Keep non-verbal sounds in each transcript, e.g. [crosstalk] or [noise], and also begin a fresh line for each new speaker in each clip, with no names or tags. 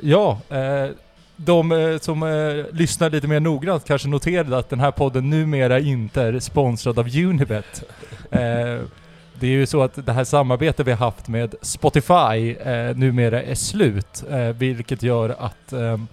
Ja, eh, de eh, som eh, lyssnar lite mer noggrant kanske noterade att den här podden numera inte är sponsrad av Unibet. Eh, det är ju så att det här samarbetet vi har haft med Spotify eh, numera är slut, eh, vilket gör att ehm,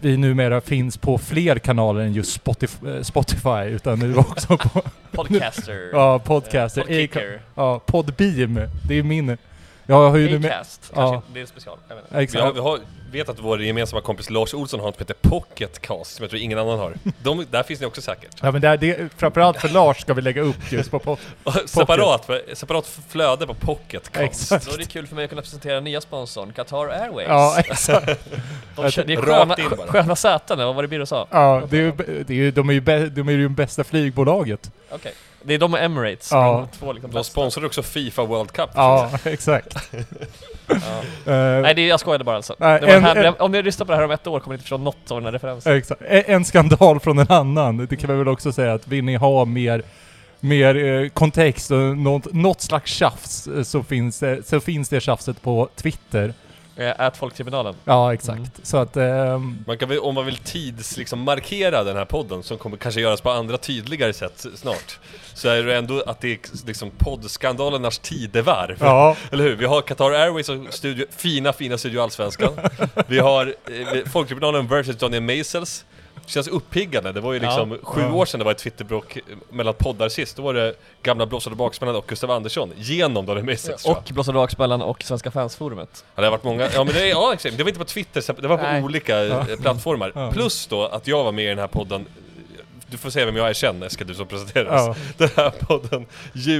vi numera finns på fler kanaler än just Spotif- eh, Spotify, utan nu också på
Podcaster.
ja, podcaster, Acast-
Podkicker.
ja, Podbeam. Det är min... Jag har ju numera...
Acast.
ja.
Kanske, det är special. Jag vet inte.
Exakt.
Vi, har, vi har, vet att vår gemensamma kompis Lars Olsson har något som heter Pocketcast, som jag tror ingen annan har. De, där finns ni också säkert. [laughs]
Ja men det, här, det, framförallt för Lars ska vi lägga upp just på pod-
Separat, för, separat flöde på Pocketcast.
Exakt.
Då är det kul för mig att kunna presentera nya sponsorn, Qatar Airways.
Ja, exakt.
de, kö- det är
Rakt
sköna,
in bara.
sköna säten, vad var det Birro sa?
Ja, det är, ju- det är, ju- de, är ju be, de är ju det bästa flygbolaget.
Okej. Det är de och Emirates.
Ja.
De två liksom
De
bästa.
sponsrar också Fifa World Cup.
Ja, exakt.
[laughs] Ja.
Eh,
Nej, det är, jag skojade bara alltså.
Nej,
det var
en-
den här,
en-
om ni lyssnar på det här om ett år kommer ni inte förstå något av den här referensen.
Exakt. E- En skandal från en annan. Det kan vi väl också säga att vill ni ha mer, mer eh, kontext och något, något slags tjafs eh, så finns, det, så finns det tjafset på Twitter.
Eh, Ät Folktribunalen.
Ja, exakt.
Mm.
Så att... ehm,
Man kan väl, om man vill tids liksom markera den här podden, som kommer kanske göras på andra tydligare sätt s- snart, så är det ändå att det är liksom poddskandalernas tidevarv.
ja,
Eller hur? Vi har Qatar Airways och studio, fina, fina Studio Allsvenskan. Vi har eh, Folktribunalen versus Johnny Maisels. Det känns uppiggande. Det var ju liksom sju
Ja.
år sedan det var ett Twitterbråk eh, mellan poddar sist. Då var det gamla blåsade baksmällan och Gustav Andersson genom Johnny Maisels tror jag.
Och Blåsa Dragsmällan och Svenska Fansforumet.
Ja, det har varit många, ja men det, är- ja, exakt. det var inte på Twitter, så- det var på
Nej.
olika eh, plattformar.
Ja.
Plus då att jag var med i den här podden, du får säga vem jag är sen Eskil, du som presenteras.
ja,
Den här podden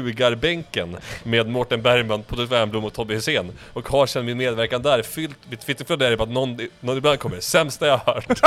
Ljugarbänken med Mårten Bergman, Pontus Wernbloom och Tobbe Hysén. Och har sedan min medverkan där fyllt mitt Twitterflöde är det på att någon, någon ibland kommer, sämsta jag har hört.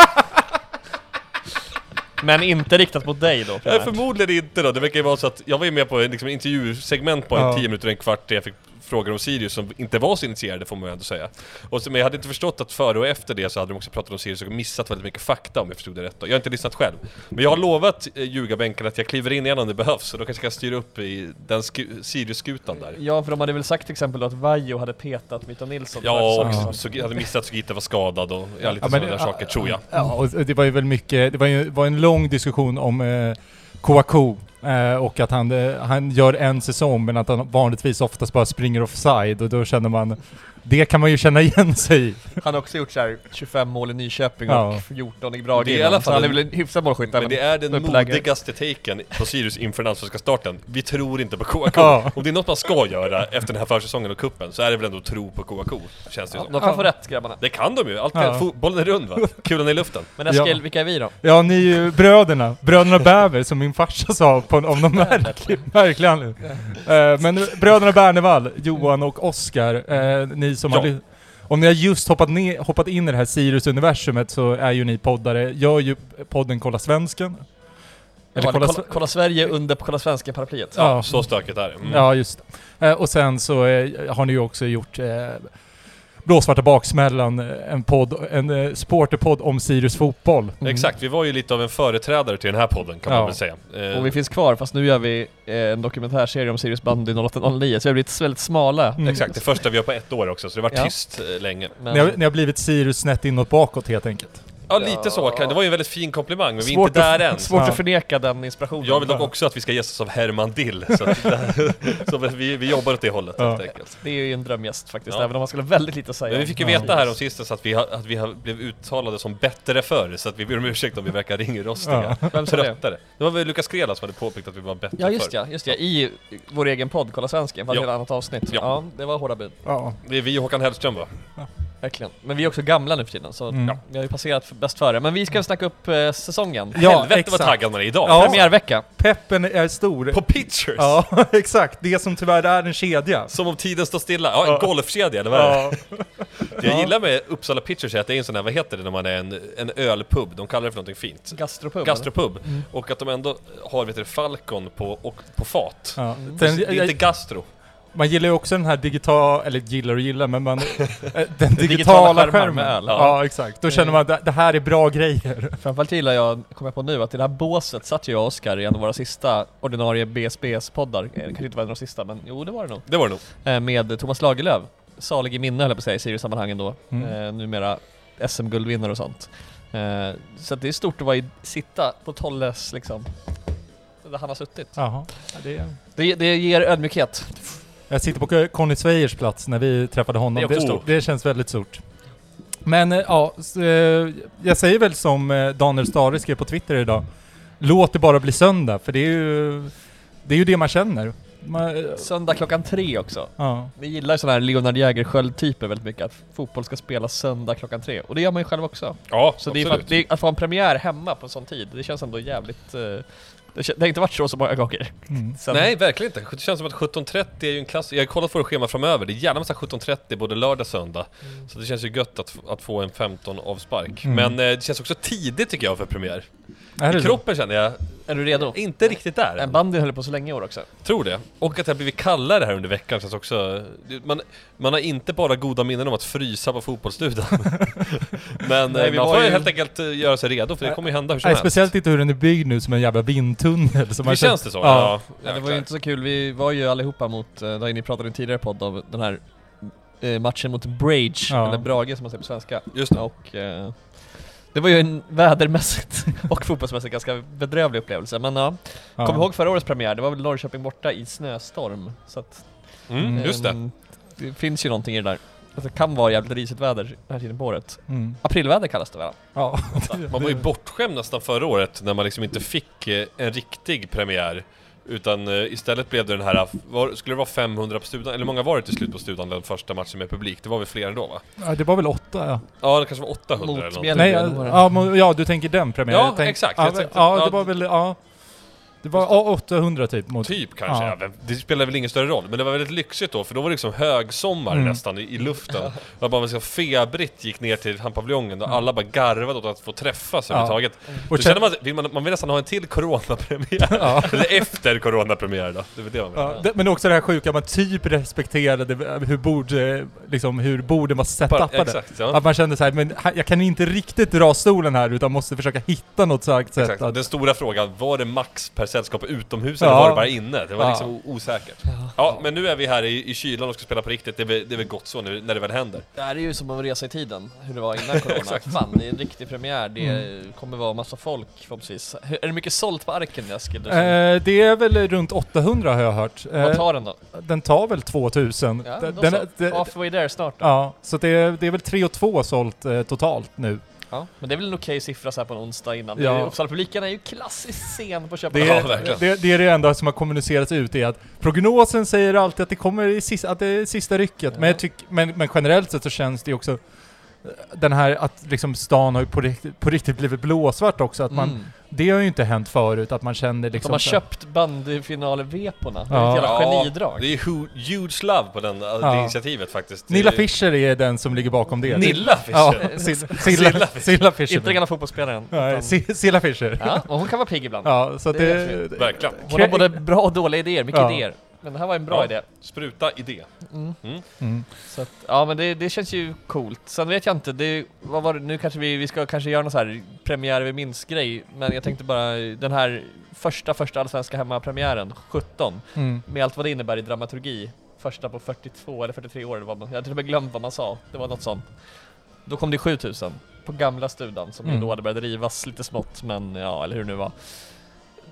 Men inte riktat mot dig då
Nej,
primärt.
förmodligen inte då. Det verkar ju vara så att jag var ju med på en liksom, intervjusegment på en
Ja.
10 minuter, en kvart, där jag fick frågor om Sirius som inte var så initierade får man ju ändå säga. Och så, men jag hade inte förstått att före och efter det så hade de också pratat om Sirius och missat väldigt mycket fakta om jag förstod det rätt då. Jag har inte lyssnat själv. Men jag har lovat eh, ljugarbänken att jag kliver in igen om det behövs, så då kanske jag kan styra upp i den sku- Sirius-skutan där.
Ja, för de hade väl sagt till exempel då att Vaiho hade petat Myton Nilsson.
Ja, och
Ja.
så, jag hade missat att Sugita var skadad och ja, lite
Ja, men
sådana
det-
där saker tror jag.
ja, och det var ju väl mycket, det var ju var en lång diskussion om eh, Kouakou eh, och att han, eh, han gör en säsong men att han vanligtvis oftast bara springer offside och då känner man, det kan man ju känna igen sig i.
Han har också gjort såhär 25 mål i Nyköping
Ja.
och 14 i Brage
Det är i
innan,
alla
så
fall
han är
en-
väl en hyfsad målskytt.
Men det är den
upp i lägret.
modigaste taken på Sirius inför den allsvenska starten. Vi tror inte på KK.
Ja.
Om det är något man ska göra efter den här försäsongen och kuppen så är det väl ändå att tro på KK, känns det ju
Ja,
som.
de kan få rätt grabbarna.
Det kan de ju, allt kan,
Ja.
fo- bollen är rund va? Kulan är i luften.
Men Eskil,
Ja.
vilka är vi då?
Ja, ni är ju bröderna. Bröderna Bäver, som min farsa sa på, om någon märklig, märklig anledning. Eh, men bröderna Bernevall, Johan och Oskar, eh, ni som har...
Ja.
ly- Om ni har just hoppat, ner, hoppat in i det här Sirius-universumet så är ju ni poddare. Gör ju podden Kolla Svensken.
Kolla, kolla,
Sve-
kolla Sverige under kolla svenska-paraplyet.
Ja,
Så stökigt är det. Mm.
Ja, just det. Eh, Och sen så eh, har ni ju också gjort eh, Blåsvarta baksmällan, eh, en podd, en eh, supporterpodd om Sirius fotboll.
Exakt, vi var ju lite av en företrädare till den här podden kan
Ja.
man väl säga. Eh,
Och vi finns kvar, fast nu gör vi eh, en dokumentärserie om Sirius bandy 0809, så vi har blivit väldigt smala.
Mm.
Exakt, det första vi gör på ett år också, så det var
Ja.
tyst eh, länge.
Men
Ni har, ni har blivit Sirius snett inåt bakåt helt enkelt.
Ja, lite så. kan- Det var ju en väldigt fin komplimang, men vi är inte där
att,
än.
Svårt
svårt
att
att förneka den inspirationen.
Jag vill dock också att vi ska gästas av Herman Dill, så, att, [laughs] så vi, vi jobbar åt det hållet
Ja.
helt enkelt.
Det är ju en drömgäst faktiskt,
Ja.
även om man skulle ha väldigt lite att säga.
Men vi fick ju
om
veta
Sirius.
här om sistens att vi, har, att vi har blev uttalade som bättre förr, så att vi ber om ursäkt om vi verkar ringrostiga.
Vem sa det?
Tröttare. Det var väl Lukas Krela som hade påpekat att vi var bättre
Ja just
förr.
ja, just ja. I vår egen podd, Kolla Svensken, fast
Ja.
i ett annat avsnitt. Ja.
Ja.
det var hårda bud.
Ja.
Det är vi och Håkan Hellström va?
Verkligen. Men vi är också gamla nu för tiden, så
Mm.
ja, vi har ju passerat för bäst före. Men vi
Mm.
ska snacka upp eh, säsongen.
Ja,
Helvete vad
exakt.
taggad man är idag!
Ja.
Premiärvecka.
Peppen är stor.
På pitchers!
Ja, [laughs] exakt. Det som tyvärr är en kedja.
Som om tiden står stilla. Ja, en
Ja.
golfkedja, eller vad är det?
Ja.
Det jag gillar med Uppsala pitchers är att det är en sån här, vad heter det när man är en, en ölpub? De kallar det för någonting fint.
Gastropub.
Gastropub.
Mm.
Och att de ändå har, vet du, Falcon på, och, på fat.
Ja.
Det
Sen,
är inte gastro.
man gillar ju också den här digitala, eller gillar och gillar, men man, eh, den
digitala
digitala
skärmen
skärmen.
med öl,
ja.
ja.
exakt. Då känner man att det- det här är bra grejer.
Framförallt gillar jag, kommer jag på nu, att i det här båset satt ju jag och Oskar i en av våra sista ordinarie BSBS-poddar. Eh, Det kanske inte var en av de sista, men jo det var det nog.
Det var det nog.
Eh, Med Thomas Lagerlöf. salig i minne höll jag på att säga i Sirius-sammanhang ändå.
Mm.
Eh, numera SM-guldvinnare och sånt. Eh, så att det är stort att vara i, sitta på Tolles liksom, där han har suttit.
Jaha. Ja, det...
Det, det ger ödmjukhet.
Jag sitter på Conny Svejers plats när vi träffade honom.
Det är också stort.
det känns väldigt stort. Men eh, ja, så, eh, jag säger väl som eh, Daniel Stare skrev på Twitter idag. Låt det bara bli söndag, för det är ju det, är ju det man känner. Man, eh,
Söndag klockan tre också.
ja.
Vi gillar sådana här Leonard Jägerskiöld-typer väldigt mycket, att fotboll ska spelas söndag klockan tre. Och det gör man ju själv också.
Ja,
Så det är,
absolut.
för att, det är, att få en premiär hemma på en sån tid, det känns ändå jävligt... eh, det, kän- det har inte varit så så många gånger. [laughs]
Mm.
Sen,
Nej, verkligen inte. Det känns som att 17.30 är ju en klass... Jag har kollat på det schema framöver. Det är gärna massa 17.30 både lördag och söndag. Så det känns ju gött att, f- att få en 15-avspark.
Mm.
Men eh, det känns också tidigt tycker jag för premiär.
Är det
I
så?
kroppen känner jag,
Är du redo?
inte riktigt där.
En
än.
bandy höll på så länge i år också.
Tror det. Och att det har blivit kallare här under veckan känns också... det- Man, man har inte bara goda minnen om att frysa
[laughs]
på fotbollsstudion. Men
Nej,
eh,
vi
man
var
får ju
ju-
helt enkelt eh, göra sig redo för det kommer ju hända hur som
Nej,
helst.
speciellt inte hur den är byggd nu som en jävla vindtunnel. Så man
Det känns det så?
Ja.
Ja,
Ja, det var ju inte så kul, vi var ju allihopa mot, eh, där ni pratade i en tidigare podd om den här eh, matchen mot Brage,
Ja.
eller Brage som man säger på svenska.
Just det.
Och eh, det var ju en vädermässigt [laughs] och fotbollsmässigt ganska bedrövlig upplevelse. Men ja,
Ja.
kom ihåg förra årets premiär, det var väl Norrköping borta i snöstorm. Så att,
Mm, just det.
ehm, det finns ju någonting i det där. Att det kan vara jävligt risigt väder den här tiden på året.
Mm.
Aprilväder kallas det väl?
[laughs] Ja.
Man var ju bortskämd nästan förra året när man liksom inte fick eh, en riktig premiär. Utan eh, istället blev det den här, var, skulle det vara 500 på Studan? Eller hur många var det till slut på Studan den första matchen med publik? Det var väl fler ändå va?
ja, det var väl åtta ja.
Ja, det kanske var 800
Mot
eller något.
Mjällby.
Nej,
det
ja,
var det.
ja, men- ja, du tänker den premiären?
Ja,
Jag tänk-
exakt,
Ja,
jag
men,
tänkte-
ja,
ja.
det var väl, ja. Det var ja, 800 typ mot...
Typ kanske,
Ja.
ja. men det spelar väl ingen större roll. Men det var väldigt lyxigt då, för då var det liksom högsommar
Mm.
nästan i, i luften. Och att man liksom febrigt gick ner till handpaviljongen och alla bara garvade åt att få träffas
Ja.
överhuvudtaget.
Och
Och
kä-
känner man, vill man, man vill nästan ha en till coronapremiär.
[laughs] Ja.
Eller efter coronapremiär då, det är väl det man vill.
Ja, det, men också det här sjuka, man typ respekterade hur, bord, eh, liksom, hur borden var
Bara-
setupade.
Exakt, ja.
Att man kände så här, men här- jag kan inte riktigt dra stolen här utan måste försöka hitta något sagt sätt
Exakt.
att...
Den stora frågan, var det max per sällskap utomhus
Ja.
eller var det bara inne? Det var
Ja.
liksom o- osäkert. Ja. men nu är vi här i, i kylan och ska spela på riktigt, det är väl, det är väl gott så när, när det väl händer.
Det här är ju som att resa i tiden, hur det var innan [laughs] corona. Fan, det är en riktig premiär, det kommer vara massa folk förhoppningsvis. Hur- Är det mycket sålt på Arken Eskil? Du som-
Eh, det är väl runt 800 har jag hört.
Vad
Eh,
tar den då?
den tar väl 2000?
Ja,
Den-
då
den,
så.
det-
Halfway there snart då.
ja, så det, är- det är väl 3 och 2 sålt eh, totalt nu.
Ja. Men det är väl en okej siffra så här på en onsdag innan.
Ja.
Ja. Uppsala-publiken är ju klassiskt sen på att köpa
Det
Ja,
är,
verkligen.
det, det är det enda som har kommunicerats ut är att prognosen säger alltid att det kommer i sista, att det är sista rycket. Men, jag tyck, men, men generellt sett så känns det också eh, den här att liksom stan har ju på riktigt, på riktigt blivit blåsvart också. Att man,
Mm.
Det har ju inte hänt förut att man känner
De
liksom...
har
så här-
köpt bandyfinal-veporna. Det
Ja.
är ett jävla
Ja.
genidrag.
Det är hu- huge love på den, äh,
Ja.
det initiativet faktiskt. Det är-
Nilla Fischer är den som ligger bakom det.
Nilla Fischer?
Ja, [laughs] Sil- Silla, Silla Fischer.
Inte den gamla fotbollsspelaren.
Nej,
utan-
Si- Silla Fischer.
Ja, och hon kan vara pigg ibland.
Ja, så att
Det är
det...
Verkligen.
Hon har både bra och dåliga idéer, mycket
Ja.
idéer. Men det här var en bra
Ja.
idé.
Spruta idé.
Mm.
Så att, ja men det, det känns ju coolt. Sen vet jag inte, det, vad var det, nu kanske vi, vi ska kanske göra någon så här premiär vi minns grej. Men jag tänkte bara, den här första, första allsvenska hemmapremiären, 17,
Mm.
med allt vad det innebär i dramaturgi. Första på 42 eller 43 år, eller vad man, jag har till och med glömt vad man sa. Det var något sånt. Då kom det 7000 på gamla studan som ju
Mm.
då hade börjat rivas lite smått, men ja, eller hur det nu var.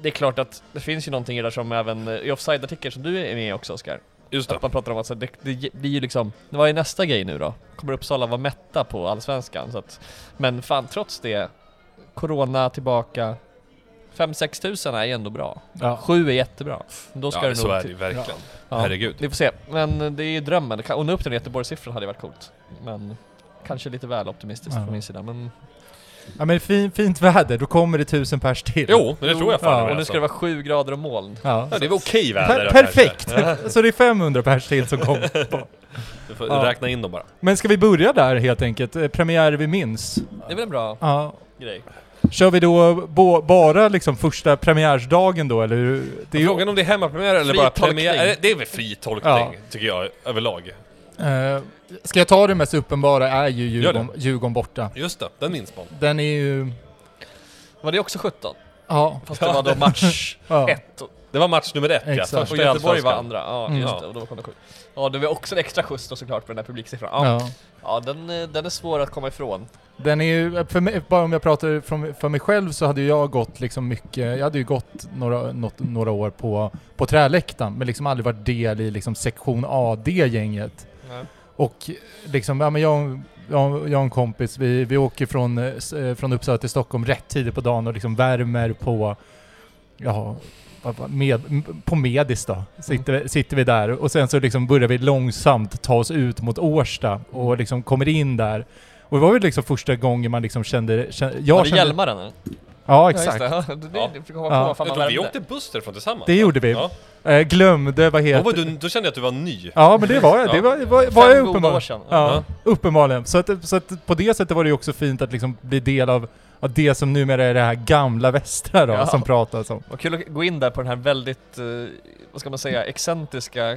Det är klart att det finns ju någonting i det där som även eh, i offside-artikeln som du är med i också Oskar.
Just det.
Att man pratar om att så här, det, det ge- blir ju liksom, vad är nästa grej nu då? Kommer Uppsala vara mätta på Allsvenskan? Så att, men fan trots det, Corona tillbaka, 5-6 tusen är ju ändå bra.
Ja.
7 är jättebra. Då ska
Ja,
det
så
nog
är det
till-
ju verkligen.
Ja.
Herregud.
Vi får se, men det är ju drömmen. Det kan- Och nå upp till den Göteborgssiffran hade ju varit coolt. Men kanske lite väl optimistiskt
Ja.
från min sida. Men,
ja, men fin, fint väder, då kommer det tusen pers till.
Jo, men det tror jag fan
Ja,
det var
och nu
alltså.
ska det vara 7 grader och moln.
Ja.
Ja, det var okej väder
Per
då,
perfekt! [laughs]
kanske.
så det är 500 pers till som kom.
Du får
Ja.
räkna in dem bara.
Men ska vi börja där helt enkelt? Eh, Premiärer vi minns.
Det är väl en bra
Ja.
grej?
Kör vi då bo- bara liksom första premiärsdagen då eller? hur? Det är ju,
Frågan om det är hemmapremiär eller
Fri
bara
tolkning.
premiär? Eh, Det är väl fri tolkning,
Ja.
tycker jag, överlag.
eh, ska jag ta det mest uppenbara är ju
Gör
Djurgården, Djurgården borta.
Just det, den minns man.
Den är ju...
Var det också 17?
Ja.
[laughs]
Fast det var då match
ja.
1
Det var match nummer ett
Exakt.
ja,
Och
första i
Göteborg var
Allsvenskan.
andra, ja
Mm.
just det. Och då kom det sju. Ja, det var också en extra skjuts då såklart på den här publiksiffran. Ja,
Ja.
ja den, eh, den är svår att komma ifrån.
Den är ju, för mig, bara om jag pratar från, för mig själv så hade ju jag gått liksom mycket, jag hade ju gått några, något, några år på, på träläktaren men liksom aldrig varit del i liksom sektion A, det gänget.
Ja.
Och liksom, ja men jag, jag, jag och en kompis, vi, vi åker från, eh, s- eh, från Uppsala till Stockholm rätt tidigt på dagen och liksom värmer på, ja, vad- vad- med, m- på Medis
Mm.
då. Sitter, vi- sitter vi där och sen så liksom börjar vi långsamt ta oss ut mot Årsta och
Mm.
liksom kommer in där. Och det var väl liksom första gången man liksom kände... kände jag
Var det
kände,
hjälmar den?
Ja, exakt.
Ja, just det. det,
Ja.
det fick komma
Ja.
på, fan
Jag
man
tror vi
värmde.
åkte buss därifrån tillsammans.
Det
va?
gjorde vi.
Ja.
Eh, glömde, vad
Då,
heter...
var du, då kände jag att du var ny.
Ja men det var jag, det var, var, var
Fem
jag
goda år
uppenbarligen.
sedan.
Ja,
Ja.
uppenbarligen. Så, att, så att på det sättet var det ju också fint att liksom bli del av, av det som numera är det här gamla västra då,
Ja.
som pratas om.
Vad kul att gå in där på den här väldigt, eh, vad ska man säga, excentriska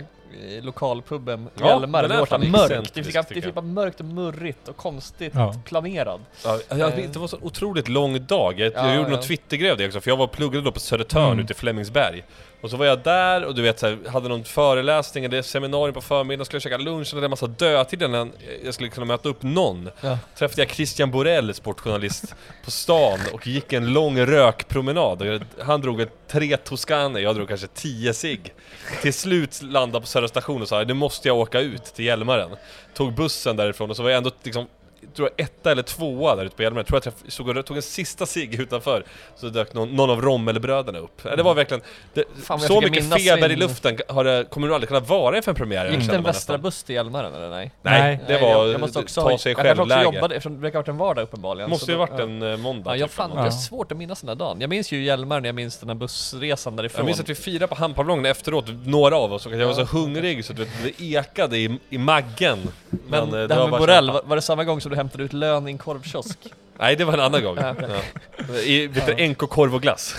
eh, lokalpubben
Ja,
Hjälmar.
den är
Det låter
fan
mörkt. Det
excentrisk,
fick, det
tycker
fick vara mörkt och murrigt och konstigt
Ja.
planerad.
Ja, jag, vet, det var en så otroligt lång dag. Jag,
Ja,
jag gjorde
ja.
någon twittergrej av det också, för jag var pluggade då på Södertörn
Mm.
ute i Flemingsberg. Och så var jag där och du vet så här, hade någon föreläsning eller seminarium på förmiddagen, skulle jag käka lunch, hade en massa dödtid innan jag skulle kunna möta upp någon.
Ja.
Träffade jag Christian Borell, sportjournalist, [laughs] på stan och gick en lång rökpromenad. Och jag, han drog ett- tre Toscani, jag drog kanske tio cigg. Till slut landade på Södra station och sa nu måste jag åka ut till Hjälmaren. Tog bussen därifrån och så var jag ändå liksom tror jag etta eller tvåa där ute på Hjälmaren. Jag tror att jag träff- såg och- tog en sista cigg utanför, så dök någon, någon av Rommelbröderna upp. Det var verkligen... Det,
Fan, vad jag
så
fick
mycket
minnas
feber i
min-
luften har det, kommer du aldrig kunna vara inför en premiär.
Gick
kände
det en
man nästan.
västra buss till Hjälmaren eller nej?
Nej, det
Nej,
var
jag, jag måste också ha-
ta sig
jag kanske
själv-läge.
också jobbade, eftersom det verkar ha varit en vardag uppenbarligen.
Det måste
så
ju
då-
ha varit en eh, måndag.
Ja, jag,
typ,
fan,
eller
jag
något.
har
Ja.
svårt att minnas den där dagen. Jag minns ju Hjälmar när jag minns den där bussresan därifrån.
Jag minns att vi firade på handpavlongen efteråt, några av oss, och jag var så hungrig så du vet, det ekade i, i maggen. Men,
Men
eh,
det här
var
med
bara
Borrell,
kämpa.
var, var det samma gång som du hämtade ut lön i
[laughs]
en korvkiosk?
Nej, det var en annan gång.
Ja.
Ja. I, vet du, NK korv
[laughs]
och glass.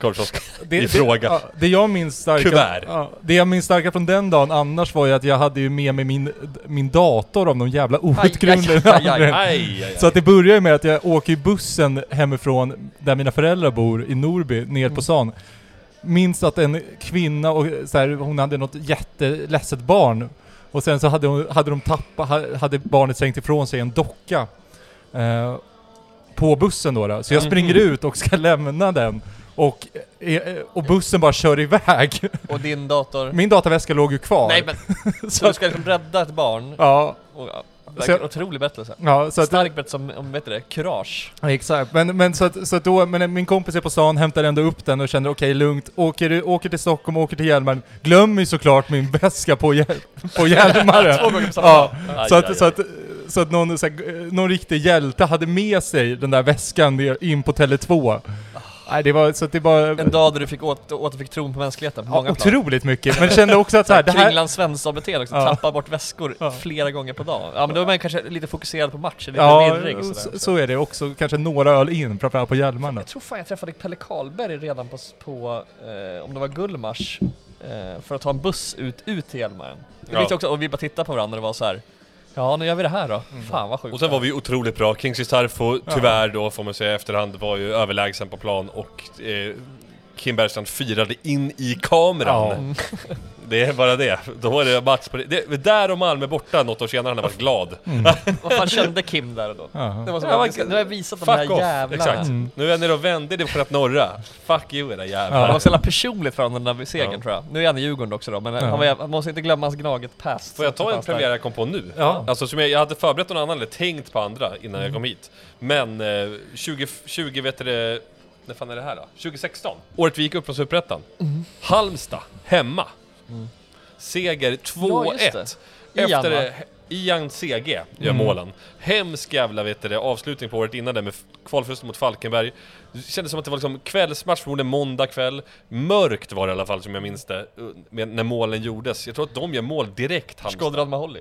Korvkiosk.
Det,
I fråga.
Det, ja, det jag minns starka,
Kuvert.
Ja, det jag minns starka från den dagen annars var ju att jag hade ju med mig min, min dator av någon jävla outgrundlig
aj, aj,
anledning.
[laughs] Aj, aj, aj.
Så att det börjar ju med att jag åker i bussen hemifrån där mina föräldrar bor i Norby, ner
Mm.
på stan. Minns att en kvinna, och så här, hon hade något jätteledset barn. Och sen så hade, hon, hade de tappat, ha- hade barnet slängt ifrån sig en docka. Eh, på bussen då, då. Så
Mm.
jag springer ut och ska [laughs] lämna den. Och, eh, eh, och bussen bara kör
[laughs]
iväg.
Och din dator?
Min dataväska låg ju kvar.
Nej
[laughs]
men, så du ska liksom rädda ett barn?
Ja,
Och, ja,
Så jag-
verkligen otrolig berättelse.
ja, så att,
Stark berättelse om, om, vet du det, kurage.
Ja, Exakt, men, men så att, så att då, men min kompis är på stan, hämtar ändå upp den och känner okej lugnt, åker, åker till Stockholm, åker till Hjälmaren, glömmer ju såklart min väska på, Hjäl- på
[laughs]
Två
Hjälmaren.
gånger på samma dag.
Ja,
Aj,
så
aj, aj.
att, så att, så att någon, så här, någon riktig hjälte hade med sig den där väskan ner- in på Tele2. Nej, det var, så att det var
En dag där du fick åter, återfick tron på mänskligheten på
ja,
många plan.
otroligt mycket, men kände också att så här, det här...
Kringlan Svensson-beteende också,
Ja.
tappa liksom, bort väskor
Ja.
flera gånger på dagen. Ja men då är man kanske lite fokuserad på matchen, lite
Ja,
virrig sådär.
så, så är det också, kanske några öl in, framförallt på Hjälmaren.
Jag tror fan jag träffade Pelle Karlberg redan på, på eh, om det var Gullmars, eh, för att ta en buss ut, ut till Hjälmaren. Det
Ja.
vet jag också, och vi bara tittade på varandra och var så här. ja nu gör vi det här då. Fan vad sjukt.
Och sen var vi ju otroligt bra. Kingsley Tarfo, tyvärr då får man säga i efterhand, var ju överlägsen på plan och eh, Kim Bergstrand firade in i kameran.
Ja.
Mm.
Det är bara det. Då är det match på det. det där och Malmö borta något år senare han har varit glad.
[laughs] Vad fan kände Kim där och då?
Mm. Ja.
Det var så,
Ja,
ja,
man-
nu har jag visat de
Fuck
här
off!
jävlarna.
Exakt.
Mm.
Nu är ni då vända i division 1 norra. Fuck you era jävlar.
Det
Ja.
var så jävla personligt för honom den där segern
Ja.
tror jag. Nu är han i Djurgården också då, men han var, man måste inte glömma hans gnaget past.
Får jag ta en premiär jag kom på nu?
Ja.
Alltså som jag, jag hade förberett någon annan eller tänkt på andra innan
Mm.
jag kom hit. Men eh, 20, 20 vet du det, när fan är det här då? 2016? Året vi gick upp från Superettan.
Mm.
Halmstad, hemma. Seger 2-1.
Ja, just det. I
Efter
Anna.
det- Ian CG gör målen. Hemsk jävla vet du, det, avslutning på året innan det med f- kvalförlusten mot Falkenberg. Det kändes som att det var liksom kvällsmatch, förmodligen måndag kväll. Mörkt var det eh, i alla fall som jag minns det, uh, med- när målen gjordes. Jag tror att de gör mål direkt, Halmstad.
Skodran Maholi.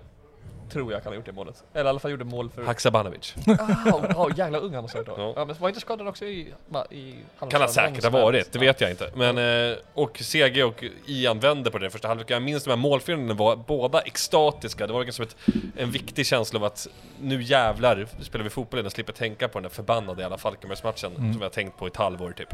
Tror jag kan ha gjort det målet. Eller i alla fall gjorde mål för...
Haksabanovic.
Ah, oh, oh, jävla ung han måste ha varit
Ja.
då. Ja, men var inte skadad också i... ma- i
Kan han säkert ha varit, det vet jag inte. Men, eh, och CG och Ian vände på det första halvlek. Jag minns de här målfirmarna var båda extatiska. Det var liksom ett, en viktig känsla av att nu jävlar spelar vi fotboll igen och slipper tänka på den där förbannade jävla Falkenbergsmatchen
Mm.
som jag har tänkt på i ett halvår typ.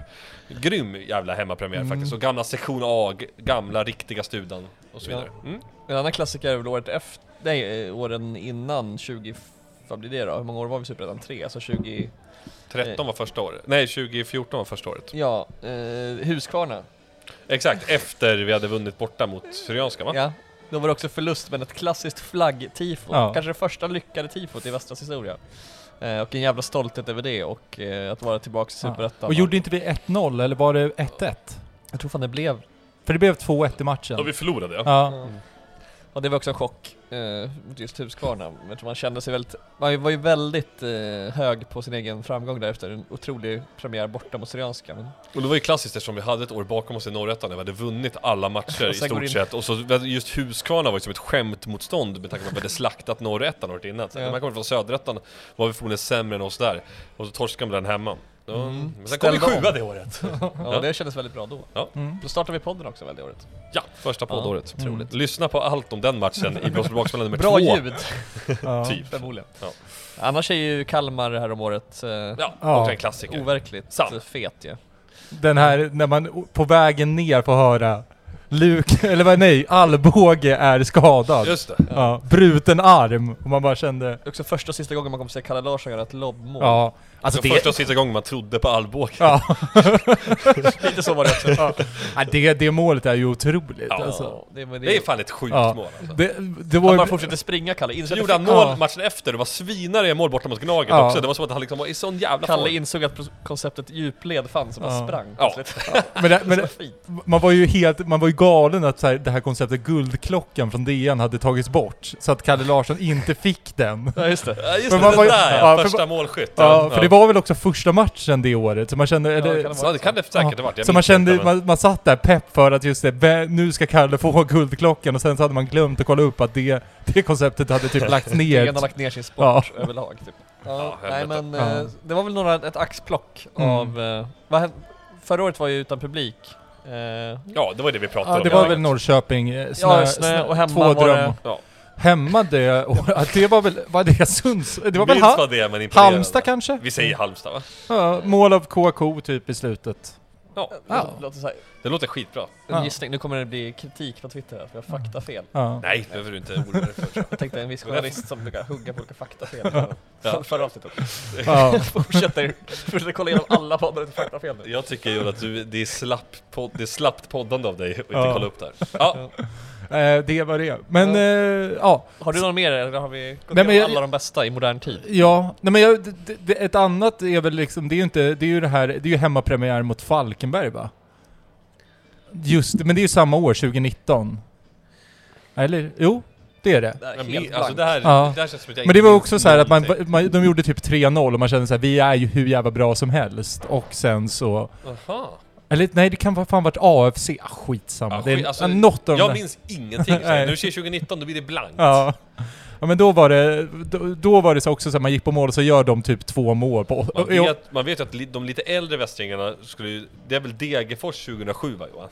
Grym jävla hemmapremiär
Mm.
faktiskt. Och gamla sektion A, g- gamla riktiga studan och så
Ja.
vidare. Mm.
En annan klassiker är väl året efter... Nej, eh, åren innan 20... Vad blir det då? Hur många år var vi i Superettan? Tre? Alltså 20...
13 var första året. Nej, 2014 var första året.
Ja, eh, Huskvarna.
Exakt, efter vi hade vunnit borta mot Syrianska va?
Ja. Då var det också förlust, men ett klassiskt flaggtifo.
Ja.
Kanske det första lyckade tifot i Västras historia. Eh, och en jävla stolthet över det och eh, att vara tillbaka i Superettan.
Och gjorde inte vi 1-0 eller var det 1-1?
Jag tror fan det blev...
För det blev 2-1 i matchen.
Då vi förlorade ja.
Ja.
Och det var också en chock, eh, mot just Huskvarna. Jag tror man kände sig väldigt... Man var ju väldigt eh, hög på sin egen framgång därefter. En otrolig premiär borta mot Syrianska. Men
Och det var ju klassiskt eftersom vi hade ett år bakom oss i Norrättan där vi hade vunnit alla matcher i
Och sen går
stort
in-
sett. Och så just Huskvarna var ju som ett skämtmotstånd med tanke på att vi hade slaktat Norrättan året innan. Så
Ja.
när man kommer från Söderettan var vi förmodligen sämre än oss där. Och så torskade man den hemma. Ja,
Mm.
Men sen kom vi
Ställde
sjua det året.
ja, och det kändes väldigt bra då.
[laughs]
Mm.
Då startade vi podden också väl det året.
Ja, första poddåret.
Ja, otroligt.
Lyssna på allt om den matchen i Blåsbergsbaksmällan nummer
Bra
två.
ljud,
Ja.
Typ.
förmodligen.
Ja.
Annars är ju Kalmar här om året eh,
Ja,
Ja.
också en klassiker.
Overkligt
Sant.
fet ju.
Den här, när man o- på vägen ner får höra Luk, [laughs] eller vad, nej, Alvbåge är skadad.
Just det.
Ja, bruten arm. Och man bara kände,
Också första och sista gången man kommer se Kalle Larsson göra ett lobbmål.
ja. Alltså
det...
det,
Första och sista gången man trodde på Alvbåge.
ja,
[laughs] Lite så var det också. ja.
Ja, det, det målet är ju otroligt
Ja.
alltså.
det, men
Det är fan ett sjukt
Ja.
mål alltså.
Det, det
Att
var
man
ju,
fortsätter springa Kalle. Inser
Så
att
gjorde han
det-
mål
Ja.
matchen efter, det var svinare i mål borta mot Gnaget
Ja.
också. Det var som att han liksom var i sån jävla
Kalle
form.
insåg att pro- konceptet djupled fanns och bara
Ja.
sprang.
Ja.
plötsligt.
men, det- men
Det var
det-
fint.
man var ju helt, man var ju galen att så här, det här konceptet guldklockan från DN hade tagits bort. Så att Kalle Larsson inte fick den.
Ja just det.
Ja just
Men
det,
man
det
var ju-
där
ja,
ja,
för-
första målskytten.
Ja, för det var väl också första matchen det året, så man kände...
Ja,
eller,
det kan
Så det kan det säkert ha varit. jag
så man
minns
kände,
inte, men-
man, man satt där pepp för att just det, vä- nu ska Kalle få [laughs] guldklockan och sen så hade man glömt att kolla upp att det, det konceptet hade
[laughs]
typ lagts
Gren har
ner.
lagt ner sin sport överlag typ.
Ja,
nej
helvete.
men eh,
Ja.
det var väl några, ett axplock
Mm.
av... Eh, vad hände? Förra året var ju utan publik. Eh,
Ja, det var det vi pratade
Ja,
om.
det var väl Norrköping, eh, snö,
Ja, snö och hemma
två
var
dröm.
det-
Ja.
Hemma det, och,
[laughs]
att det var väl, var det Sunds, det var väl
Minns
ha,
vad det är, men imponerande.
Halmstad kanske?
Vi säger Halmstad va?
Ja, mål av KK typ i slutet.
Ja,
Ja.
låt oss säga,
det låter skitbra.
en
Ja.
gissning, nu kommer det bli kritik på Twitter här för jag har faktafel.
Ja.
Nej, det behöver du inte oroa dig
[laughs]
för.
Jag tänkte en viss journalist som brukar hugga på olika faktafel. För, förra avsnittet.
Ja.
Fortsätter, fortsätter kolla igenom alla poddar utan faktafel nu.
Jag tycker ju att du, det, är slapp podd, det är slappt poddande av dig att inte
Ja.
kolla upp där. Ja,
Eh, det var det. Men
Ja.
eh, ja,
Har du någon mer eller har vi gått
Nej, men
igenom
jag-
alla de bästa i modern tid?
Ja, nej men jag, det, det, ett annat är väl liksom, det är ju inte, det är ju det här, det är ju hemmapremiär mot Falkenberg va? Just det, men det är ju samma år, 2019. Eller? Jo, det är det.
Det här är
men
helt
min, alltså det
blankt.
här,
Ja.
det här känns som att jag
Men det
inte
var
minns
också så här att man,
någonting.
man, de gjorde typ 3-0 och man kände så här, vi är ju hur jävla bra som helst. Och sen så...
Aha.
Eller nej, det kan vara- fan varit AFC. Ah, skitsamma.
Ja,
det är
skit- alltså,
något av de
Jag
där-
minns ingenting. Så
Nej.
nu ser 2019, då blir det blankt.
Ja. ja, men då var det, då, då var det så också så här, man gick på mål och så gör de typ två mål på...
Man vet, man vet ju att li- de lite äldre västringarna skulle ju... Det är väl Degerfors 2007 va Johan?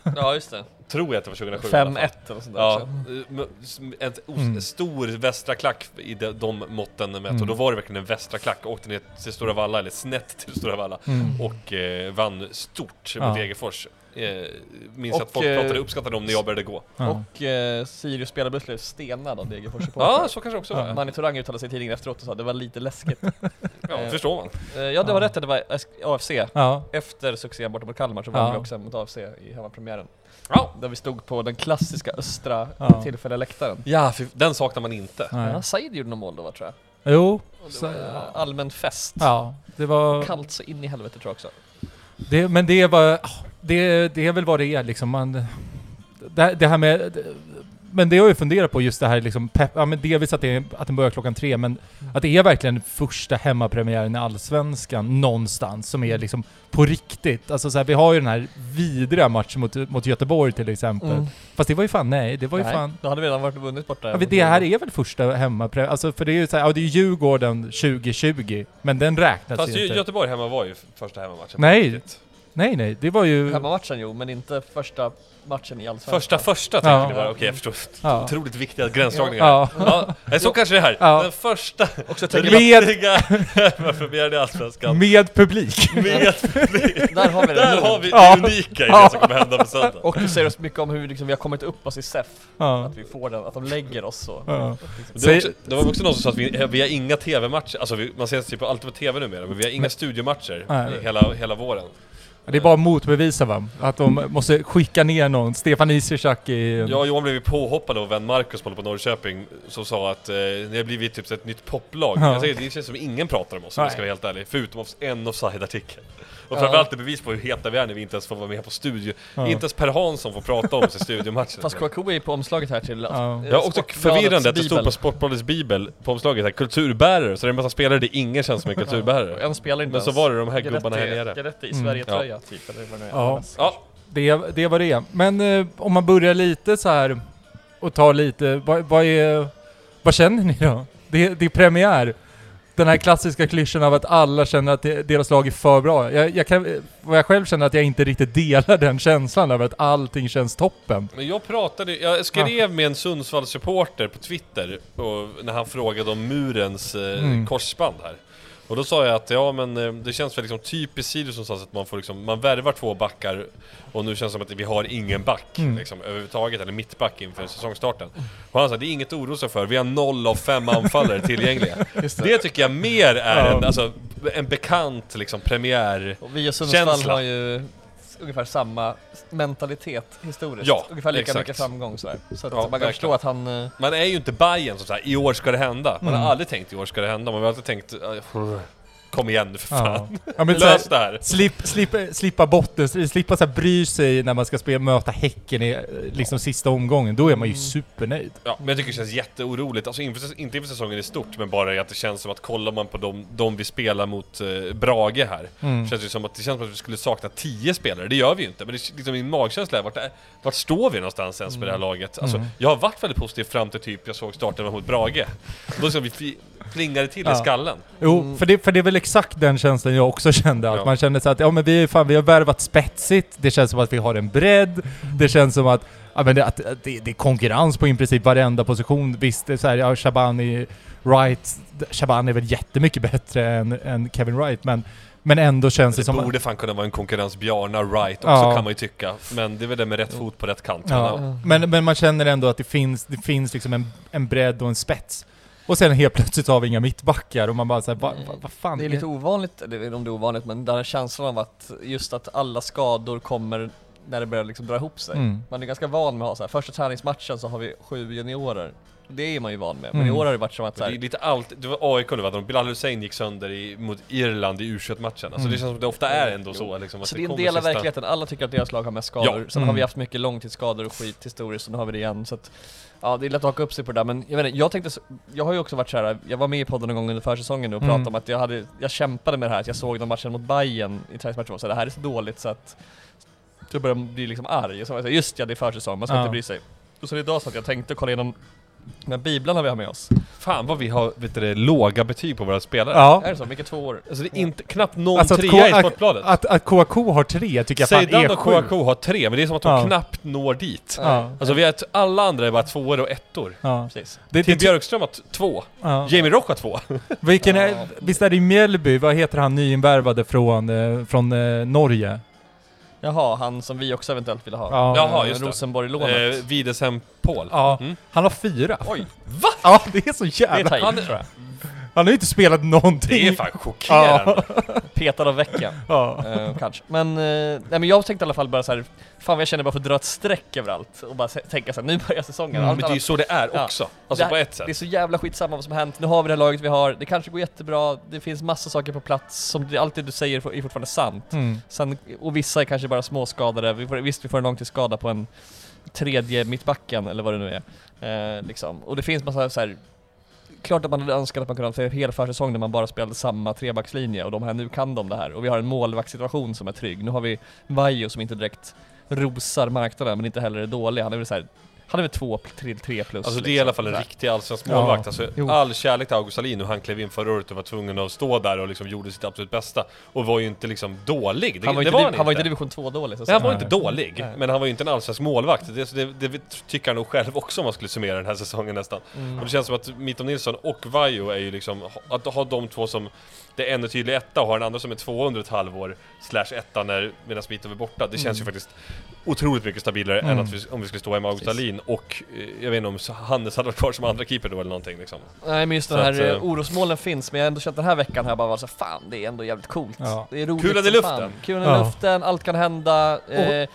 [laughs]
Ja just det.
Tror jag att det var 2007 i alla fall.
5-1 eller sånt där
Ja,
också.
eh, men s- ett os- stor västra klack i de, de måtten mätt och då var det verkligen en västra klack. Åkte ner till Stora Valla, eller snett till Stora Valla
Mm.
och eh, vann stort
Ja.
mot Degerfors. Eh, minns
Och,
att folk
eh,
pratade uppskattade om när jag började gå.
Ja.
Och eh, Sirius spelarbus blev stenad av [laughs] Degerfors
Ja,
supportrar.
så kanske också
Ja.
var.
Manny Turang uttalade sig i tidningen efteråt och sa att det var lite läskigt.
Ja,
Eh,
förstår man.
Eh, ja det var rätt att det var S- AFC.
Ja.
Efter succén borta mot Kalmar så vann
Ja.
vi också mot AFC i hemmapremiären.
Ja,
Där vi stod på den klassiska östra
Ja.
tillfälliga läktaren.
ja fy- den saknar man inte.
Nej.
Ja, Said gjorde något mål då va, tror jag.
Jo,
Och det
så,
var, eh, allmän fest.
ja, det var...
Kallt så in i helvete tror jag också.
Det, men det var... ah, Det, det är väl vad det är liksom. Man, det, det här med... men det har jag ju funderat på, just det här liksom pepp, ja, men delvis att, det, är- att den börjar klockan tre, men att det är verkligen första hemmapremiären i Allsvenskan någonstans som är liksom på riktigt. Alltså så här, vi har ju den här vidriga matchen mot, mot Göteborg till exempel.
Mm.
Fast det var ju fan, nej, det var ju
Nej,
fan...
Då hade vi redan varit och vunnit borta.
Ja, men det här är väl första hemmapremiären? Alltså för det är ju så här, ja, det är ju Djurgården 2020, men den räknas
Fast
ju
Gö-
inte.
Göteborg hemma var ju f- första hemmamatchen.
Nej. Nej nej, det var ju...
Hemmamatchen jo, men inte första matchen i Allsvenskan.
Första första tänkte
Ja.
jag det var. Okej, jag förstår.
Ja.
Otroligt viktiga gränsdragningar. Ja.
Ja.
nej, så kanske det är här.
Ja.
Den första
Också tänker jag-
Med,
riktiga [laughs] hemmapremiären i
[laughs]
Allsvenskan.
med publik.
[laughs]
[laughs]
Med
Där har vi det.
Där har vi
Ja.
det unika i det som kommer hända på söndag.
Och det säger oss mycket om hur liksom, vi har kommit upp oss i SEF.
Ja.
Att vi får den, att de lägger oss så.
Ja.
Det var,
Säg-
också, det var också någon som sa att vi, vi har inga TV-matcher, alltså vi, man ser typ alltid på TV numera, men vi har inga studiomatcher
Nej.
hela, hela våren.
Det är bara att motbevisa va? Att de måste skicka ner någon, Stefan Isersak i...
Jag och Johan blev ju påhoppade av vän Marcus som håller på Norrköping, som sa att eh, ni har blivit typ ett nytt poplag.
Ja.
Jag säger, det känns som ingen pratar om oss om jag ska vara helt ärlig, förutom off- en offside-artikel. Och
Ja.
framförallt är bevis på hur heta vi är när vi inte ens får vara med på studio.
Ja.
Inte ens Per Hansson får prata om oss i studiomatchen.
Fast Kouakou är ju på omslaget här till...
Ja.
eh,
Ja, också
Sportbladets
förvirrande att det stod
bibel.
på Sportbladets bibel, på omslaget här, kulturbärare, så det är en massa spelare det ingen känns
[laughs]
som en
Och
kulturbärare.
En spelar inte
Men så
ens.
var det de här
Guidetti-
gubbarna här nere.
Guidetti i
Mm.
Sverige-tröja typ, eller vad det nu är.
Ja.
Ja,
Det, det var det är. Men eh, om man börjar lite så här och tar lite, vad, vad är... Vad känner ni då? Det, det är premiär. Den här klassiska klyschan av att alla känner att det, deras lag är för bra. Jag, jag kan, eh, vad jag själv känner att jag inte riktigt delar den känslan över att allting känns toppen.
Men jag pratade, jag skrev med en Sundsvallssupporter på Twitter och, när han frågade om murens eh,
Mm.
korsband här. Och då sa jag att ja men eh, det känns väl liksom typiskt Sirius någonstans att man får liksom, man värvar två backar och nu känns det som att vi har ingen back
Mm.
liksom, överhuvudtaget, eller mittback inför säsongstarten. Och han sa det är inget att oroa sig för, vi har noll av fem anfallare
[laughs]
tillgängliga.
Just det.
Det tycker jag mer är
Ja.
en, alltså, en bekant liksom premiär...
Och vi och Sundsvall
Känsla.
har ju ungefär samma mentalitet historiskt.
Ja,
ungefär lika
exakt.
mycket framgång sådär. Så att
Ja,
man kan
verkligen.
förstå att han... eh,
Man är ju inte Bayern som säger i år ska det hända. Man
Mm.
har aldrig tänkt i år ska det hända, man har alltid tänkt "Aj, kom igen nu för
Ja. [laughs]
fan.
Ja, men så här,
Lös det här!
Slip, slip, slippa botten, slippa så här bry sig när man ska spela, möta Häcken i eh, liksom sista omgången. Då är man ju
Mm.
supernöjd.
Ja, men jag tycker det känns jätteoroligt, alltså inför, inte inför säsongen i stort, men bara i att det känns som att kollar man på de, de vi spelar mot eh, Brage här,
Mm.
känns det ju som att det känns som att vi skulle sakna 10 spelare, det gör vi ju inte, men det, är liksom min magkänsla är vart, är- vart står vi någonstans ens med det här laget? Alltså,
Mm.
jag har varit väldigt positiv fram till typ jag såg starten mot Brage. Då liksom vi fi- plingade till
Ja.
i skallen.
Jo,
Mm.
för, det, för det är väl exakt den känslan jag också kände. Att
Ja.
man kände så att ja men vi, är fan, vi har värvat spetsigt, det känns som att vi har en bredd, det känns som att, ja, men det, att att det, det är konkurrens på i princip varenda position. Visst, det är så här, ja, Shabani, Wright, Shabani är väl jättemycket bättre än, än Kevin Wright, men, men ändå känns det,
Det
som... att-
borde fan kunna vara en konkurrens Bjarna Wright också
Ja.
kan man ju tycka. Men det är väl det med rätt fot på rätt kant.
Ja.
Mm.
Men, men man känner ändå att det finns, det finns liksom en, en bredd och en spets. Och sen helt plötsligt har vi inga mittbackar och man bara såhär, vad va, vad fan?
Det är lite ovanligt, eller jag vet inte om det är ovanligt, men den här känslan av att just att alla skador kommer när det börjar liksom dra ihop sig.
Mm.
Man är ganska van med att ha så här, första träningsmatchen så har vi sju juniorer. Det är man ju van med, men
Mm.
i år har det varit som att så
Det är
här,
lite allt, det var AIK nu va, De- Bilal Hussein gick sönder i, mot Irland i U21-matchen. Alltså
Mm.
det känns som att det ofta är ändå så liksom, att
så det är en
kommer
del av
sista-
verkligheten, alla tycker att deras lag har mest skador,
Ja.
sen har
Mm.
vi haft mycket långtidsskador och skit historiskt, och nu har vi det igen så att Ja det är lätt att haka upp sig på det där men jag vet inte, jag tänkte, så- jag har ju också varit så här. jag var med i podden en gång under försäsongen och pratade
Mm.
om att jag hade, jag kämpade med det här att jag såg den matchen mot Bayern i träningsmatchen och så här, det här är så dåligt så att jag började bli liksom arg, och så var jag så här, just ja det är försäsong, man ska
Ja.
inte bry sig. Och så idag så att jag tänkte kolla igenom de här biblarna vi har med oss.
Fan vad vi har, vet du det, låga betyg på våra spelare.
Ja.
Är det så? Mycket tvåor?
Alltså det är inte, knappt någon
Alltså, att K-
trea i Sportbladet.
Att, att KK har tre tycker jag fan
Zeidan
är
och
sjukt.
KK har tre, men det är som att de
E Ja.
knappt når dit.
Ja.
Alltså vi har ett, alla andra är bara tvåor och ettor.
Ja.
Precis.
Det,
Tim
det,
Björkström har t- två,
ja.
Jamie Rock har två.
Vilken
Ja.
är, visst är det i Mjällby, vad heter han nyinvärvade från, eh, från eh, Norge?
Jaha, han som vi också eventuellt ville ha.
Ja.
Jaha,
Eh,
just det.
Rosenborg-lånet.
Eh, Wideshem Paul.
Ja,
Mm.
han har fyra.
Oj,
Ja, det är så
det är
jävla...
tajt
Han-
tror jag.
Han har ju inte spelat någonting.
Det är fan chockerande.
Petad av veckan.
Ja.
Eh, kanske. Men, eh, nej, men jag tänkte i alla fall bara så här, fan vad jag känner bara för att dra ett streck överallt och bara se- tänka så här, nu börjar säsongen.
Mm,
Allt
Men det är ju
annat,
så det är
Ja.
också.
Det
Alltså
här-
på ett sätt.
det är så jävla skitsamma vad som har hänt, nu har vi det här laget vi har, det kanske går jättebra, det finns massa saker på plats som det, allt det du säger är fortfarande sant.
Mm.
Sen, och vissa är kanske bara småskadade, vi får, visst vi får en långtidsskada på en tredje mittbacken eller vad det nu är. Eh, liksom. Och det finns massa så här. Klart att man hade önskat att man kunde ha en hel försäsong där man bara spelade samma trebackslinje och de här, nu kan de det här. Och vi har en målvaktssituation som är trygg. Nu har vi Vaiho som inte direkt rosar marknaden men inte heller är dålig. Han är väl så här, han är väl 2 till 3 plus.
Alltså det är
liksom.
i alla fall en
Så här.
riktig allsvensk
Ja.
målvakt. Alltså,
Jo.
all kärlek till August Alin och han klev in förra året och var tvungen att stå där och liksom gjorde sitt absolut bästa. Och var ju inte liksom dålig. Det,
Han var,
det
inte,
var
div-
han,
han var inte
inte.
division 2 dålig så att
Nej, han var
säga.
inte dålig,
Nej.
men han var ju inte en allsvensk målvakt. Det, så det, det tycker han nog själv också om man skulle summera den här säsongen nästan.
Mm.
Och det känns som att Mitton Nilsson och Vaiho är ju liksom, att ha de två som, det är en är tydlig etta och har den andra som är tvåa under ett halvår, slash etta när, medan Mitton är borta. Det känns ju faktiskt otroligt mycket stabilare än
Mm.
att vi, om vi skulle stå här med August
Precis.
Ahlin och, eh, jag vet inte om så- Hannes hade varit kvar som andra keeper då eller någonting liksom.
Nej men just
Så
den här
att,
att,
eh,
orosmolnen finns, men jag har ändå känt den här veckan här bara var så här, fan det är ändå jävligt coolt.
Ja.
Det är roligt
Kulan i
som
luften.
fan. Kulan i
Ja.
luften, allt kan hända. Eh,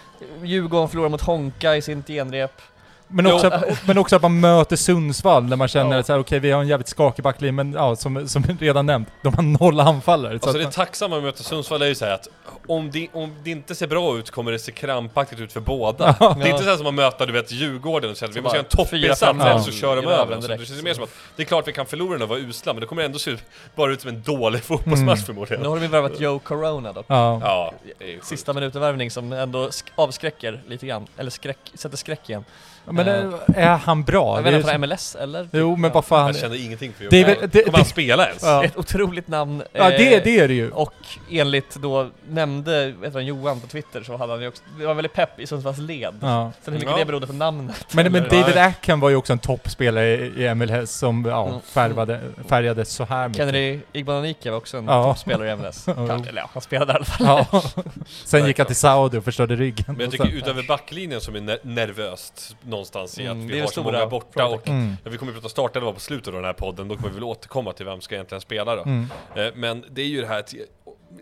Djurgården förlorar mot Honka i sin genrep.
Men
Jo.
också, att, men också att man möter Sundsvall där man känner
Ja.
att så här, okej vi har en jävligt skakig backlinje men ja, som, som [laughs] redan nämnt, de har noll anfallare. Så
Alltså det
att,
tacksamma med att möta Sundsvall är ju såhär att om det, om det inte ser bra ut kommer det se krampaktigt ut för båda. Det är inte såhär som att möta du vet Djurgården och säga att vi
Så
måste göra en
bara fyra,
toppinsats
fem,
eller
ja.
så kör de
i röven
över oss. Det
direkt.
känns mer som att det är klart vi kan förlora den och vara usla men det kommer ändå se ut- bara ut som en dålig fotbollsmatch
Nu
förmodligen.
har de ju värvat Joe Corona dock.
ja.
Ja, det är ju sjukt.
Sista minuten-värvning som ändå sk- avskräcker lite grann, eller skräck, sätter skräck igen.
Men eh, är han bra?
jag
Det
vet
är
inte,
så-
från MLS eller?
Jo men
Ja.
vad fan.
Jag känner ingenting för
Det är
Joe
väl-
Carroll.
det-
Kommer han
det-
spela ens?
Ja.
[laughs] Ett otroligt namn.
Ja det,
eh,
det är det ju.
Och enligt då nämnde vet du, Johan på Twitter så hade han ju också, det var väldigt pepp i Sundsvalls led.
Ja.
Sen hur mycket
Ja.
det berodde på namnet.
Men, men
eller-
David Ackham var ju också en toppspelare i i MLS som ja,
Mm.
färvade, färgades så här mycket.
Kennedy Igbananike var också en
Mm. Ja.
toppspelare i MLS.
[laughs] Ja.
Kanske, eller ja, han spelade i alla fall.
Ja.
[laughs]
Sen gick han till Saudi och förstörde ryggen.
Men jag
Och
tycker
sen-
utöver backlinjen som är ner- nervöst någonstans i att
Mm, det
vi
är
har
det
så
stora
många borta och
frågetecknet.
Mm.
Ja, vi kommer ju prata startelva på slutet av den här podden, då kommer vi väl återkomma till vem ska egentligen spela då.
Mm.
Eh, Men det är ju det här att jag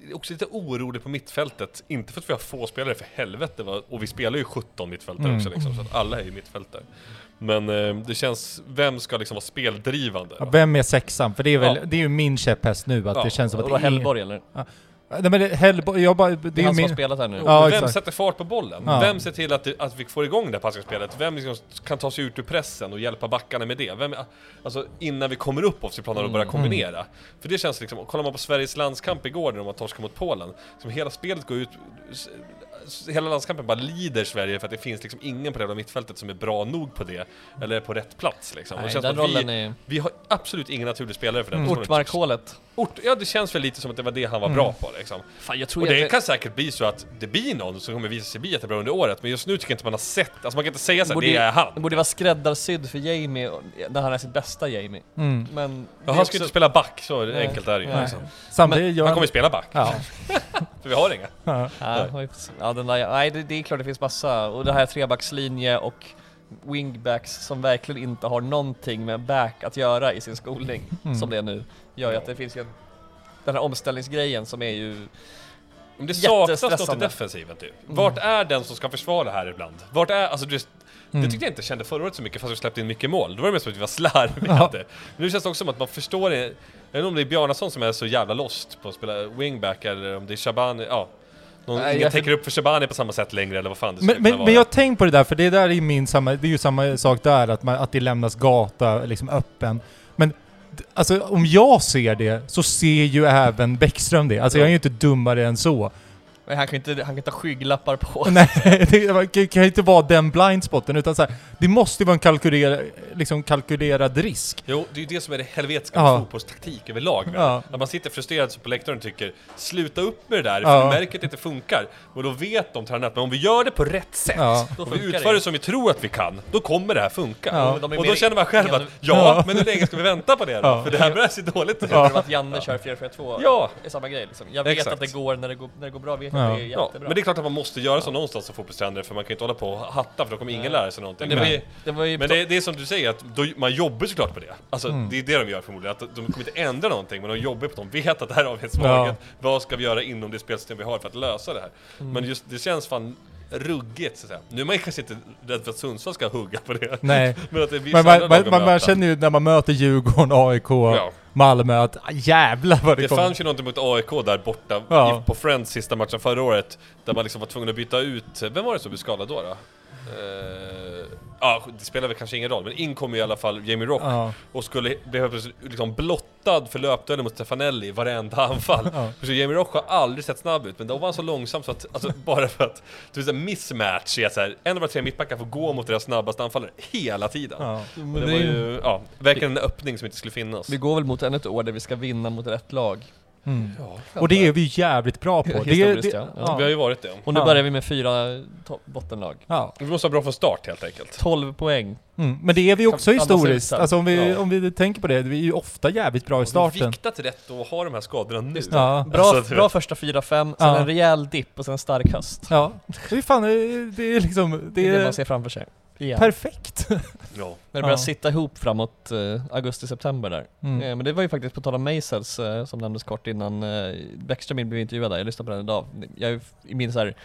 är också lite orolig på mittfältet. Inte för att vi har få spelare, för helvete. va? Och vi spelar ju 17 mittfältare
Mm.
också liksom, så att alla är ju mittfältare. Men eh, det känns, vem ska liksom vara speldrivande?
Ja,
va?
Vem är sexan? För det är, väl,
Ja.
det är ju min käpphäst nu att
Ja,
det känns som att...
Och då
det är-
Hellborg eller?
Nej men det- Hellborg, jag bara...
Det
Det
är
är ju
han som
min...
har spelat här nu.
Jo,
Ja,
men vem
exakt.
sätter fart på bollen?
Ja.
Vem ser till att, det- att vi får igång det här passningsspelet? Vem liksom kan ta sig ut ur pressen och hjälpa backarna med det? Vem, alltså innan vi kommer upp offsideplanen och börjar kombinera. För det känns liksom, kollar man på Sveriges landskamp igår när de torskade mot Polen, som hela spelet går ut... s- s- Hela landskampen bara lider Sverige för att det finns liksom ingen på det jävla mittfältet som är bra nog på det, eller är på rätt plats liksom. Och
Nej,
det känns
den
som att
rollen
vi,
är
vi har absolut ingen naturlig spelare för den mm.
Ortmarkhålet.
Ort, ja det känns väl lite som att det var det han var bra på liksom.
Mm. Fan jag tror
Och det
jag...
kan säkert bli så att det blir någon som kommer visa sig bli jättebra under året, men just nu tycker jag inte man har sett, alltså man kan inte säga såhär,
Borde-
det är
Den
han.
borde vara skräddarsydd för Jamie, och- när han är sitt bästa Jamie.
Mm.
Men... det
Ja, han ska
är
ju
också-
inte spela back, så
Nej.
enkelt är det ju.
Nej.
Liksom.
Samtidigt gör
Han
han...
kommer ju spela back,
Ja.
för vi har inga.
Ja, har ju precis- ja, den där, nej det, det är klart det finns massa. Och det här trebackslinje och wingbacks som verkligen inte har någonting med back att göra i sin skolning,
Mm.
som det är nu, gör ju att det finns ju en, den här omställningsgrejen som är ju...
Men det saknas något i
Jättestressande.
defensiven typ. Vart är den som ska försvara här ibland? Vart är, alltså du, vet, Det tyckte jag inte kände förra året så mycket fast vi släppte in mycket mål. Då var det mest som att vi var slarviga.
Ja.
Men Nu känns det också som att man förstår det. Jag vet inte om det är Bjarnason som är så jävla lost på att spela wingback eller om det är Shabani, ja. Någon,
Nej,
ingen
jag-
täcker upp för Shabani på samma sätt längre eller vad fan det skulle
Men,
kunna
men,
vara.
men jag har tänkt på det där, för det där är, min samma, det är ju samma sak där, att, man, att det lämnas gata liksom öppen. Men d- alltså, om jag ser det, så ser ju även Bäckström det. Alltså jag är ju inte dummare än så. [laughs]
Men han kan ju inte, han kan inte ha skygglappar på.
Nej, det var- kan- kan ju inte vara den blindspotten, utan så här, det måste ju vara en kalkylera, liksom kalkylerad risk.
Jo, det är ju det som är det helvetiska
Ja.
med fotbollstaktik överlag.
Ja.
Ja. Att man sitter frustrerad så på läktaren och tycker sluta upp med det där,
Ja.
för vi märker att det inte funkar. Och då vet de tränarna att men om vi gör det på rätt sätt,
Ja.
Då
om vi
funkar
utför
det.
det som vi tror att vi kan, då kommer det här funka.
Ja.
De är
Och då
mer
känner man själv att
gen-
ja,
Ja.
men hur länge ska vi vänta på det då?
Ja.
För det här börjar se dåligt ut.
Ja.
Ja.
Att Janne kör 4-4-2,
Ja.
det är samma grej liksom. Jag vet
Exakt.
att det går när det går, när det går bra, vet jag
Ja.
att det är jättebra.
Men det är klart att man måste göra så någonstans som fotbollstränare, för man kan ju inte hålla på och hatta, för då kommer ingen lära sig någonting.
det,
Men-
var ju, det var ju...
Men det, det är som du säger, att då, man jobbar såklart på det. Alltså
Mm.
det är det de gör förmodligen, att de kommer inte ändra någonting, men de jobbar på att de vet att det här har vi en svaghet. Vad ska vi göra inom det spelsystem vi har för att lösa det här?
Mm.
Men just det känns fan ruggigt så att säga. Nu är man kanske inte rädd för att Sundsvall ska hugga på det.
Nej.
[laughs] men att det är vissa
Men
andra
man,
lag
man,
att
man, man
möta.
känner ju när man möter Djurgården, AIK,
Ja.
Malmö att ah, jävlar vad det,
Det
kommer.
fanns ju någonting mot AIK där borta
Ja.
i, på Friends sista matchen förra året, där man liksom var tvungen att byta ut, vem var det som blev skadad då? då? eh, ja, det spelar väl kanske ingen roll, men in kommer ju i alla fall Jamie Rock
Ja.
och skulle blev helt plötsligt liksom blottad för löpduellen mot Stefanelli i varenda [laughs] anfall.
Ja.
Så Jamie Rock har aldrig sett snabb ut, men då var han så långsam så att, alltså [laughs] bara för att, det är en mismatch i att så här, en av de tre mittbackar får gå mot deras snabbaste anfallare hela tiden.
Ja.
Och det,
det
var
är-
ju, ja, verkligen en öppning som inte skulle finnas.
Vi går väl mot ännu ett år där vi ska vinna mot rätt lag.
Mm.
Ja,
Och det är vi jävligt bra
[laughs]
på. Det är,
Historiskt,
det,
ja.
ja.
Vi har ju varit det.
Och nu
Ja.
börjar vi med fyra topp- bottenlag.
Ja.
Vi måste ha bra från start helt enkelt.
12 poäng.
Mm. Men det är vi också
Kan alla se
historiskt.
ut
Alltså om vi,
Ja.
om vi tänker på det, vi är ju ofta jävligt bra i
Vi
starten.
viktat rätt och ha de här skadorna nu.
liksom.
Ja.
Bra,
Alltså, du
bra
vet.
första 4-5, sen
Ja.
en rejäl dipp och sen en stark höst.
Ja. Det är fan, det är- det är liksom,
Det är det man
är
ser framför sig. Igen. [laughs]
perfekt.
Ja.
När det börjar
Ja.
sitta ihop framåt eh, augusti-september där.
Mm.
Eh, men det var ju faktiskt på tal om Maisels eh, som nämndes kort innan eh, Bäckström blev intervjuad där, jag lyssnade på den idag. Jag, är f- I min så här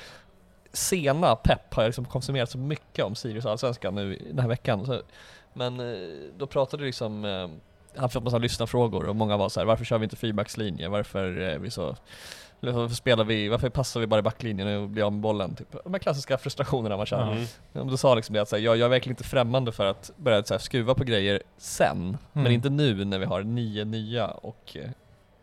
sena pepp har jag liksom konsumerat så mycket om Sirius och Allsvenskan nu i- den här veckan. Så, men eh, då pratade liksom eh, han fick en massa lyssnarfrågor och många var så här, varför kör vi inte fyrbackslinje? Varför eh, är vi så eller varför spelar vi, varför passar vi bara i backlinjen och blir av med bollen? Typ. De här klassiska frustrationerna man känner.
Ja.
Mm.
Ja, men Då sa liksom det att så här, jag, jag är verkligen inte främmande för att börja så här, skruva på grejer sen, men
Mm.
inte nu när vi har nio nya och eh,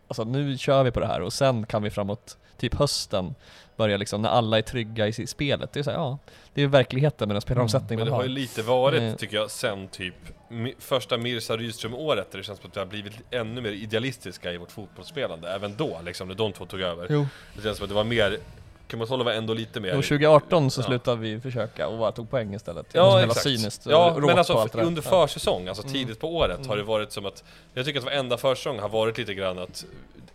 alltså nu kör vi på det här och sen kan vi framåt typ hösten börja liksom när alla är trygga i si- spelet. Det är så här, ja, det är verkligheten med den spelaromsättning
Men det
man
har
har.
ju lite varit,
Mm.
tycker jag, sen typ mi- första Mirza Rydström-året där det känns som att vi har blivit ännu mer idealistiska i vårt fotbollsspelande. Även då, liksom, när de två tog över.
Jo.
Det känns som att det var mer, Kumatolov var ändå lite mer...
Och 2018 så
Ja.
slutade vi försöka och bara tog poäng istället.
Ja,
Spela
exakt.
cyniskt och
ja,
rått
men
på
alltså
allt det där.
under
Ja. Mm.
försäsong, alltså tidigt på året, har det varit som att... Jag tycker att varenda försäsong har varit lite grann att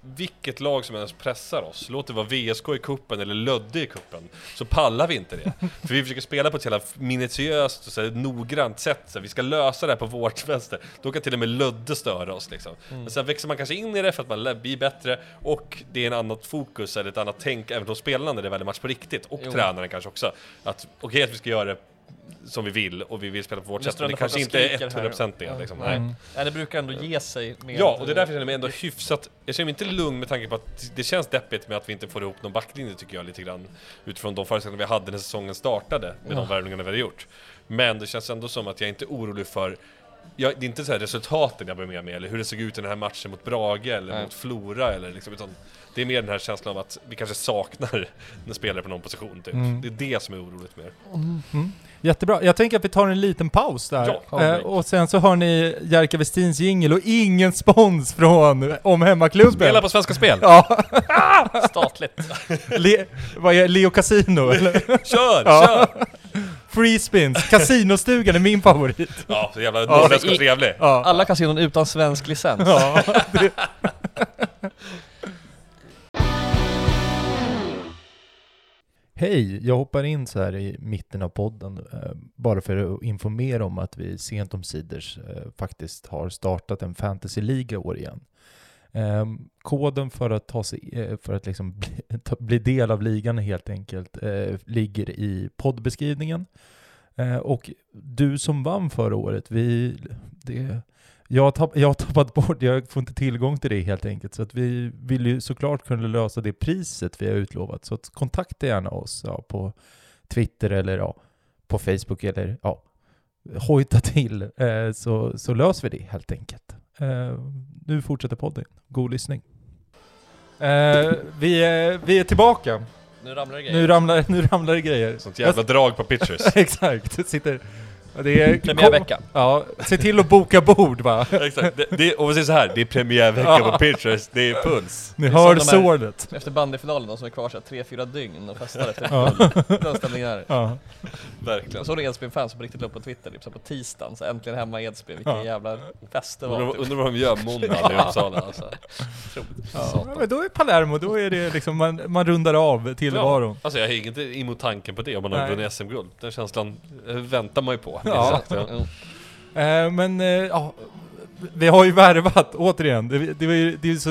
vilket lag som ens pressar oss, låt det vara VSK i kuppen eller Lödde i kuppen så pallar vi inte
[laughs]
det. För vi försöker spela på ett jävla minutiöst och så här, noggrant sätt, så här, vi ska lösa det här på vårt vänster. Då kan till och med Lödde störa oss liksom.
Mm.
Men sen växer man kanske in i det för att man lär- blir bättre och det är en annat fokus eller ett annat tänk även hos spelarna när det väl är match på riktigt och
Jo.
tränaren kanske också. Att okej att vi ska göra det som vi vill och vi vill spela på vårt
Nu
sätt men det
strömmar folk
kanske
och
inte är
skriker här.
100% det liksom. Nej.
Nej, det brukar ändå ge sig. Med
Ja, och det är därför jag känner mig ändå hyfsat... Jag känner mig inte lugn med tanke på att det känns deppigt med att vi inte får ihop någon backlinje tycker jag lite grann. Utifrån de förutsättningar vi hade när säsongen startade med de värvningarna vi hade gjort. Men det känns ändå som att jag inte är orolig för... Jag, det är inte så här resultaten jag blir med mig eller hur det såg ut i den här matchen mot Brage eller
Nej.
mot Flora eller liksom, utan det är mer den här känslan av att vi kanske saknar [laughs] en spelare på någon position typ.
Mm.
Det är det som är oroligt med det.
Jättebra. Jag tänker att vi tar en liten paus där.
Ja.
eh, och sen så hör ni Jerka Westins jingel och ingen spons från Om Hemmaklubben.
Spela på
[laughs]
Svenska Spel!
Ja,
statligt.
Le, vad är Leo Casino
[laughs]
eller?
Kör!
Ja.
Kör!
Free spins, kasinostugan är min favorit.
Ja, så jävla norrländsk och
i-
trevlig.
Ja.
Alla kasinon utan svensk licens.
Ja, det, Hej, jag hoppar in så här i mitten av podden eh, bara för att informera om att vi sent omsiders eh, faktiskt har startat en fantasyliga år igen. Ehm, koden för att, ta sig, eh, för att liksom bli, [laughs] ta, bli del av ligan helt enkelt eh, ligger i poddbeskrivningen. Eh, och du som vann förra året, vi, det, jag, har tapp, jag har tappat bort, jag får inte tillgång till det helt enkelt. Så att vi vill ju såklart kunna lösa det priset vi har utlovat. Så att kontakta gärna oss ja, på Twitter eller ja, på Facebook eller ja, hojta till eh, så, så löser vi det helt enkelt. Eh, nu fortsätter podden. God lyssning. Eh, vi, är, vi är tillbaka.
Nu ramlar det grejer.
Nu ramlar, nu ramlar det grejer.
Sånt jävla drag på pitchers.
[laughs] Exakt, det sitter... ja, Det är,
Premiärvecka.
Ja, se till att boka bord
[laughs]
va.
[laughs] Exakt. Det, det, och vi säger så här, det är premiärvecka på pitchers, det är puls.
Ni
är
hör
som de här-
sorlet.
Efter bandyfinalen, de som är kvar såhär 3-4 dygn och festar efter
Typ. [laughs] Ja.
[laughs]
[laughs] den ställningen där.
Ja.
Verkligen.
Jag såg en Edsbyn-fan som på riktigt la upp på Twitter typ, så här på tisdagen, så äntligen hemma i Edsbyn, vilken
Ja.
jävla fest det var.
Undrar
Typ.
undrar vad de gör [laughs] måndag i Uppsala alltså.
Ja, men då är Palermo, då är det liksom, man, man rundar av tillvaron.
Alltså jag är inte emot tanken på det om man har
Nej.
vunnit SM-guld. Den känslan eh, väntar man ju på.
Ja.
Exakt, ja.
Jo.
Eh, men eh, ja, vi har ju värvat, återigen. Det, det, var ju, det, är ju så,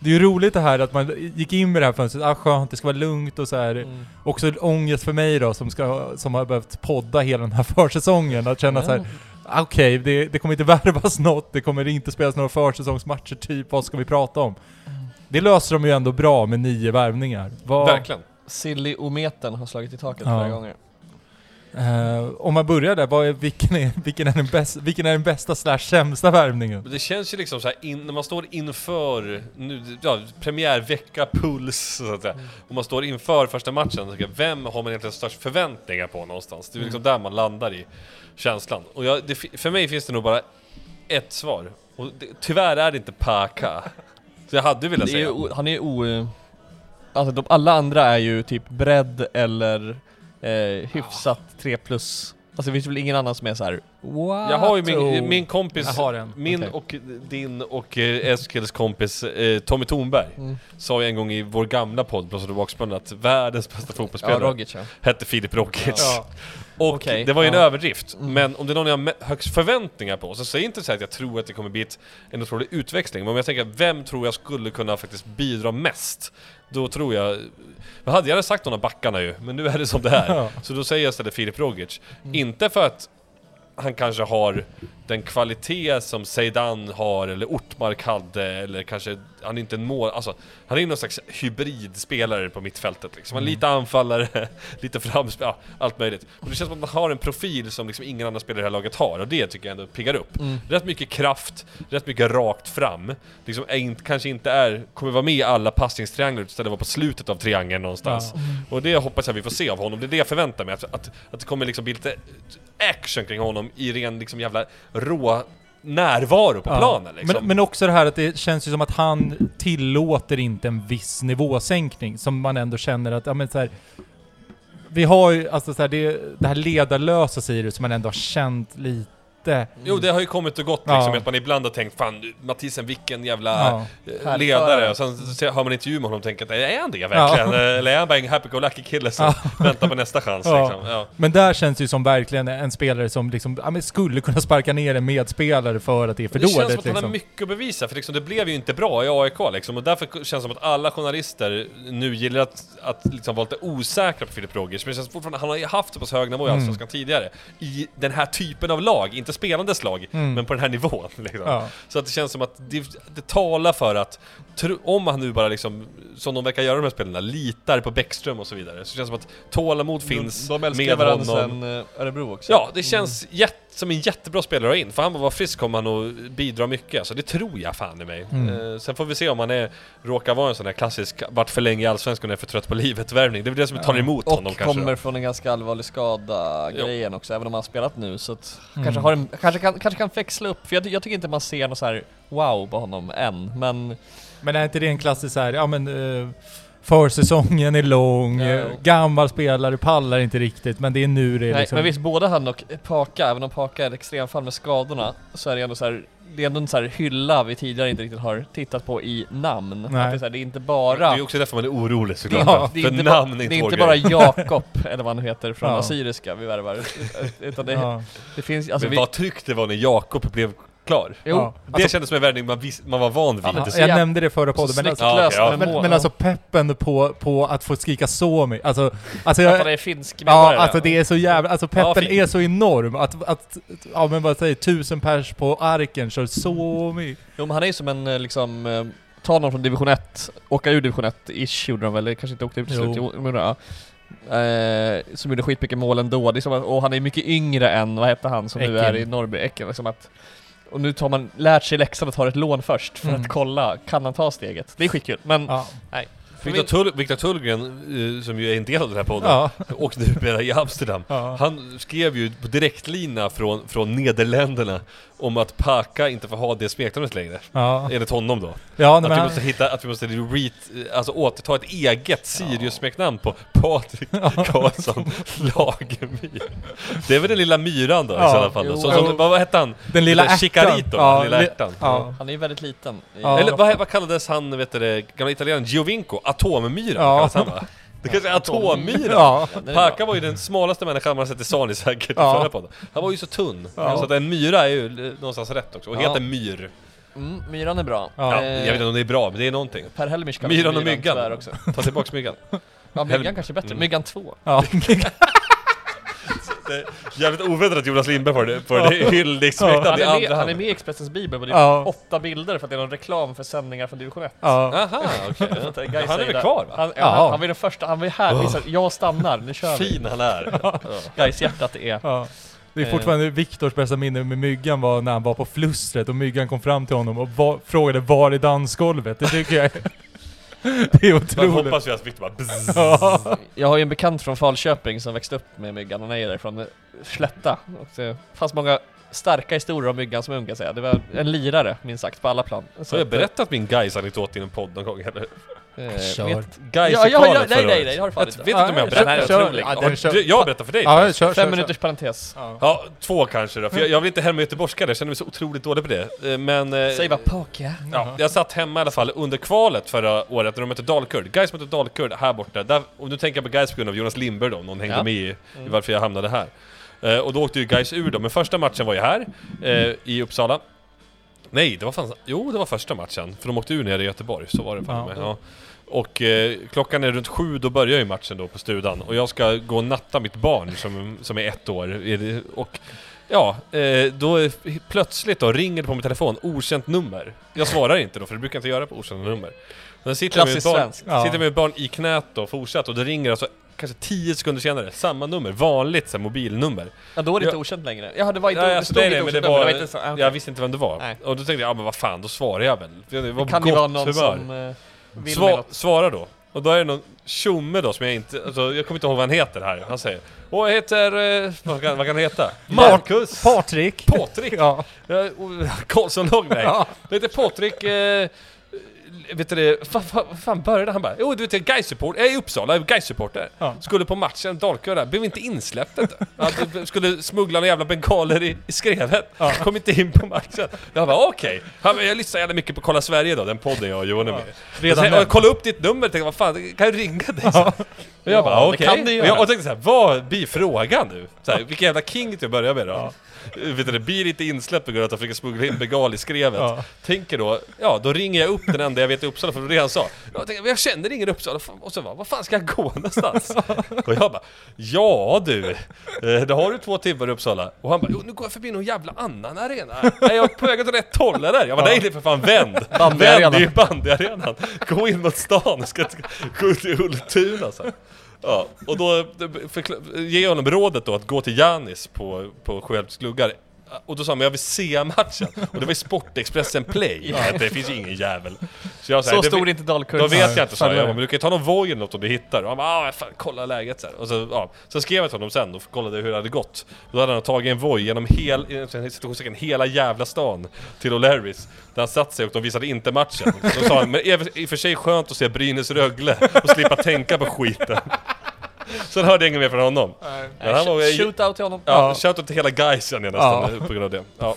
det är ju roligt det här att man gick in med det här fönstret, ah skönt, det ska vara lugnt och så här.
Mm.
Också ångest för mig då som, ska, som har behövt podda hela den här [laughs] försäsongen, att känna så
Mm.
här, ah, okej, det, det kommer inte [laughs] värvas något, det kommer inte spelas några försäsongsmatcher typ, vad ska vi prata om? Det löser de ju ändå bra med nio värvningar. Vad-
Mm. Verkligen.
Silly-ometern har slagit i taket
Ja.
flera gånger.
Eh, om man börjar där, vad är, vilken, är, vilken, är den bästa, vilken är den bästa slash sämsta värvningen?
Men Det känns ju liksom så här in, när man står inför nu, ja, premiärvecka, puls så att säga. Och man står inför första matchen, så tänker jag, vem har man egentligen störst förväntningar på någonstans? Det är liksom där man landar i känslan. Och jag, det, fi- för mig finns det nog bara ett svar. Och det, tyvärr är det inte Paka. Så jag hade velat
Det är ju,
säga.
o- han är ju o... Alltså de, alla andra är ju typ bredd eller eh, hyfsat 3 plus. Alltså det finns väl ingen annan som är så här. What?
Jag har ju min, min kompis,
Jag har en.
min
Okej.
och din och eh, Eskils kompis eh, Tommy Thornberg
Mm.
sa ju en gång i vår gamla podd, Blåsa tillbaka att världens bästa
Ja,
fotbollsspelare
Rogic ja.
hette Filip Rogic.
Ja.
Och
Okej,
det var ju en
ja.
överdrift,
Mm.
men om det är någon jag har me- högst förväntningar på, så säg inte så här att jag tror att det kommer bli ett, en otrolig utväxling, men om jag tänker vem tror jag skulle kunna faktiskt bidra mest? Då tror jag... Jag hade gärna sagt någon av backarna ju, men nu är det som det är.
Ja. Mm.
Så då säger jag istället Filip Rogic. Inte för att han kanske har den kvalitet som Zeidan har, eller Ortmark hade, eller kanske... Han är inte en mål... Alltså, han är någon slags hybridspelare på mittfältet liksom. Han är lite anfallare, [laughs] lite framspelare, ja, allt möjligt. Men det känns som att han har en profil som liksom ingen annan spelare i det här laget har, och det tycker jag ändå piggar upp. Rätt mycket kraft, rätt mycket rakt fram. Liksom är inte, kanske inte är, kommer vara med i alla passningstrianglar, utan istället vara på slutet av triangeln någonstans.
Ja.
Och det hoppas jag vi får se av honom. Det är det jag förväntar mig. Att, att, att det kommer liksom bli lite action kring honom i ren liksom jävla rå närvaro på planen liksom.
men, men också det här att det känns ju som att han tillåter inte en viss nivåsänkning som man ändå känner att, ja men så här, vi har ju, alltså så här, det, det här ledarlösa Sirius som man ändå har känt lite,
Jo, det har ju kommit och gått liksom,
Ja.
att man ibland har tänkt fan Mathisen vilken jävla
ja.
eh, ledare. Och sen ser- har man intervju med honom och tänker att är han det verkligen? Eller är han bara en happy-go-lucky kille som väntar på nästa chans
Ja.
liksom? Ja.
Men där känns det ju som verkligen en spelare som liksom, ja, men skulle kunna sparka ner en medspelare för att det är för
det känns som att
dåligt
han
liksom.
har mycket att bevisa, för liksom, det blev ju inte bra i AIK liksom, och därför känns det som att alla journalister nu gillar att, att liksom vara lite osäkra på Filip Rogic, men det känns fortfarande, han har ju haft så pass hög nivå i Allsvenskan tidigare, i den här typen av lag, inte spelandes lag, men på den här nivån [laughs] liksom.
Ja.
Så att det känns som att det, det talar för att, tro, om han nu bara liksom, som de verkar göra de här spelarna, litar på Bäckström och så vidare, så känns det som att tålamod finns
de, de älskar
med
varandra
honom.
sen eh, Örebro också.
Ja, det känns jätt, som en jättebra spelare att ha in. För han var frisk kommer han att bidra mycket. Alltså det tror jag fan i mig.
Mm.
Eh, sen får vi se om han är, råkar vara en sån här klassisk vart för länge i Allsvenskan och är för trött på livet-värvning. Det är väl det som tar emot
Och
honom kanske.
kommer
då.
från en ganska allvarlig skada
Jo.
grejen också, även om han har spelat nu så att
Mm.
kanske, har en, kanske, kan, kanske kan växla upp, för jag, ty- jag tycker inte man ser något så här wow på honom än, men
Men är inte det en klassisk så här, ja men eh, försäsongen är lång,
Ja.
eh, gammal spelare pallar inte riktigt, men det är nu det är
Nej,
liksom...
men visst, både han och Paka, även om Paka är ett extremfall med skadorna, så är det ändå så här, det är ändå en så här hylla vi tidigare inte riktigt har tittat på i namn. Att det, är så här, det är inte
Det är
bara...
ju också därför man är orolig
Det är,
såklart.
inte-
Ja,
det
för
är, inte, bara,
namn är inte
det är
vår
inte
grej.
bara Jakob, eller vad han heter, från
Ja.
Assyriska vi värvar. Ut- Utan det,
ja.
det finns alltså,
Men
vi,
vad tryggt det var när Jakob blev klar.
Jo,
Ja.
Det
alltså,
kändes som en värvning man, visst- man var van vid.
Ja,
Ja, alltså,
så
jag
jävla-
nämnde det förra
så
podden, men
snyggt
alltså,
Ja,
löst
okej, ja.
med
men,
mål.
men alltså peppen på, på att få skrika så mycket, alltså... alltså
att han
jag,
är finsk
Ja,
medborgare.
alltså det är så jävla, alltså
Ja,
peppen
fint.
är så enorm att, att, ja men vad säger tusen pers på arken kör så mycket.
Jo men han är ju som en eh, liksom, eh, ta någon från division 1, åka ur division 1-ish gjorde de väl, eller kanske inte åkte ut till
Jo.
slut, jo, men ja. Eh, som gjorde skitmycket mål ändå, det är som att, och han är mycket yngre än, vad hette han som nu
Ekin.
är i Norrby, Ecken, liksom att och nu har man lärt sig läxan att ta ett lån först för
Mm.
att kolla, kan han ta steget? Det är skitkul, men
Ja.
för
Viktor
min,
Tull, Viktor Tullgren, eh, som ju är en del av den här podden,
Ja.
och numera i Amsterdam.
Ja.
Han skrev ju på direktlina från, från Nederländerna om att Paka inte får ha det smeknamnet längre.
Ja.
Enligt honom då.
Ja, nej,
Att vi
men,
måste hitta, att vi måste re, alltså återta ett eget Sirius-smeknamn på
[laughs]
Patrik Karlsson Lagemyr. Det är väl den lilla myran då i
Ja,
sådana fall. då.
jo.
Så, som, vad, vad hette han?
den lilla ärtan.
Chicarito,
Ja,
den lilla
li-
ärtan.
Ja.
han är ju väldigt liten. i-
Ja.
Eller vad, vad kallades han, vet du det, gamla italienaren Giovinco? Atommyran
Ja.
kallades han va? Det kanske är atommyran?
Ja.
den är bra.
Paka var ju den smalaste människan man sett i salen säkert
Ja.
i förra podden. Han var ju så tunn.
Ja.
Så att en myra är ju eh, någonstans rätt också. Och
Ja.
heter myr.
Mm, myran är bra.
Ja.
Ja,
Eh,
jag vet inte om det är bra, men det är någonting.
Per Helmersk kallas
Myran och
tyvärr
myggan.
också.
Ta tillbaks myggan.
Ja,
Hel-
Mm. myggan kanske är bättre.
Mm.
Myggan 2.
Ja.
Det- Jävligt oväntat att Jonas Lindberg får det, får det hyllningsmäktat
Han
i
är, med,
andra
han är
hand.
med i Expressens Bibel på typ
Ja.
åtta bilder för att det är någon reklam för sändningar från division 1.
Ja.
Aha, okej.
Så att Gais
Han är
säger
väl
där-
kvar va?
Han, ja, han,
Ja.
han var ju den första, han var ju här visar, jag stannar, nu kör vi.
Fin han är.
Gais hjärtat är.
Ja. Det är fortfarande Viktors bästa minne med Myggan var när han var på flustret och Myggan kom fram till honom och va- frågade var är dansgolvet? Det tycker jag är... [laughs] Det är
Man
otroligt.
hoppas ju att Viktor bara bzz.
Ja.
Jag har ju en bekant från Falköping som växte upp med Myggan, han är därifrån, eh, Slätta. Och det fanns många starka historier om Myggan som ung kan jag säga. Det var en lirare, minst sagt, på alla plan. Så
Har jag
att,
berättat min guys anekdot i en podd någon gång eller?
eh,
Kör.
mitt-
Guys
Ja, ja, ja,
förra
nej, nej,
året.
nej, det har du
Jag
fan
vet
inte.
inte om jag har
Kör,
Den här
berättat.
är
kör.
otrolig.
Ja,
Har
den kör.
du- Jag berättar för dig.
Ja, kör, kör,
Fem
kör.
minuters parentes.
Ja.
Ja, två kanske då, för jag, jag vill inte härma göteborgska där, jag känner mig så otroligt dålig på det. Eh, Men... eh,
Säg bara poka.
Ja, jag satt hemma i alla fall under kvalet förra året när de mötte Dalkurd. Guys mötte Dalkurd här borta. Där, och nu tänker jag på Guys på grund av Jonas Lindberg då, om någon hängde
Ja.
med i, i varför jag hamnade här. Eh, och då åkte ju Guys ur då, men första matchen var ju här, eh, i Uppsala. Nej, det var fan... Jo, det var första matchen, för de åkte ur nere i Göteborg, så var det fan
Ja.
med. Ja. Och eh, klockan är runt sju, då börjar ju matchen då på Studan. Och jag ska gå och natta mitt barn som, som är ett år. Är det- Och ja, eh, då är- plötsligt då ringer det på min telefon, okänt nummer. Jag svarar inte då, för det brukar jag inte göra på okända nummer. Men sitter jag med mitt
Klassiskt
barn,
svenskt.
Ja.
sitter jag med mitt barn i knät då, fortsatt. Och det ringer alltså kanske 10 sekunder senare, samma nummer, vanligt så här, mobilnummer.
Ja, då är det inte
Ja.
okänt längre. Ja, det var inte,
Ja,
det
alltså,
stod
nej,
inte
nej, men
okänt
det
nummer,
var-
det var inte så, ah, okej.
Jag visste inte vem det var.
Nej.
Och då tänkte jag, ja men vad fan, då svarar jag väl. Det var
Kan det
gott
vara någon
humör.
som eh, vill mig
Sva,
något?
svara då. Och då är det någon tjomme då som jag inte... Alltså, jag kommer inte ihåg vad han heter här. Han säger... Åh, jag heter... Eh, vad, kan, vad kan han heta? Marcus!
Patrik!
Patrik!
Ja.
[laughs] Ja, och- Karlsson låg mig.
Ja.
Jag heter Patrik... Eh, vet du det? Fan, fan, fan började han bara? Jo, du vet jag är Gais support. Jag är i Uppsala, jag är Gais supporter
Ja.
Skulle på matchen, Dalkurd där. Blev inte insläppt inte. Jag skulle smuggla några jävla bengaler i, i skrevet. Kom inte in på matchen. Jag bara okej. Han bara, Jag lyssnar jävla mycket på Kolla Sverige då, den podden jag och Johan är med i.
Redan
Jag sa,
nämnt.
"Och Kolla upp ditt nummer, tänkte vad fan, kan jag ringa dig? Så. Och jag bara
Ja, det
okej.
kan du
Och,
göra.
jag- och tänkte såhär, vad blir frågan nu? Så här, vilken jävla king du börjar med då? Eh, Vet du, det blir lite insläpp på grund av att jag försöker smuggla in bengal i skrevet.
Ja.
Tänker då, ja då ringer jag upp den enda jag vet i Uppsala, för det var det han sa. Jag, tänker, jag känner ingen i Uppsala, fan, och så bara, vad fan ska jag gå
[laughs]
någonstans? och jag bara, ja du, eh, då har du två timmar i Uppsala. Och han bara, jo nu går jag förbi någon jävla annan arena. Är jag på väg åt rätt håll där? Jag bara, nej det är för fan vänd! vänd, det
Bandyarenan.
är ju bandyarenan! Gå in mot stan, jag ska gå ut i Ultuna så här. Ja, och då förkla- ger jag honom rådet då att gå till Janis på, på Sjöhälps gluggar. Och då sa han, men jag vill se matchen. Och det var ju Sportexpressen Play. Att det finns ju ingen jävel. Så jag sa,
Så
"Det
stor
vi-
är inte dalkursen.
Då vet jag inte, sa jag.
Nej,
jag. bara, Men du kan ju ta någon Voi eller något om du hittar. Och han bara, ah, fan, kolla läget så här. Och så, ja. Sen skrev jag till honom sen och kollade hur det hade gått. Då hade han tagit en Voi genom hel, i situationstecken, hela jävla stan till O'Larrys. Där han satt sig och de visade inte matchen. Då sa han, men är i och för sig skönt att se Brynäs-Rögle och slippa tänka på skiten. Sen hörde jag inget mer från honom.
Nej,
han var-
sh- Shootout till honom.
Ja,
Ja.
shoutout till hela Gaisen jag nästan eh, på grund av det. Ja.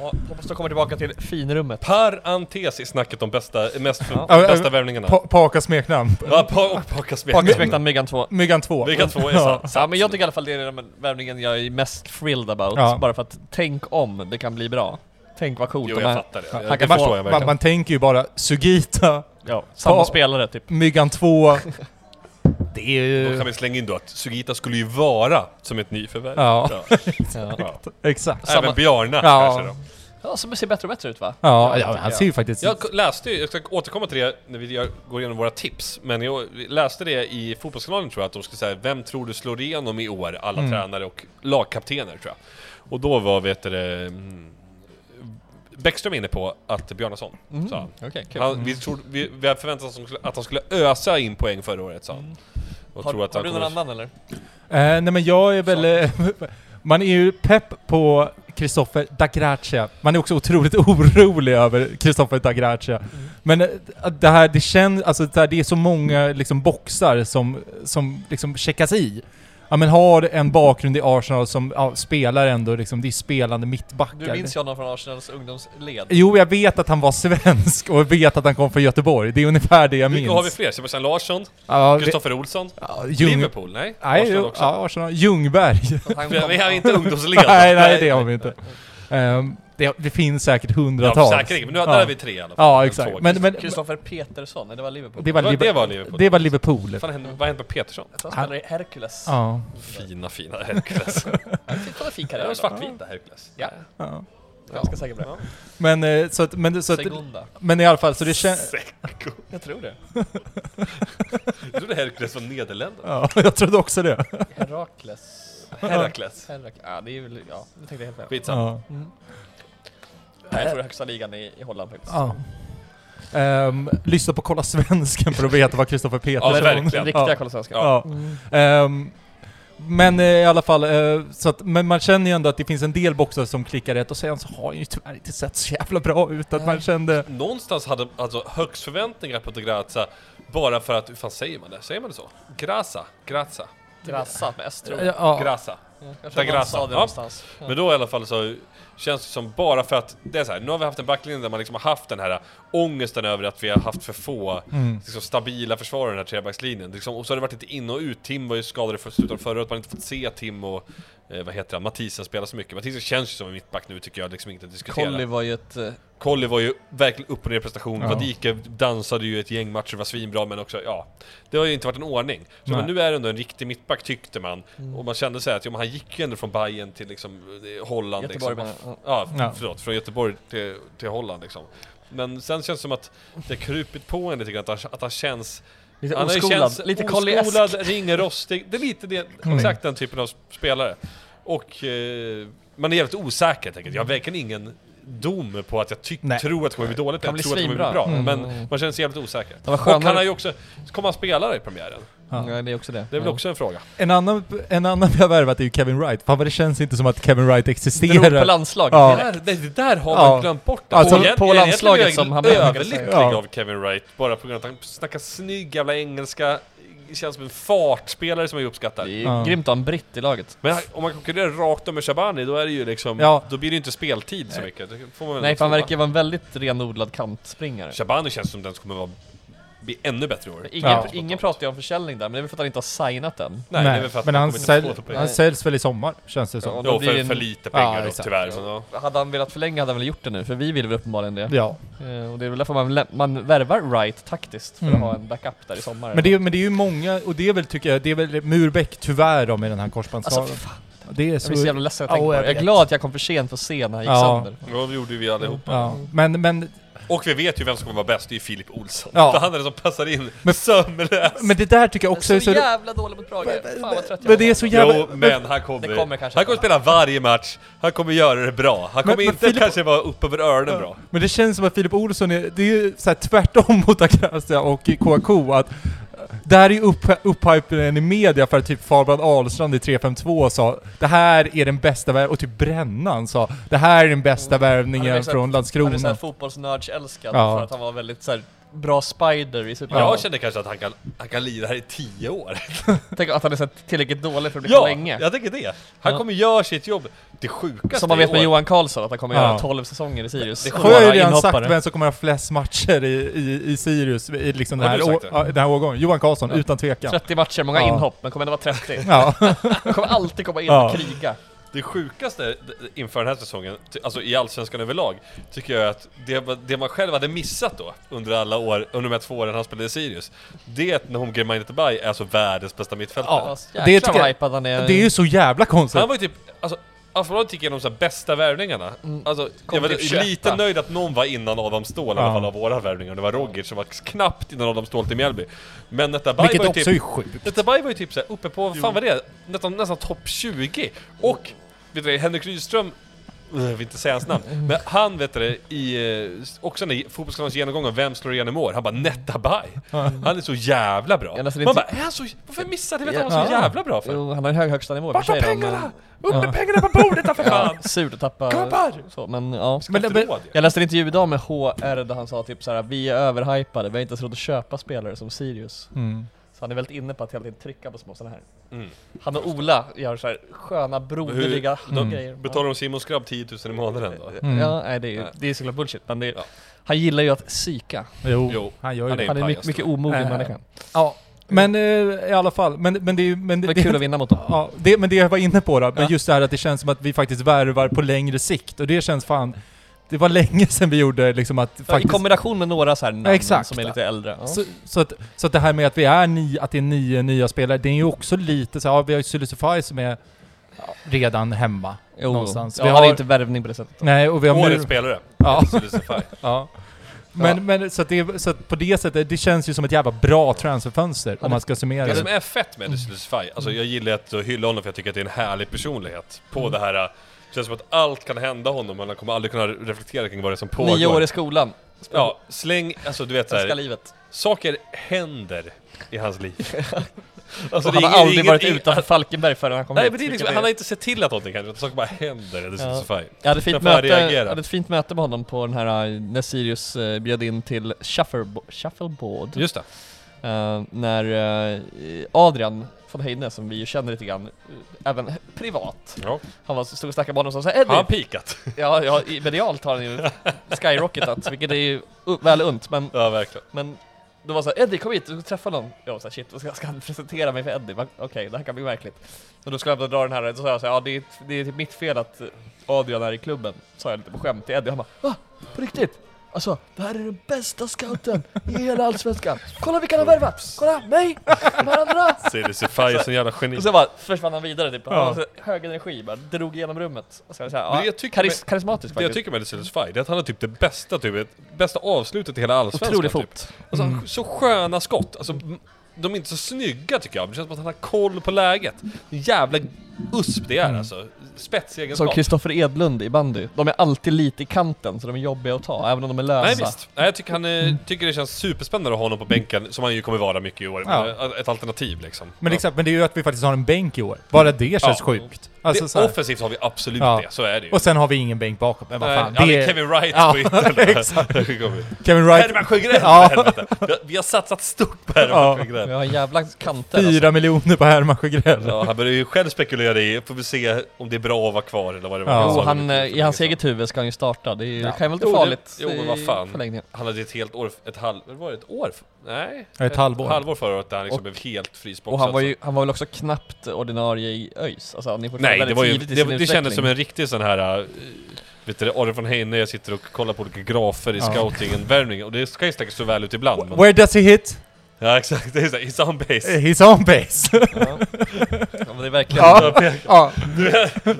Ja, hoppas de kommer tillbaka till finrummet.
Parentes i snacket om bästa, mest,
Ja.
bästa värvningarna.
Pa- Paka smeknamn.
Ja, pa- och Paka Smet.
Pakismäktaren Myggan 2.
Myggan 2.
Vilka två är sant?
Ja, men jag tycker i alla fall det är den värvningen jag är mest thrilled about.
Ja.
Bara för att tänk om det kan bli bra. Tänk vad coolt
Jo,
de
jag
här...
fattar det.
Han
Jag, det
kan
förstår
få-
jag
Man,
verkligen.
man tänker ju bara Sugita,
Ja, samma
Ja.
spelare typ.
Myggan 2. Det är
Då
ju...
kan vi slänga in då att Sugita skulle ju vara som ett nyförvärv.
Ja.
[laughs] Ja.
Ja.
[laughs] Exakt.
Även
Samma-
Bjarna
Ja.
kanske då.
ja, som ser bättre och bättre ut va?
Ja, ja, han ser ju faktiskt...
Jag k- läste ju, jag ska återkomma till det när vi gör- går igenom våra tips, men jag läste det i Fotbollskanalen tror jag, att de skulle säga vem tror du slår igenom i år, alla
Mm.
tränare och lagkaptener tror jag. Och då var, vet du det, mm, Bäckström inne på att Bjarnason, sa han.
Mm. Okej, kul.
han vi, trodde, vi, vi hade förväntat oss att de skulle- att han skulle ösa in poäng förra året sa han. Och tror
Mm. Har,
att
har
han
du någon
kommer-
annan eller?
Eh, nej men jag är väl... eh, [laughs] man är ju pepp på Christopher Dagracia. Man är också otroligt [laughs] orolig över Christopher Dagracia.
Mm.
Men eh, det här, det känns... Alltså det, här, det är så många liksom boxar som, som liksom checkas i. Ja men har en bakgrund i Arsenal som ja, spelar ändå liksom, det är spelande mittbackar.
Du minns ju honom från Arsenals ungdomsled.
Jo, jag vet att han var [laughs] svensk och jag vet att han kom från Göteborg. Det är ungefär det jag minns.
Vilka har vi fler? Sebastian Larsson?
Ja, vi-
Kristoffer Olsson?
ja, Ljung...
Liverpool? Nej?
Nej,
Arsenal
jo,
också?
ja, Arsenal. Ljungberg.
Han
Vi har
[laughs]
kom-
inte ungdomsled.
nej, nej, det har vi inte. Ehm, det, det finns säkert
Ja,
hundratals.
säkert, men nu, där
Ja.
är vi tre i alla fall.
Ja,
Eller
exakt.
två,
Men, men,
Kristoffer Petersson, eller det var Liverpool?
det, var
Det var-
Liber-
det var Liverpool.
Det var Liverpool.
Vad fan hände, vad hände med Petersson?
Jag tror han spelar i Hercules. Ja.
Ja.
Fina, fina
[laughs]
Hercules.
Fan, fin
Det
karriär.
var
ändå.
svartvita Hercules.
Ja,
ja.
ganska säker på det.
Men, eh, så att, men, så att,
Segunda.
men i alla fall, så det känns...
Seko.
Jag tror det.
Jag trodde Hercules var Nederländerna.
Ja, [laughs] jag trodde också det.
Herakles. Äh.
Hercules.
Herakles. Ja, det är väl... Ja, det tänkte jag helt fel.
Skitsamma.
Ja.
Nej, jag tror det är högsta ligan i, i Holland faktiskt.
Ja. Ehm, lyssna på Kolla Svensken för att veta vad Kristoffer
Ja,
Petersson...
verkligen.
Den riktiga
Ja.
Kolla Svenska.
Ja. Ehm, men eh, i alla fall, eh, så att, men man känner ju ändå att det finns en del boxar som klickar rätt och sen så har ju tyvärr inte sett så jävla bra ut att man kände...
Någonstans hade alltså högst förväntningar på De Graza bara för att, hur fan säger man det? Säger man det så? Graza? Graza?
Grassa med S tror jag.
Ja,
Graza.
Jag tror
Da
att
Grassa.
han sa det
Ja.
någonstans. Ja.
Men då i alla fall så känns det som bara för att det är så här, nu har vi haft en backlinje där man liksom har haft den här ångesten över att vi har haft för få liksom, stabila försvarare i den här trebackslinjen. Liksom, och så har det varit lite in och ut, Tim var ju skadad i för- slutet av förra året, man har inte fått se Tim och eh, vad heter han, Mathisen spela så mycket. Mathisen känns ju som en mittback nu tycker jag, liksom inte att diskutera.
Colli var ju ett... eh,
Colli var ju verkligen upp och ner i prestation,
Ja.
Vadike dansade ju ett gäng matcher, var svinbra men också, ja. Det har ju inte varit en ordning. Så
Nej.
men nu är det ändå en riktig mittback tyckte man.
Mm.
Och man kände sig att, ja, men han gick ju ändå från Bayern till liksom eh, Holland.
Göteborg
liksom.
menar
Ja,
Ja.
förlåt. Från Göteborg till, till Holland liksom. Men sen känns det som att det har krupit på en lite grann, att han, att han känns...
Lite
han har ju
oskolad.
känts
Lite Mm.
oskolad,
Colliesk.
ringrostig. Det är lite
[laughs]
det, exakt den typen av spelare. Och eh, man är jävligt osäker helt enkelt. Jag har verkligen ingen dom på att jag ty-
Nej.
tror att det kommer bli dåligt,
Kan
jag
bli
tror att det kommer bli bra.
svinbra. Mm.
Men man känner sig jävligt osäker.
var
Och
skönare-
han har ju också... Kommer han spela i premiären?
Ja.
Ja, det är också det.
Det är väl
Ja.
också en fråga.
en annan, en annan vi har värvat är ju Kevin Wright. Fan vad det känns inte som att Kevin Wright
Drog på
existerar.
landslag.
Ja.
direkt.
Där, det, det där har
Ja.
man glömt bort.
Alltså,
egent-
på
egentligen är
landslaget
jag
som han brukar säga.
överlycklig
Ja.
av Kevin Wright, bara på grund av att han snackar snygg jävla engelska, känns som en fartspelare som jag uppskattar.
Det är
Ja.
ju grymt att ha en britt i laget.
Men om man konkurrerar rakt om med Shabani, då är det ju liksom,
Ja.
då blir det ju inte speltid så mycket. Det får man väl
Nej, för han
tro, va?
verkar ju vara en väldigt renodlad kantspringare.
Shabani känns som den som kommer vara, bli ännu bättre i år.
Ingen,
Ja.
ingen pratar ju om försäljning där, men det är väl för att han inte har signat den.
Nej, det är väl för att
men han,
kommer inte
sälj,
få det på-
han säljs väl i sommar, känns det
Ja,
som.
då
Ja,
blir det
för,
en-
för lite pengar
Ja,
då,
exakt.
tyvärr. Men, ja.
Hade han velat förlänga hade han väl gjort det nu, för vi vill väl uppenbarligen det.
Ja.
Eh, och det är väl därför man, lä- man värvar Wright taktiskt, för
Mm.
att ha en backup där i sommar.
Men det, är- men det är ju många, och det är väl tycker jag, det är väl Murbeck tyvärr då med den här korsbandsskadan.
Alltså, fan,
det är
jag blir så
så...
jävla ledsen att
Ja,
tänka på det.
jag
Jag är
vet.
glad att jag kom för sent för att se när han gick
Ja.
sönder.
Ja, det gjorde ju vi allihopa.
Ja. Men, men,
Och vi vet ju vem som kommer vara bäst, det är ju Filip Olsson.
Ja.
För han är den som passar in
Men-
sömlöst.
men det där tycker jag också
Så,
är så...
jävla dålig mot Brage. Fan vad trött jag
Men
var
det är
på
så
honom.
jävla...
Jo, men han kommer,
Det kommer kanske
han kommer spela varje match, han kommer göra det bra. Han kommer
men
inte
Filip-
kanske vara upp över öronen
Ja.
bra.
Men det känns som att Filip Olsson är, det är ju så här tvärtom [laughs] mot Akrasia och KK att där är ju upp- upphypningen i media för att typ Fabian Ahlstrand i 352 sa Det här är den bästa värvningen, och typ Brännan sa Det här är den bästa
Han är
värvningen
så här-
från
Han är såhär
Landskrona.
fotbollsnördsälskad
Ja.
för att han var väldigt såhär bra spider i Superettan.
Jag känner kanske att han kan, han kan lira här i tio år.
Tänk att han är så här tillräckligt dålig för att bli
Ja,
kvar länge.
jag tänker det. Han
Ja.
kommer göra sitt jobb. Det sjukaste
Som man
i
vet med
år-
Johan Karlsson, att han kommer
Ja.
göra 12 säsonger i Sirius.
Det
Det
sjuka
Har jag ju
Några
redan
inhoppare.
sagt vem som kommer ha flest matcher i, i, i Sirius i liksom den
Har
här,
du
å,
sagt det?
ja, den här årgången? Johan Karlsson,
Ja.
utan tvekan.
30 matcher, många
Ja.
inhopp, men kommer ändå vara 30.
[laughs] Ja.
Han kommer alltid komma in
Ja.
och kriga.
Det sjukaste inför den här säsongen, ty- alltså i Allsvenskan överlag, tycker jag är att det, var- det man själv hade missat då, under alla år, under de här två åren han spelade i Sirius, det är att Nahom Girmay Bay är alltså världens bästa mittfältare.
Ja.
Alltså,
Det
jäklar
tycker jag-
vad hypad han är.
Det är ju så jävla konstigt.
Han var ju typ, alltså Aftonbladet gick igenom de bästa värvningarna. Alltså, jag
Kom
var
typ
lite
21.
nöjd att någon var innan Adam Ståhl i
Ja.
alla fall av våra värvningar. Det var Rogic som var knappt innan Adam Ståhl till Mjällby. Men Netabay
Vilket
var ju
också
typ...
är sjukt.
Netabay var ju typ såhär uppe på, vad fan var det? Nästan, nästan topp 20. Och, vet du det, Henrik Rydström, jag vill inte säga hans namn, men han vet du det, i, eh, också när fotbollskanalens genomgång av vem slår igenom i år, han bara Netabay. Han är så jävla bra.
Ja, alltså,
Man
nästan
bara,
inte-
är han så, varför missade vi att
typ- Ja.
han var så jävla bra för?
Jo, han har en hög högsta nivå. i och
Vart
för
är
sig då,
pengarna?
men-
Upp med pengarna på bordet då för fan!
Ja, surt att tappa...
Gubbar!
Så, men ja.
Men-
Inte
men-
råd ju.
Jag läste en intervju idag med HR där han sa typ såhär, vi är överhypade, vi har inte ens råd att köpa spelare som Sirius.
Mm.
Så han är väldigt inne på att hela tiden trycka på små sådana här.
Mm.
Han och Ola gör så här sköna broderliga
Mm.
grejer.
Betalar de Simon Skrabb 10 000 i månaden då?
Mm.
Ja, nej, det, är, ju-
Nej.
det är såklart bullshit, men det är,
Ja.
han gillar ju att psyka.
Jo,
Jo.
han gör ju
Han är
det.
Han är
pajas,
mycket, mycket omogen
Äh.
människa.
Ja, Men eh, i alla fall, men, men det är ju... Men
Det
[laughs]
var kul att vinna mot dem.
Ja, det, men det jag var inne på då, men
Ja.
just det här att det känns som att vi faktiskt värvar på längre sikt och det känns fan... Det var länge sedan vi gjorde liksom att
Ja, I
faktiskt...
kombination med några så här namn
Ja, exakt.
som är lite äldre. Ja.
Så, så, att, så att det här med att vi är ni, att det är nio nya spelare, det är ju också lite så här, ja, vi har ju Sylisofaj som är ja, redan hemma.
Jo,
någonstans.
Ja,
Vi
han
har-
är inte värvning på det sättet.
Nej, och vi har
Årets
Mur-
spelare.
Ja.
Så det är så färg.
Ja. Men, men så, att det, så att på det sättet, det känns ju som ett jävla bra transferfönster om man ska summera
Det
det.
som Alltså, är fett med Lucius Faj, alltså jag gillar att hylla honom för jag tycker att det är en härlig personlighet. På det här, äh, det känns som att allt kan hända honom, men han kommer aldrig kunna reflektera kring vad det är som pågår.
Nio år i skolan.
Ja, släng, alltså du vet
Älskar
såhär,
livet.
saker händer i hans liv. alltså,
Och
det är
han
ing-
har aldrig
ingen-
varit
ing-
utanför Falkenberg förrän han kom
Nej
hit.
men det är liksom,
Vilket
han har inte sett till att någonting händer, utan saker bara händer. Det är
Ja.
ja. Faj.
jag hade, ett fint
Därför han
möte, jag
reagerar.
hade ett fint möte med honom på den här eh, när Sirius eh, bjöd in till shufflebo- shuffleboard.
Just det.
Eh, när eh, Adrian von Heine, som vi ju känner lite grann, eh, även privat,
Ja.
han var, stod och snackade med honom och sa
Har
såhär
han pikat?
Ja, ja, i- medialt har han ju skyrocketat, vilket är ju u- väl ont, men,
ja verkligen.
men då var såhär Eddie kom hit, du ska träffa någon. Jag var såhär shit, vad ska, ska han presentera mig för Eddie? Va- Okej, det här kan bli märkligt. Och då skulle jag bara dra den här, då sa jag såhär, ja det är, det är typ mitt fel att Adrian är i klubben, sa jag lite på skämt till Eddie, han bara ah, på riktigt? Alltså, det här är den bästa scouten i hela Allsvenskan! Kolla vilka han har värvat! Kolla, mig! De här andra!
Lucius Faj är en jävla geni. [laughs]
Och sen bara försvann han vidare typ,
Ja.
ja. hög energi bara, drog igenom rummet. Och sen, så här,
Men
ja,
jag tycker-
karis- karismatisk
Det jag tycker med Lucius Faj, det är att han har typ det bästa, typ, ett- bästa avslutet i hela Allsvenskan.
Otrolig
typ.
fot.
Alltså,
Mm.
han- Så sköna skott. Alltså, m- de är inte så snygga tycker jag, men det känns som att han har koll på läget. Jävla usp det
Mm.
är alltså.
Som
Spetsegenskap.
Kristoffer Edlund i bandy. De är alltid lite i kanten, så de är jobbiga att ta, även om de är lösa.
Nej visst. Nej, jag tycker, han, eh,
Mm.
tycker det känns superspännande att ha honom på bänken, som han ju kommer vara mycket i år.
Ja.
Men, eh, Ett alternativ liksom.
Men,
Ja.
liksom, men det är ju att vi faktiskt har en bänk i år. Bara det känns
Ja.
sjukt. Alltså,
det,
så här.
offensivt har vi absolut
Ja.
det, så är det ju.
Och sen har vi ingen bänk bakom. Men vad
Nej,
fan,
ja, det
det
är Kevin Wright
Ja, [laughs]
på ytterligare.
exakt.
Det kommer.
Kevin Wright,
Herman Sjögren!
[laughs] Ja.
för helvete. Vi har- Vi har satsat stort på Herman
Ja.
Sjögren.
Vi har en jävla kanter alltså.
fyra miljoner på Herman Sjögrell.
Ja, han börjar ju själv spekulera i, får vi se om det är bra att vara kvar eller vad det var.
Ja.
han sa.
Jo, han, eh, I hans eget huvud ska han ju starta, det, är, ju- det kan ju vara lite
Jo, det-
farligt
jo, men
i
vad fan.
förlängningen.
Han hade ett helt år, ett halv, vad var det ett år? Nej?
Ett halvår.
halvår förra året där han liksom
Och-
blev helt frisboxad.
Och han var, ju, han var väl också knappt ordinarie i ÖIS? Alltså han är fortfarande
Nej, det
väldigt
var ju,
tidigt i
det,
sin
det kändes som
utveckling.
en riktig sån här... Uh, vet du det, Aron von Heine, jag sitter och kollar på olika grafer i
Ja.
scoutingen, värvningen, och det kan ju säkert stå väl ut ibland. Men,
Where does he hit?
ja exakt, det är såhär, it's on base.
His own base.
[laughs]
Ja. ja, men det är verkligen...
ja. ja.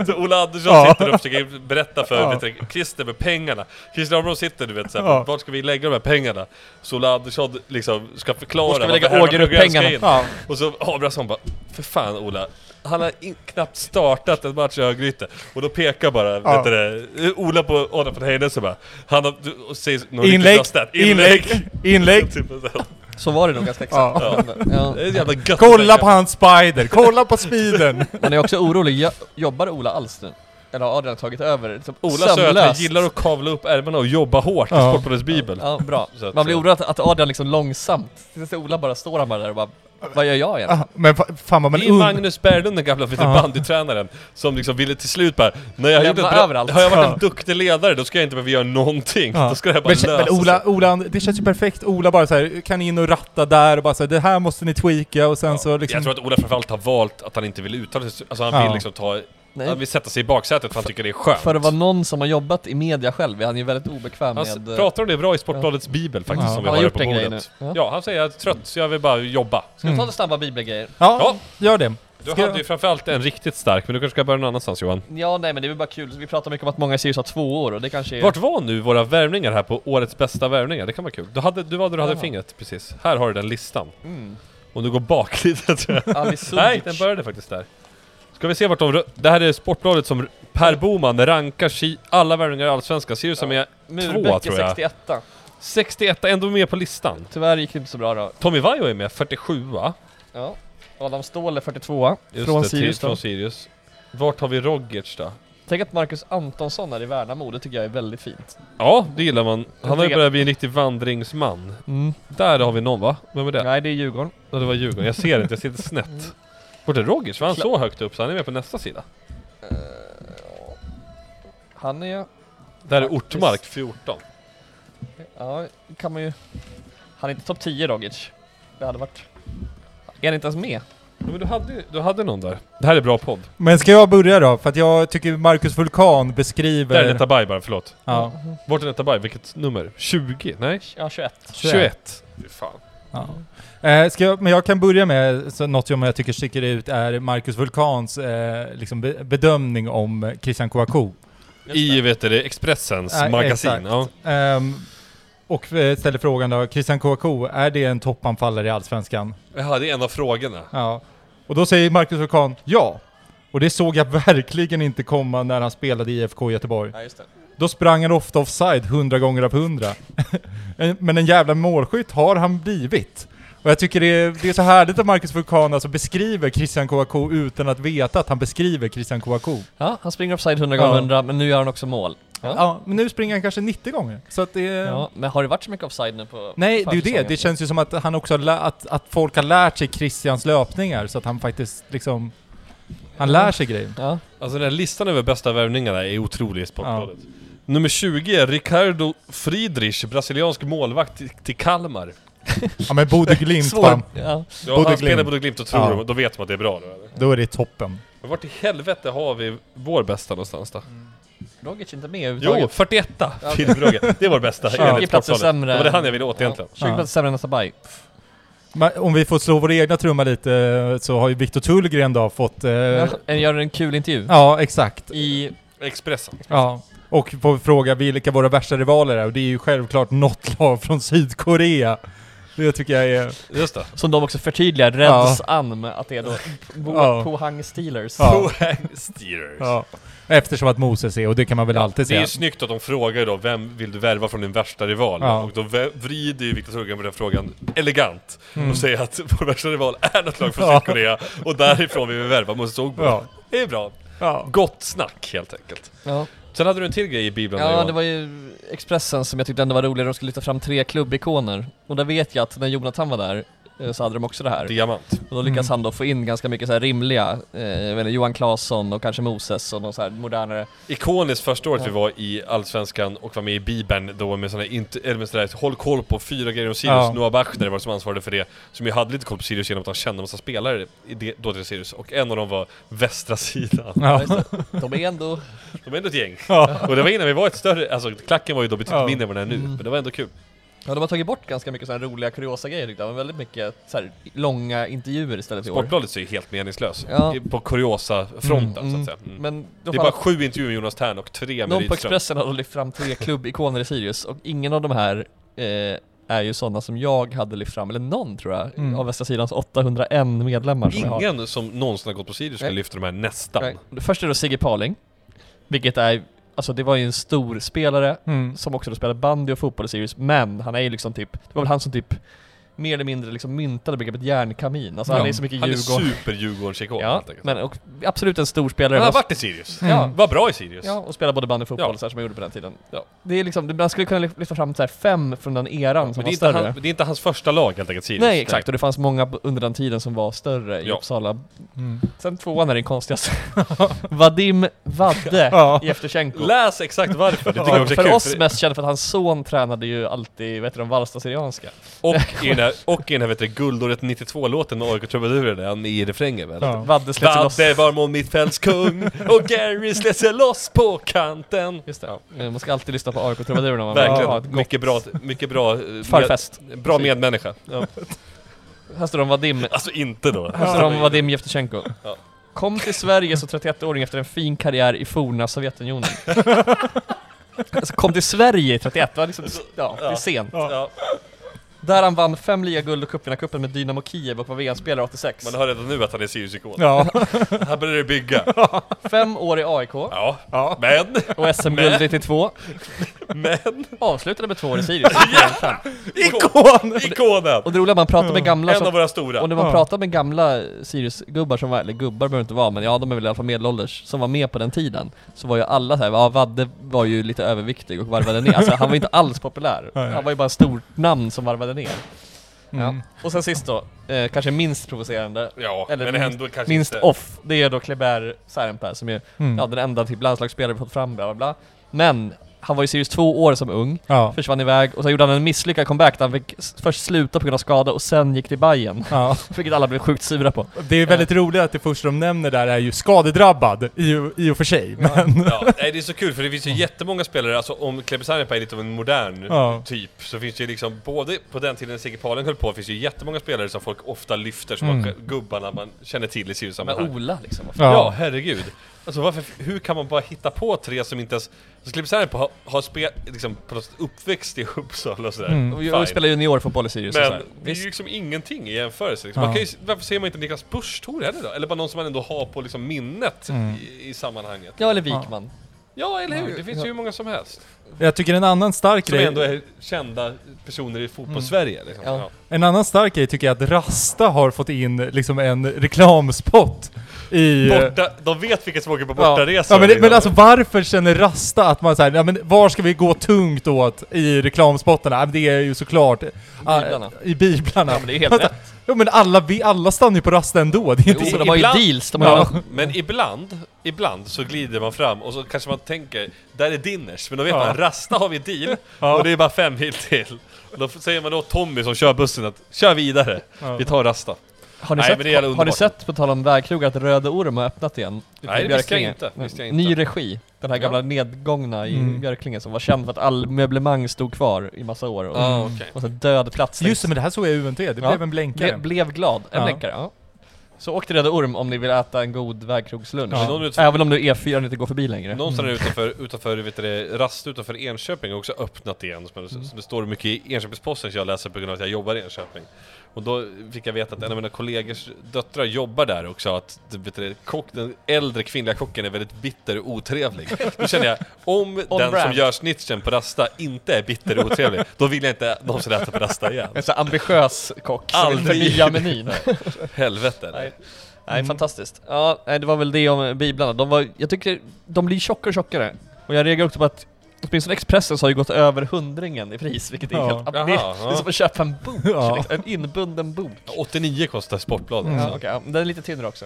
Så [laughs] Ola Andersson
Ja.
sitter och försöker berätta för
Ja.
vet du, Christer med pengarna. Christer Armbrong sitter du vet såhär,
Ja.
vart ska vi lägga de här pengarna? Så Ola Andersson liksom ska förklara
Var ska vi lägga
varför Herman
Ågerup-pengarna?
Sjögren ska in.
Ja.
Och så Abrahamsson bara, för fan Ola, han har in, knappt startat en match i Örgryte. Och då pekar bara,
Ja.
vet du det, Ola på Adam von Heine så bara, han har, du, och säger något riktigt
Inlägg,
bra stat.
inlägg, inlägg.
[laughs] Typ så här.
Så var det nog ganska exakt. eh,
Ja.
Ja.
Det är jävla gött.
Kolla på hans spider, kolla på
[laughs]
speeden.
Man är också orolig, Jo- jobbar Ola alls nu? Eller har Adrian tagit över? Typ
Ola sa ju att han
sömnlöst.
gillar att kavla upp ärmarna och jobba hårt i
Ja.
Sportbladets bibel.
Ja, bra.
Så att-
Man blir orolig att, att Adrian liksom långsamt, tills Ola bara står han bara där och bara Vad gör jag egentligen?
Ja, Men fa- fan vad man
det är
undrar.
Magnus Berglund, den gamla lite
Ja.
bandytränaren, som liksom ville till slut bara När jag har, gjort
Lämna
ett bra,
överallt."
har jag varit
Ja.
en duktig ledare, då ska jag inte behöva göra någonting.
Ja.
Då ska det här bara
Men,
lösa
men Ola, Ola, det känns ju perfekt. Ola bara så här, kan in och ratta där och bara så här, det här måste ni tweaka och sen
Ja.
så liksom...
Jag tror att Ola framförallt har valt att han inte vill uttala sig, alltså han
Ja.
vill liksom ta,
Nej.
han vill sätta sig i baksätet för han tycker det är skönt.
För att vara någon som har jobbat i media själv är han ju väldigt obekväm
han s-
med... eh,
pratar om det bra i Sportbladets bibel faktiskt
Ja.
som vi
han
har,
har gjort
på
en grej nu.
bordet.
Ja.
Ja, han säger jag är trött så jag vill bara jobba.
Ska vi ta lite snabba bibelgrejer?
Ja, gör det.
Du
Ska-
hade ju framförallt en riktigt stark, men du kanske ska börja någon annanstans Johan.
Ja, nej men det är väl bara kul. Vi pratar mycket om att många i Sirius har två år och det kanske är...
Vart var nu våra värvningar här på årets bästa värvningar? Det kan vara kul. Du, hade, du var där du hade
Ja.
fingret precis. Här har du den listan.
Mm.
Om du går bak lite tror jag.
Ali Sudic.
Nej, den började faktiskt där. Ska vi se vart de... rö- Det här är Sportbladet som Per Boman rankar Ki- alla värvningar i Allsvenskan. Sirius som
Ja.
är tvåa
Murbeck
tror
är
jag.
61
61 ändå med på listan.
Tyvärr gick det inte så bra då.
Tommy Vaiho är med, 47 va?
Ja. Adam Ståhl är 42
Just
Från
det, till-
Sirius då.
Från Sirius. Vart har vi Rogic då?
Tänk att Marcus Antonsson är i Värnamo, det tycker jag är väldigt fint.
Ja, det gillar man. Han har ju
tycker- Mm.
börjat bli en riktig vandringsman. Där har vi någon va? Vem är det?
Nej, det är Djurgården.
Ja, det var Djurgården. Jag ser inte, jag sitter snett.
Mm.
Vart är Rogic? Var han så högt upp så han är med på nästa sida?
Han är
Där är
Faktiskt.
Ortmark, 14.
Ja, kan man ju... Han är inte topp 10 Rogic. Det hade varit... Är han inte ens med?
Ja, men du hade, du hade någon där. Det här är bra podd.
Men ska jag börja då? För att jag tycker Marcus Vulkan
Det här
beskriver...
är Netta Bay bara, förlåt.
ja,
Vart är Netta Bay? Vilket nummer? 20? Nej?
Ja, 21.
21. Fy fan.
ja. Eh, ska jag, men jag kan börja med så något som jag tycker sticker ut är Marcus Vulkans eh, liksom be, bedömning om eh, Christian Kouakou.
I vet du, det, Expressens
Ja,
magasin.
exakt.
Ja.
Ehm, och eh, ställer frågan då, Christian Kouakou, är det en toppanfallare i Allsvenskan?
Jaha, det är en av frågorna.
Ja. Och då säger Marcus Vulkan ja. Och det såg jag verkligen inte komma när han spelade i IFK Göteborg.
Ja, just det.
Då sprang han ofta offside 100 gånger av 100. [laughs] En- Men en jävla målskytt har han blivit. Och jag tycker det är, det är så härligt att Marcus Vulkan alltså beskriver Christian Kouakou utan att veta att han beskriver Christian Kouakou.
Ja, han springer offside 100 gånger
Ja.
100, men nu gör han också mål.
Ja.
Ja.
men nu springer han kanske 90 gånger. Så att det...
Ja, men har det varit så mycket offside nu på
Nej, det är ju det.
försäsongen?
Det känns ju som att han också har lä- att, att folk har lärt sig Christians löpningar så att han faktiskt liksom... Han lär sig grejer.
Ja.
Alltså den här listan över bästa värvningarna är otrolig i Sportbladet. Nummer 20 är Ricardo Friedrich, brasiliansk målvakt till, till Kalmar.
Ja men Bodø Glimt fan,
Ja.
Ja,
Bodø
han
Glimt.
spelar Bodø Glimt och tror
Ja.
de- då vet man att det är bra då eller?
då är det toppen.
Men vart i helvete har vi vår bästa någonstans då?
Rogic är inte med
Jo,
överhuvudtaget.
41 Filip Rogge. Det är vår bästa
Ja.
enligt
20 platser
Sportbladet.
sämre.
Det var det han jag ville åt egentligen.
Ja. 20 platser sämre än Asabaj.
Men om vi får slå vår egna trumma lite eh, så har ju Viktor Tullgren då fått... Eh, ja.
En gör en kul intervju.
exakt.
I...
Expressen.
Ja. Och får fråga vilka våra värsta rivaler är och det är ju självklart något lag från Sydkorea. Det tycker jag är...
Just det.
Som de också förtydligar, rädds an med att det är då Bo-
Ja.
Pohang Steelers.
Ja.
Poang Steelers.
Ja. Eftersom att Moses är, och det kan man väl alltid
Det är
säga.
ju snyggt att de frågar ju då, vem vill du värva från din värsta rival?
Ja.
Och då vä- vrider ju Viktor Thorgren på den frågan elegant och säger att vår värsta rival är något lag från
Mm. Ja.
Sydkorea och därifrån vill vi värva Moses Ogbu.
Ja.
Det är bra.
Ja.
Gott snack helt enkelt.
Ja.
Sen hade du en till grej i Bibeln där,
Ja,
Johan.
det var ju Expressen som jag tyckte ändå var rolig, de skulle lyfta fram tre klubbikoner. Och där vet jag att när Jonathan var där eh, så hade de också det här.
Diamant.
Och då lyckas
Mm.
han då få in ganska mycket så här rimliga, eh, jag vet inte, Johan Claesson och kanske Moses och någon så här modernare.
Ikoniskt första året
Ja.
vi var i Allsvenskan och var med i Bibeln då med sådana här, inte, eller med sådana här håll koll på fyra grejer om Sirius.
Ja.
Noah Bachner var som ansvarade för det, som ju hade lite koll på Sirius genom att han kände en massa spelare i det dåtida Sirius. Och en av dem var västra sidan.
Ja.
Just det. De är ändå...
De är ändå ett gäng.
Ja.
Och det var innan vi var ett större, alltså klacken var ju då betydligt
Ja.
mindre än vad den är nu,
Mm.
men det var ändå kul.
Ja, de har tagit bort ganska mycket så här roliga kuriosa grejer tyckte jag, men väldigt mycket så här långa intervjuer istället i år.
Sportbladet är ju helt meningslös.
Ja.
I- På kuriosa-fronten
Mm,
så att säga. Mm.
Men då
Det är
fan-
bara sju intervjuer med Jonas Tern och tre med
Någon på
Rydström.
Expressen har då lyft fram tre klubbikoner i Sirius och ingen av de här eh, är ju sådana som jag hade lyft fram, eller någon tror jag,
Mm.
av Västra Sidans 801 medlemmar som jag har.
Ingen som någonsin har gått på Sirius skulle
Nej.
lyfta de här nästan.
Nej. Först är det då Sigge Paling, vilket är, alltså det var ju en stor spelare
Mm.
som också då spelade bandy och fotboll i Sirius, men han är ju liksom typ, det var väl han som typ mer eller mindre liksom myntade begreppet järnkamin, alltså han
Ja.
är så mycket
Han är
Djurgården.
super-Djurgårdsikon
Ja,
helt enkelt.
men och absolut en stor spelare.
han har
men-
varit i Sirius.
Mm.
Ja,
Var bra i Sirius.
Ja, och spela både bandy och fotboll
Ja.
så här som man gjorde på den tiden.
Ja.
Det är liksom, man skulle kunna lyfta fram så här fem från den eran som
Men
var
det är, inte
större.
han, det är inte hans första lag helt enkelt, Sirius.
Nej, exakt. Och det fanns många b- under den tiden som var större i
Ja.
Uppsala.
Mm.
Sen tvåan är den konstigaste. [laughs] Vadim Vadde
Ja.
Jevtusjenko.
Läs exakt varför, det tycker jag också är
För
kul.
oss
det-
mest känd för att hans son tränade ju alltid, vet du, de Vallsta Syrianska.
Och i den här, och i den här vet du, guldåret 92-låten med AIK Trubaduren, han är i refrängen väl?
Ja.
Vadde slet sig loss.
Vadde var mot mittfältskung och Gary slet sig loss på kanten.
Just det. Eh, Man ska alltid lyssna på AIK Trubaduren om man vill ha ett
Verkligen,
gott
mycket bra, mycket bra, eh, med,
förfest.
bra medmänniska.
Här står de Vadim
[laughs] Alltså inte då.
Alltså de Vadim Jevtusjenko.
Ja.
Kom till Sverige som 31-åring efter en fin karriär i forna Sovjetunionen. alltså kom till Sverige i 31, var liksom, ja, det är
Ja.
sent.
Ja,
Där han vann fem ligaguld och cupvinnarcupen med Dynamo Kiev och var VM-spelare 86.
man hör redan nu att han är Sirius-ikon.
Ja.
Här börjar det bygga.
Fem år i AIK
Ja,
Ja.
men,
[laughs] och SM-guld 92.
men,
Avslutade med två år
[laughs]
i Sirius.
Ikon!
ikonen!
Och det roliga är att man pratar med gamla
En av
som,
våra
och
stora.
när man
Ja.
pratar med gamla Sirius-gubbar som var, eller gubbar behöver inte vara, men ja de är väl i alla fall medelålders, som var med på den tiden. Så var ju alla såhär, ja Vadde var ju lite överviktig och varvade ner, alltså han var inte alls populär.
[laughs] Nej.
Han var ju bara ett stort namn som varvade ner.
Mm.
Och sen sist då, eh, kanske minst provocerande,
Ja,
Eller
men
minst-
ändå kanske
minst
inte.
off, det är då Kleber Särenpää som är
Mm.
ja, den enda typ landslagsspelare vi fått fram, bla bla bla. Men han var i Sirius två år som ung,
Ja.
försvann iväg och sen gjorde han en misslyckad comeback där han fick s- först sluta på grund av skada och sen gick till Bayern
Ja.
Vilket alla blev sjukt sura på.
Det är väldigt roligt att det första de nämner där är ju skadedrabbad, i, i och för sig. Men,
Ja, nej, det är så kul för det finns ju jättemånga spelare, alltså om Klebesannepa är lite av en modern
Ja.
typ, så finns det ju liksom, både på den tiden Sigge Palung höll på, finns det ju jättemånga spelare som folk ofta lyfter, som
Mm.
man, gubbarna man känner till i
Men
Sirius-sammanhang.
Ola liksom.
Ja.
ja.
herregud. Alltså varför, hur kan man bara hitta på tre som inte ens... Alltså Klebesannepa har, har spelat, liksom, på något sätt uppväxt i Uppsala och sådär.
Mm.
Och
Fine.
jag spelar juniorfotboll i Sirius och så
Men
här.
det är ju
Visst.
liksom ingenting i jämförelse. Liksom.
Ja.
Man kan ju, varför ser man inte Niklas Busch Thor heller då? Eller bara någon som man ändå har på liksom minnet
Mm.
i, i sammanhanget.
Ja, eller Wikman.
Ja, eller hur?
Ja,
Det finns
ja.
ju hur många som helst.
Jag tycker en annan stark
Som
grej...
ändå är kända personer i fotbollssverige. Liksom.
Mm. Ja.
Ja.
En annan stark grej tycker jag är att Rasta har fått in liksom en reklamspot i...
Borta, de vet vilket som åker på
ja.
bortaresor.
ja, men, det, men
liksom.
alltså varför känner Rasta att man säger ja men var ska vi gå tungt åt i reklamspottarna? Ja, men det är ju såklart...
Biblarna.
I biblarna.
Ja, men det är helt rätt.
Jo men alla, vi, alla stannar ju på Rasta ändå. Det är inte
Jo,
så...
de har ju
ibland-
deals. De har
Ja,
ju-
men ibland, ibland så glider man fram och så kanske man tänker, där är Dinners, men då vet
Ja.
man, Rasta har vi deal och det är bara fem mil till. Och Då säger man då Tommy som kör bussen att, kör vidare, vi tar Rasta.
Har ni,
Nej,
sett,
men det är jävla
har, har ni
underbart.
sett, på tal om vägkrogar, att Röde Orm har öppnat igen? ute
Nej,
i
det visste jag
Björklinge?
inte, visste jag
Ny
inte.
regi. Den här gamla nedgångna i
Mm.
Björklinge som var känd för att all möblemang stod kvar i massa år. Och,
Ah, okej.
och så död plats.
Just det, men det här såg jag i UNT. Det blev en
Ble,
blänkare.
blev glad. En
Ja.
blänkare, ja. Så åk till Röde Orm om ni vill äta en god vägkrogslunch.
Ja.
Någon utanför-
Även om nu E4 inte går förbi längre.
Någonstans utanför, utanför vet du, det, Rast utanför Enköping har också öppnat igen. Som,
Mm.
som det står mycket i Enköpingsposten som jag läser på grund av att jag jobbar i Enköping. Och då fick jag veta att en av mina kollegors döttrar jobbar där också. Att det, vet du, det, kock, den äldre kvinnliga kocken är väldigt bitter och otrevlig. Då känner jag, om
[laughs] On
den som
brand.
gör snitchen på Rasta inte är bitter och otrevlig, då vill jag inte någonsin äta på Rasta igen.
[laughs] En sån här ambitiös kock som vill
Aldrig.
förnya menyn.
Helvete.
Nej.
Nej.
[laughs] Nej, fantastiskt. Ja, nej, det var väl det om biblarna. De var, jag tycker de blir tjockare och tjockare. Och jag reagerar också på att åtminstone Expressen så har ju gått över hundringen i pris, vilket är
Ja.
helt... Det,
Jaha,
det
ja.
är som att köpa en bok,
Ja.
liksom, en inbunden bok.
89 kostar Sportbladet.
Ja,
Mm.
okej, ja, men den är lite tyngre också.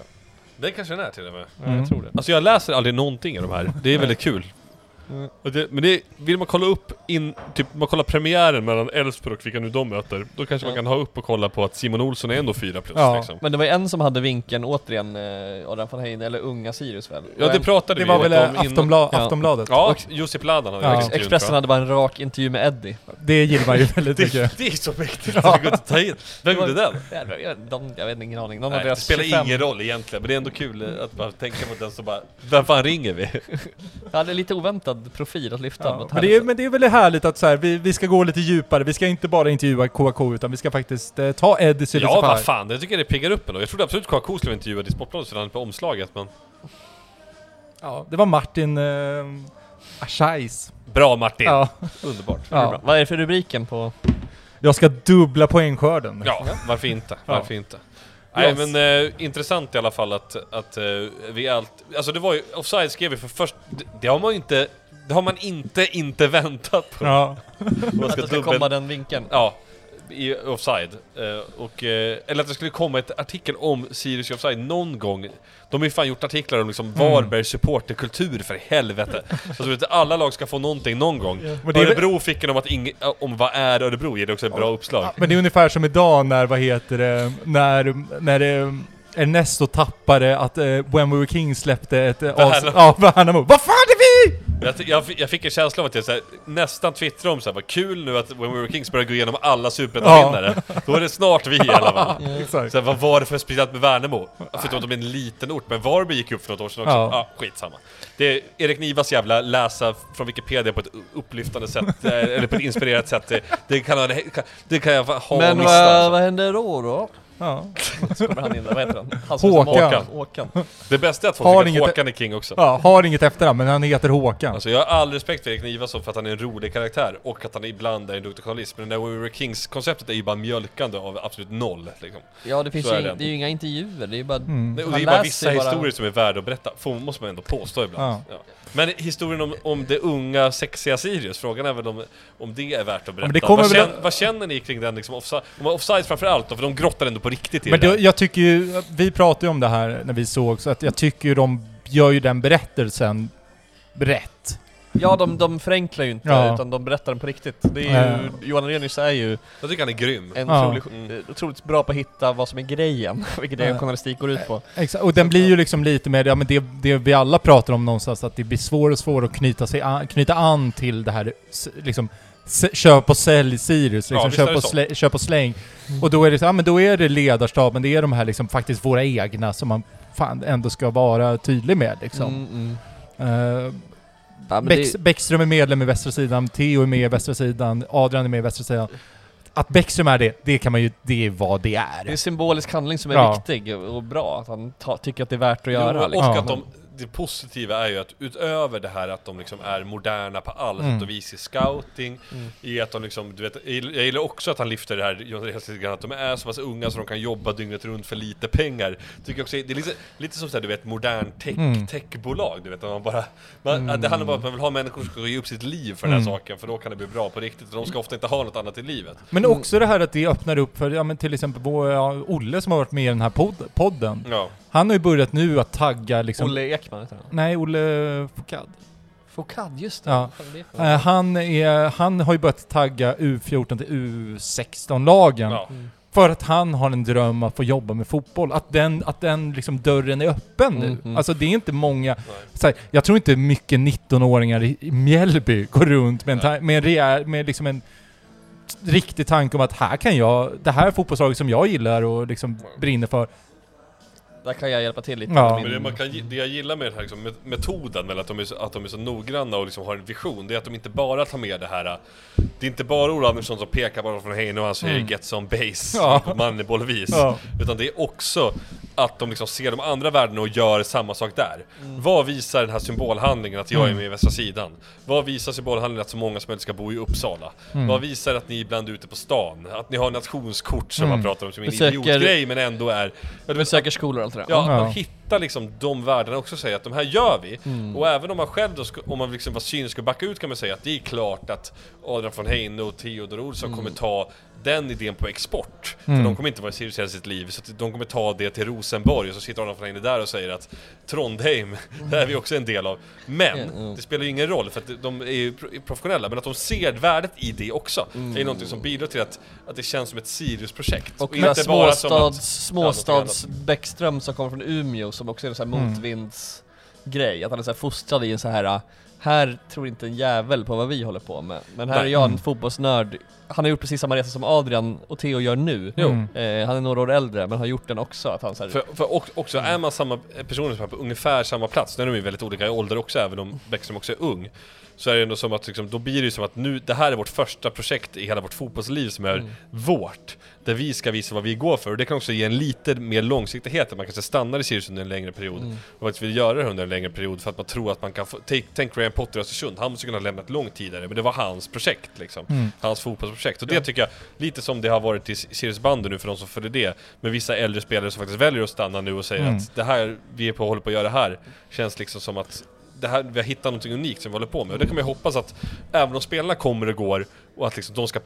Det kanske den är till och med.
Ja,
Mm.
Jag tror det.
Alltså jag läser aldrig någonting av de här. Det är väldigt kul.
Mm.
Och det, men det, vill man kolla upp in, typ man kollar premiären mellan Elfsborg och vilka nu de möter, då kanske man
Ja.
kan ha upp och kolla på att Simon Olsson är ändå 4 plus
Ja.
liksom.
Men det var ju en som hade vinkeln återigen, eh, Adam van Heijn, eller unga Sirius väl?
Ja
Och
det
en,
pratade
Det
vi
var
åt
väl
om
eh,
innan.
Aftonbla-
Ja.
Aftonbladet?
Ja, och Josip Ladan har
Ja.
ja.
Expressen hade bara en rak intervju med Eddie.
Det gillar man ju väldigt mycket.
det, det är så mäktigt att det går inte att ta in. Vem gjorde den?
Jävlar, Jag, de, jag vet inte, ingen aning. Någon
Nej,
av
det
deras
spelar
25
ingen roll egentligen, men det är ändå kul eh, att bara tänka på den som bara Vem fan ringer vi?
Ja, det är lite oväntad profil att lyfta.
Ja,
mot liksom.
men, det är,
alltså.
Harrison.
men det är väl härligt att så här, vi, vi ska gå lite djupare, vi ska inte bara intervjua KK utan vi ska faktiskt eh, ta Eddie
Ja
Silverstafar.
vad fan, jag tycker det piggar upp en då. Jag trodde absolut KK skulle vara intervjuad i Sportbladet för han hade på omslaget men
Ja, det var Martin eh, Achais.
Bra Martin!
Ja,
Underbart!
Det är bra.
ja.
Vad är det för rubriken på...
Jag ska dubbla poängskörden.
Ja, varför inte?
Ja.
Varför inte? Nej
Yes.
men eh, intressant i alla fall att, att eh, vi allt... Alltså det var ju, offside skrev vi för först... Det, det har man ju inte... Det har man inte, inte väntat på.
Ja.
Man
Att det ska
dubbel-
komma den vinkeln.
Ja, i offside. Eh, och, eh, eller att det skulle komma ett artikel om Sirius i offside någon gång. De har ju fan gjort artiklar om
Mm.
liksom Varbergs supporterkultur för helvete. Så att, du vet, alla lag ska få någonting någon gång.
Men det är väl-
Örebro fick en om att ing- om vad är Örebro, ger det också ett bra uppslag.
Men det är ungefär som idag när, vad heter det, när, när eh, Ernesto tappade att eh, When We Were Kings släppte ett eh, avs-
Värnamo.
Ja, Värnamo. Vad fan är vi?
Jag, ty- jag, fi- jag fick en känsla av att jag såhär, nästan twittrade om såhär, vad kul nu att When We Were Kings börjar gå igenom alla superettavinnare. Då är det snart vi i alla
[laughs]
fall.
Exakt.
Såhär, vad var det för speciellt med Värnamo? Förutom att de är en liten ort, men Varberg gick upp för något år sedan också.
Ja.
Ja, skitsamma. Det är Erik Nivas jävla läsa från Wikipedia på ett u- upplyftande
[laughs]
sätt, eh, eller på ett inspirerat sätt. Det, det, kan, jag- det kan- det kan jag ha
Men
men,
vad,
missat. alltså.
vad händer då då?
Ja.
Så kommer han in där, vad heter han? han
Håkan.
Håkan. Håkan.
Det bästa är att
Har
folk
inget-
tycker att Håkan är king också.
ja, har inget efternamn men han heter Håkan.
Alltså jag har all respekt för Erik Nivason för att han är en rolig karaktär och att han ibland är en duktig journalist. Men det där We Were Kings-konceptet är ju bara mjölkande av absolut noll. Liksom.
Ja, det finns
Så
ju,
är
ing-
den.
det är ju inga intervjuer, det är ju bara...
Det, och
man
det är bara
läser
vissa
ju bara-
historier som är värda att berätta, får, måste man ändå påstå ibland.
Ja.
Ja. Men historien om, om det unga sexiga Sirius, frågan är väl om, om det är värt att berätta.
men det kommer
vad,
väl-
känner, vad känner ni kring den liksom offside, om offside framförallt då, för de grottar ändå på riktigt i
Men
det.
det, jag tycker ju, vi pratade ju om det här när vi såg, så att jag tycker ju de gör ju den berättelsen rätt.
Ja, de, de förenklar ju inte
Ja.
utan de berättar den på riktigt. Det är ju,
Ja.
Johan Arrhenius är ju
Jag tycker han är grym.
en
Ja.
otrolig, eh, otroligt bra på att hitta vad som är grejen, [laughs] vilket det
Ja.
journalistik går ut på.
Exakt, och den blir ju liksom lite mer, ja men det, det vi alla pratar om någonstans, att det blir svårare och svårare att knyta, sig an, knyta an till det här s- liksom s- köp och sälj Sirius,
Ja,
liksom,
visst är
köp,
det
och
så.
slä, köp och släng. Och då är det så, ja men då är det ledarstaben, det är de här liksom faktiskt våra egna som man fan ändå ska vara tydlig med liksom.
Mm, mm.
Eh,
Ja, men
Bäck,
det,
Bäckström är medlem i västra sidan, Theo är med i västra sidan, Adrian är med i västra sidan. Att Bäckström är det, det kan man ju, det är vad det är.
det är symbolisk handling som är
Ja.
viktig och och bra, att han ta, tycker att det är värt att
Jo,
göra.
och
liksom.
Ja.
att de, det positiva är ju att utöver det här att de liksom är moderna på alla
Mm.
sätt och vis i scouting,
Mm.
i att de liksom, du vet, jag gill- jag gillar också att han lyfter det här Jonas Eliasson, lite grann, att de är så pass unga så de kan jobba dygnet runt för lite pengar. Tycker också, det är lite, lite som såhär, du vet, modern tech,
Mm.
techbolag, du vet, att man bara, man, att det handlar bara om att man vill ha människor som ska ge upp sitt liv för den
Mm.
här saken, för då kan det bli bra på riktigt, och de ska ofta inte ha något annat i livet.
Men också det här att det öppnar upp för, ja men till exempel vår, ja, Olle som har varit med i den här pod podden.
Ja.
Han har ju börjat nu att tagga liksom...
Olle Ekman heter han.
Nej, Olle Fokad.
Fokad, just det.
Ja.
Fan, det är Ekman.
Eh, han, är, han har ju börjat tagga U14 till U16-lagen.
ja.
Mm.
För att han har en dröm att få jobba med fotboll. Att den, att den liksom dörren är öppen nu.
Mm, mm.
Alltså det är inte många... Så här, jag tror inte mycket 19-åringar i i Mjällby går runt med en, ta- med en, rejäl, med liksom en t- riktig tanke om att här kan jag, det här är fotbollslaget som jag gillar och liksom brinner för.
Där kan jag hjälpa till lite.
Ja.
Men
med min-
det, man kan, ge- det jag gillar med den här liksom, met- metoden, eller att de, är så, att de är så noggranna och liksom har en vision, det är att de inte bara tar med det här... äh, Det är inte bara Ola Andersson som pekar bara från hejden och han säger
Mm.
“Get some base”
Ja.
på Moneyball-vis.
Ja.
Utan det är också att de liksom ser de andra värdena och gör samma sak där.
Mm.
Vad visar den här symbolhandlingen att jag är med i Västra Sidan? Vad visar symbolhandlingen att så många som möjligt ska bo i Uppsala?
Mm.
Vad visar att ni ibland är ute på stan? Att ni har nationskort som
Mm.
man pratar om som en
Besöker-
idiotgrej men ändå är... Ja,
Du söker skolor och allt det där.
Ja, att
Ja.
man hittar liksom de värdena också och säger att de här gör vi.
Mm.
Och även om man själv då, ska, om man liksom var cynisk och backa ut kan man säga att det är klart att Adrian von Heine och Theodor Olsson
Mm.
kommer ta den idén på export. För de kommer inte vara i Sirius hela sitt liv, så att de kommer ta det till Rosenborg och så sitter Adrian von Heine där och säger att Trondheim, [laughs] det är vi också en del av. Men
Ja, ja.
det spelar ju ingen roll för att de är ju pro- professionella, men att de ser värdet i det också. Det är någonting som bidrar till att, att det känns som ett Sirius-projekt.
Mm. Och den här småstads,
Ja,
småstads Bäckström som kommer från Umeå som också är en sån här
Mm.
motvindsgrej, att han är så här fostrad i en så här äh, här tror inte en jävel på vad vi håller på med, men här är
Nej.
jag en
Mm.
fotbollsnörd Han har gjort precis samma resa som Adrian och Theo gör nu
Jo. Mm.
eh, Han är några år äldre men har gjort den också, att han så här, Mm.
För, för och- också, är man samma personer som är på ungefär samma plats, nu är de ju väldigt olika i ålder också, även om Bäckström också är ung, så är det ändå som att liksom, då blir det ju som att nu, det här är vårt första projekt i hela vårt fotbollsliv som är
Mm.
vårt. Där vi ska visa vad vi går för, och det kan också ge en lite mer långsiktighet, att man kanske stannar i Sirius under en längre period,
Mm.
och faktiskt vill göra det under en längre period för att man tror att man kan få, tänk, tänk Graham Potter i Östersund, han måste kunna ha lämnat långt tidigare, men det var hans projekt liksom. Hans fotbollsprojekt. Och det tycker jag, lite som det har varit i Sirius bandy nu för de som följer det, med vissa äldre spelare som faktiskt väljer att stanna nu och säger
Mm.
att det här vi är på håller på att göra här, känns liksom som att det här, vi har hittat någonting unikt som vi håller på med. Och det kan man ju hoppas att även om spelarna kommer och går och att liksom de ska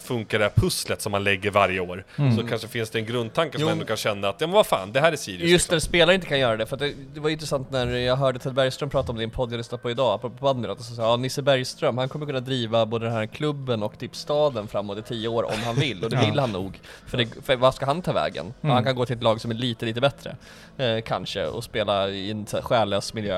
funka det här pusslet som man lägger varje år. Så kanske finns det en grundtanke som
Jo.
man ändå kan känna att, ja men vad fan, det här är Sirius.
Just när spelare inte kan göra det, för att det, det var ju intressant när jag hörde Ted Bergström prata om det i en podd jag lyssnade på idag, apropå bandy, att han sa ja, Nisse Bergström, han kommer kunna driva både den här klubben och typ staden framåt i tio år om han vill, och det
Ja. Mm.
vill han nog. För, det, för vad ska han ta vägen? Ja, Han kan gå till ett lag som är lite, lite bättre, eh, kanske, och spela i en så här själlös miljö.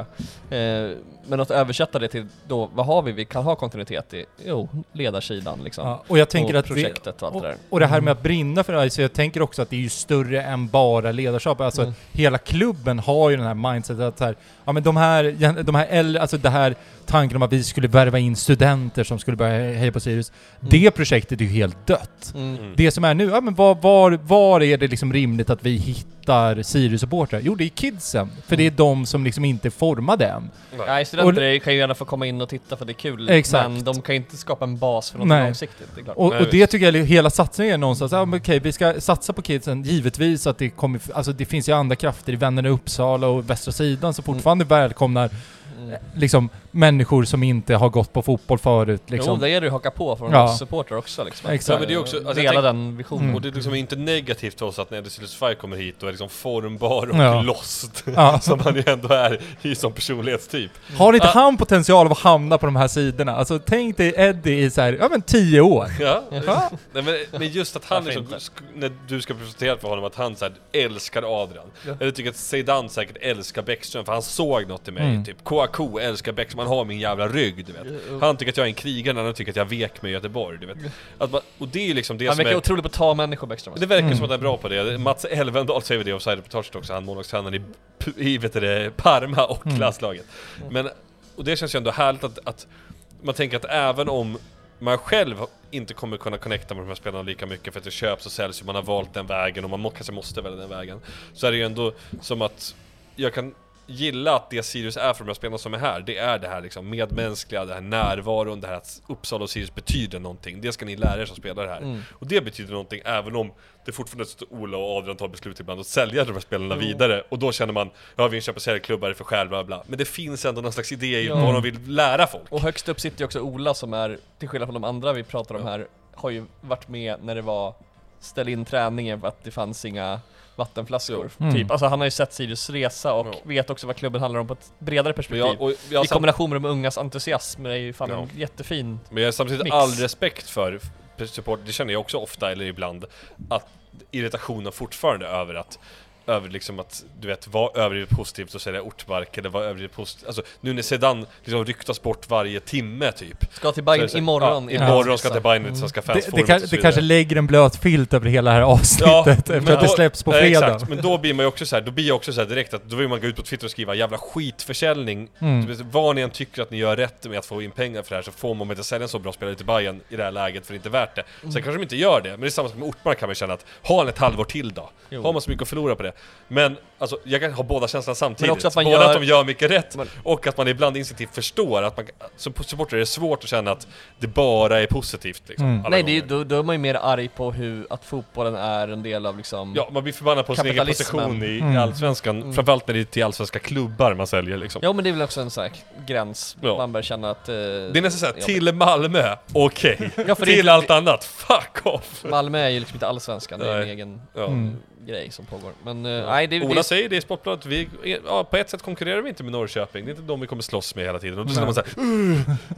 Eh, men att översätta det till då, vad har vi vi kan ha kontinuitet i? Jo, ledarsidan liksom.
Ja, och jag tänker
och Mm.
att det,
projektet och allt
och,
det där.
och det här med att brinna för det här, så jag tänker också att det är ju större än bara ledarskap. Alltså
Mm.
hela klubben har ju den här mindsetet att så här, ja men de här, gen- de här äldre, alltså det här tanken om att vi skulle värva in studenter som skulle börja he- heja på Sirius. Det projektet är ju helt dött.
Mm.
Det som är nu, ja men var, var, var är det liksom rimligt att vi hittar Sirius-supportrar? Jo, det är kidsen. För
Mm.
det är de som liksom inte är formade än.
Nej, studenter kan ju gärna få komma in och titta för det är kul,
Exakt.
men de kan ju inte skapa en bas för något
Nej.
långsiktigt, det är klart.
Och,
Nej,
och det
visst.
tycker jag li- hela satsningen är någonstans, ja, men okej vi ska satsa på kidsen, givetvis att
Mm.
det kommer, alltså det finns ju andra krafter i Vännerna i Uppsala och Västra Sidan som fortfarande välkomnar liksom, människor som inte har gått på fotboll förut. Liksom.
Jo, det är det ju haka på från
Ja.
oss supportrar också liksom.
Exakt.
Ja, men det är också- alltså, jag
Dela
tänk-
den visionen.
Mm.
Och det är liksom inte negativt för oss att när Fire kommer hit och är liksom formbar och
Ja.
lost.
Ja.
[laughs] Som han ju ändå är i som personlighetstyp.
Har inte
Ah.
han potential av att hamna på de här sidorna? Alltså tänk dig Eddie i så här, ja men 10 år.
Ja.
Ja.
Nej, men, men just att han
Varför
liksom,
inte?
sk- när du ska presentera för honom, att han så här, älskar Adrian.
Ja.
Eller tycker att Zeidan säkert älskar Bäckström, för han såg något i mig.
Mm.
Typ KAK älskar Bäckström, han har min jävla rygg du vet. Han tycker att jag är en krigare, när han tycker att jag vek mig i Göteborg du vet. Att man, och det är ju liksom det
Han
som
verkar
är...
otroligt på att ta människor Bäckström.
Det verkar som att han är bra på det. Mats Elvendal säger det i offside-reportaget också, han målvaktstränaren i, P- i vet du det, Parma och landslaget. Men, och det känns ju ändå härligt att, att man tänker att även om man själv inte kommer kunna connecta med de här spelarna lika mycket för att det köps och säljs och man har valt den vägen och man må- kanske måste välja den vägen. Så är det ju ändå som att jag kan gilla att det Sirius är för de här spelarna som är här, det är det här liksom medmänskliga, det här närvaron, det här att Uppsala och Sirius betyder någonting. Det ska ni lära er som spelar här.
Mm.
Och det betyder någonting även om det fortfarande står Ola och Adrian tar beslut ibland att sälja de här spelarna vidare. Och då känner man, ja vi är en köp och säljklubbar för själ, bla bla. Men det finns ändå någon slags idé i
Ja.
vad de vill lära folk.
Och högst upp sitter ju också Ola som är, till skillnad från de andra vi pratar om här, har ju varit med när det var ställ in träningen för att det fanns inga vattenflaskor.
Mm.
Typ. Alltså han har ju sett Sirius resa och
Ja.
vet också vad klubben handlar om på ett bredare
Men
perspektiv.
jag, och jag,
I kombination med de ungas entusiasm, det är ju fan en jättefin...
Men jag har samtidigt
Mix.
all respekt för för support, det känner jag också ofta eller ibland, att irritationen fortfarande över att över liksom att, du vet, vara överdrivet positivt och sälja Ortmark eller vara överdrivet positivt. Alltså nu när sedan liksom ryktas bort varje timme typ.
Ska till
Så är det
Bayern
så-
imorgon.
Ja,
i
alltså
imorgon
hans
ska till
resa.
Bayern till Svenska fans
Mm. Det, det, kan, det kanske lägger en blöt filt över hela det här avsnittet efter
men
att det
då-
släpps på
nej,
fredag.
Exakt, men då blir man ju också så här, då blir jag också så här direkt att då vill man gå ut på Twitter och skriva jävla skitförsäljning.
Mm.
Du vet, Vad ni än tycker att ni gör rätt med att få in pengar för det här så får man inte sälja en så bra spelare till Bayern i det här läget för det är inte värt det. Sen
Mm.
kanske de inte gör det, men det är samma sak med Ortmark kan man ju känna att ha han ett halvår till då?
Jo.
Har man så mycket att förlora på det? Men alltså, jag kan ha båda känslorna samtidigt.
Men också att man
Både
gör-
att de gör mycket rätt
Men-
och att man ibland instinktivt förstår att man som supporter är det svårt att känna att det bara är positivt liksom,
Mm.
alla
Nej, det är, ju-
gånger.
då, då är man ju mer arg på hur, att fotbollen är en del av liksom...
Ja, man blir förbannad på sin egen
Kapitalismen.
position i, i
Mm.
Allsvenskan. Framförallt när det är till Allsvenska klubbar man säljer liksom.
Ja men det är väl också en sån här gräns,
Ja.
man börjar känna att... eh,
Det är nästan såhär, till Malmö, okej.
[laughs] Ja, för det är
till
inte-
allt annat, fuck off!
Malmö är ju liksom inte allsvenskan, det är en
Nej.
egen
Ja.
Mm.
grej som pågår. Men eh, nej, det,
Ola
det,
säger det i Sportbladet, vi, ja, på ett sätt konkurrerar vi inte med Norrköping, det är inte de vi kommer slåss med hela tiden. Och då känner man såhär,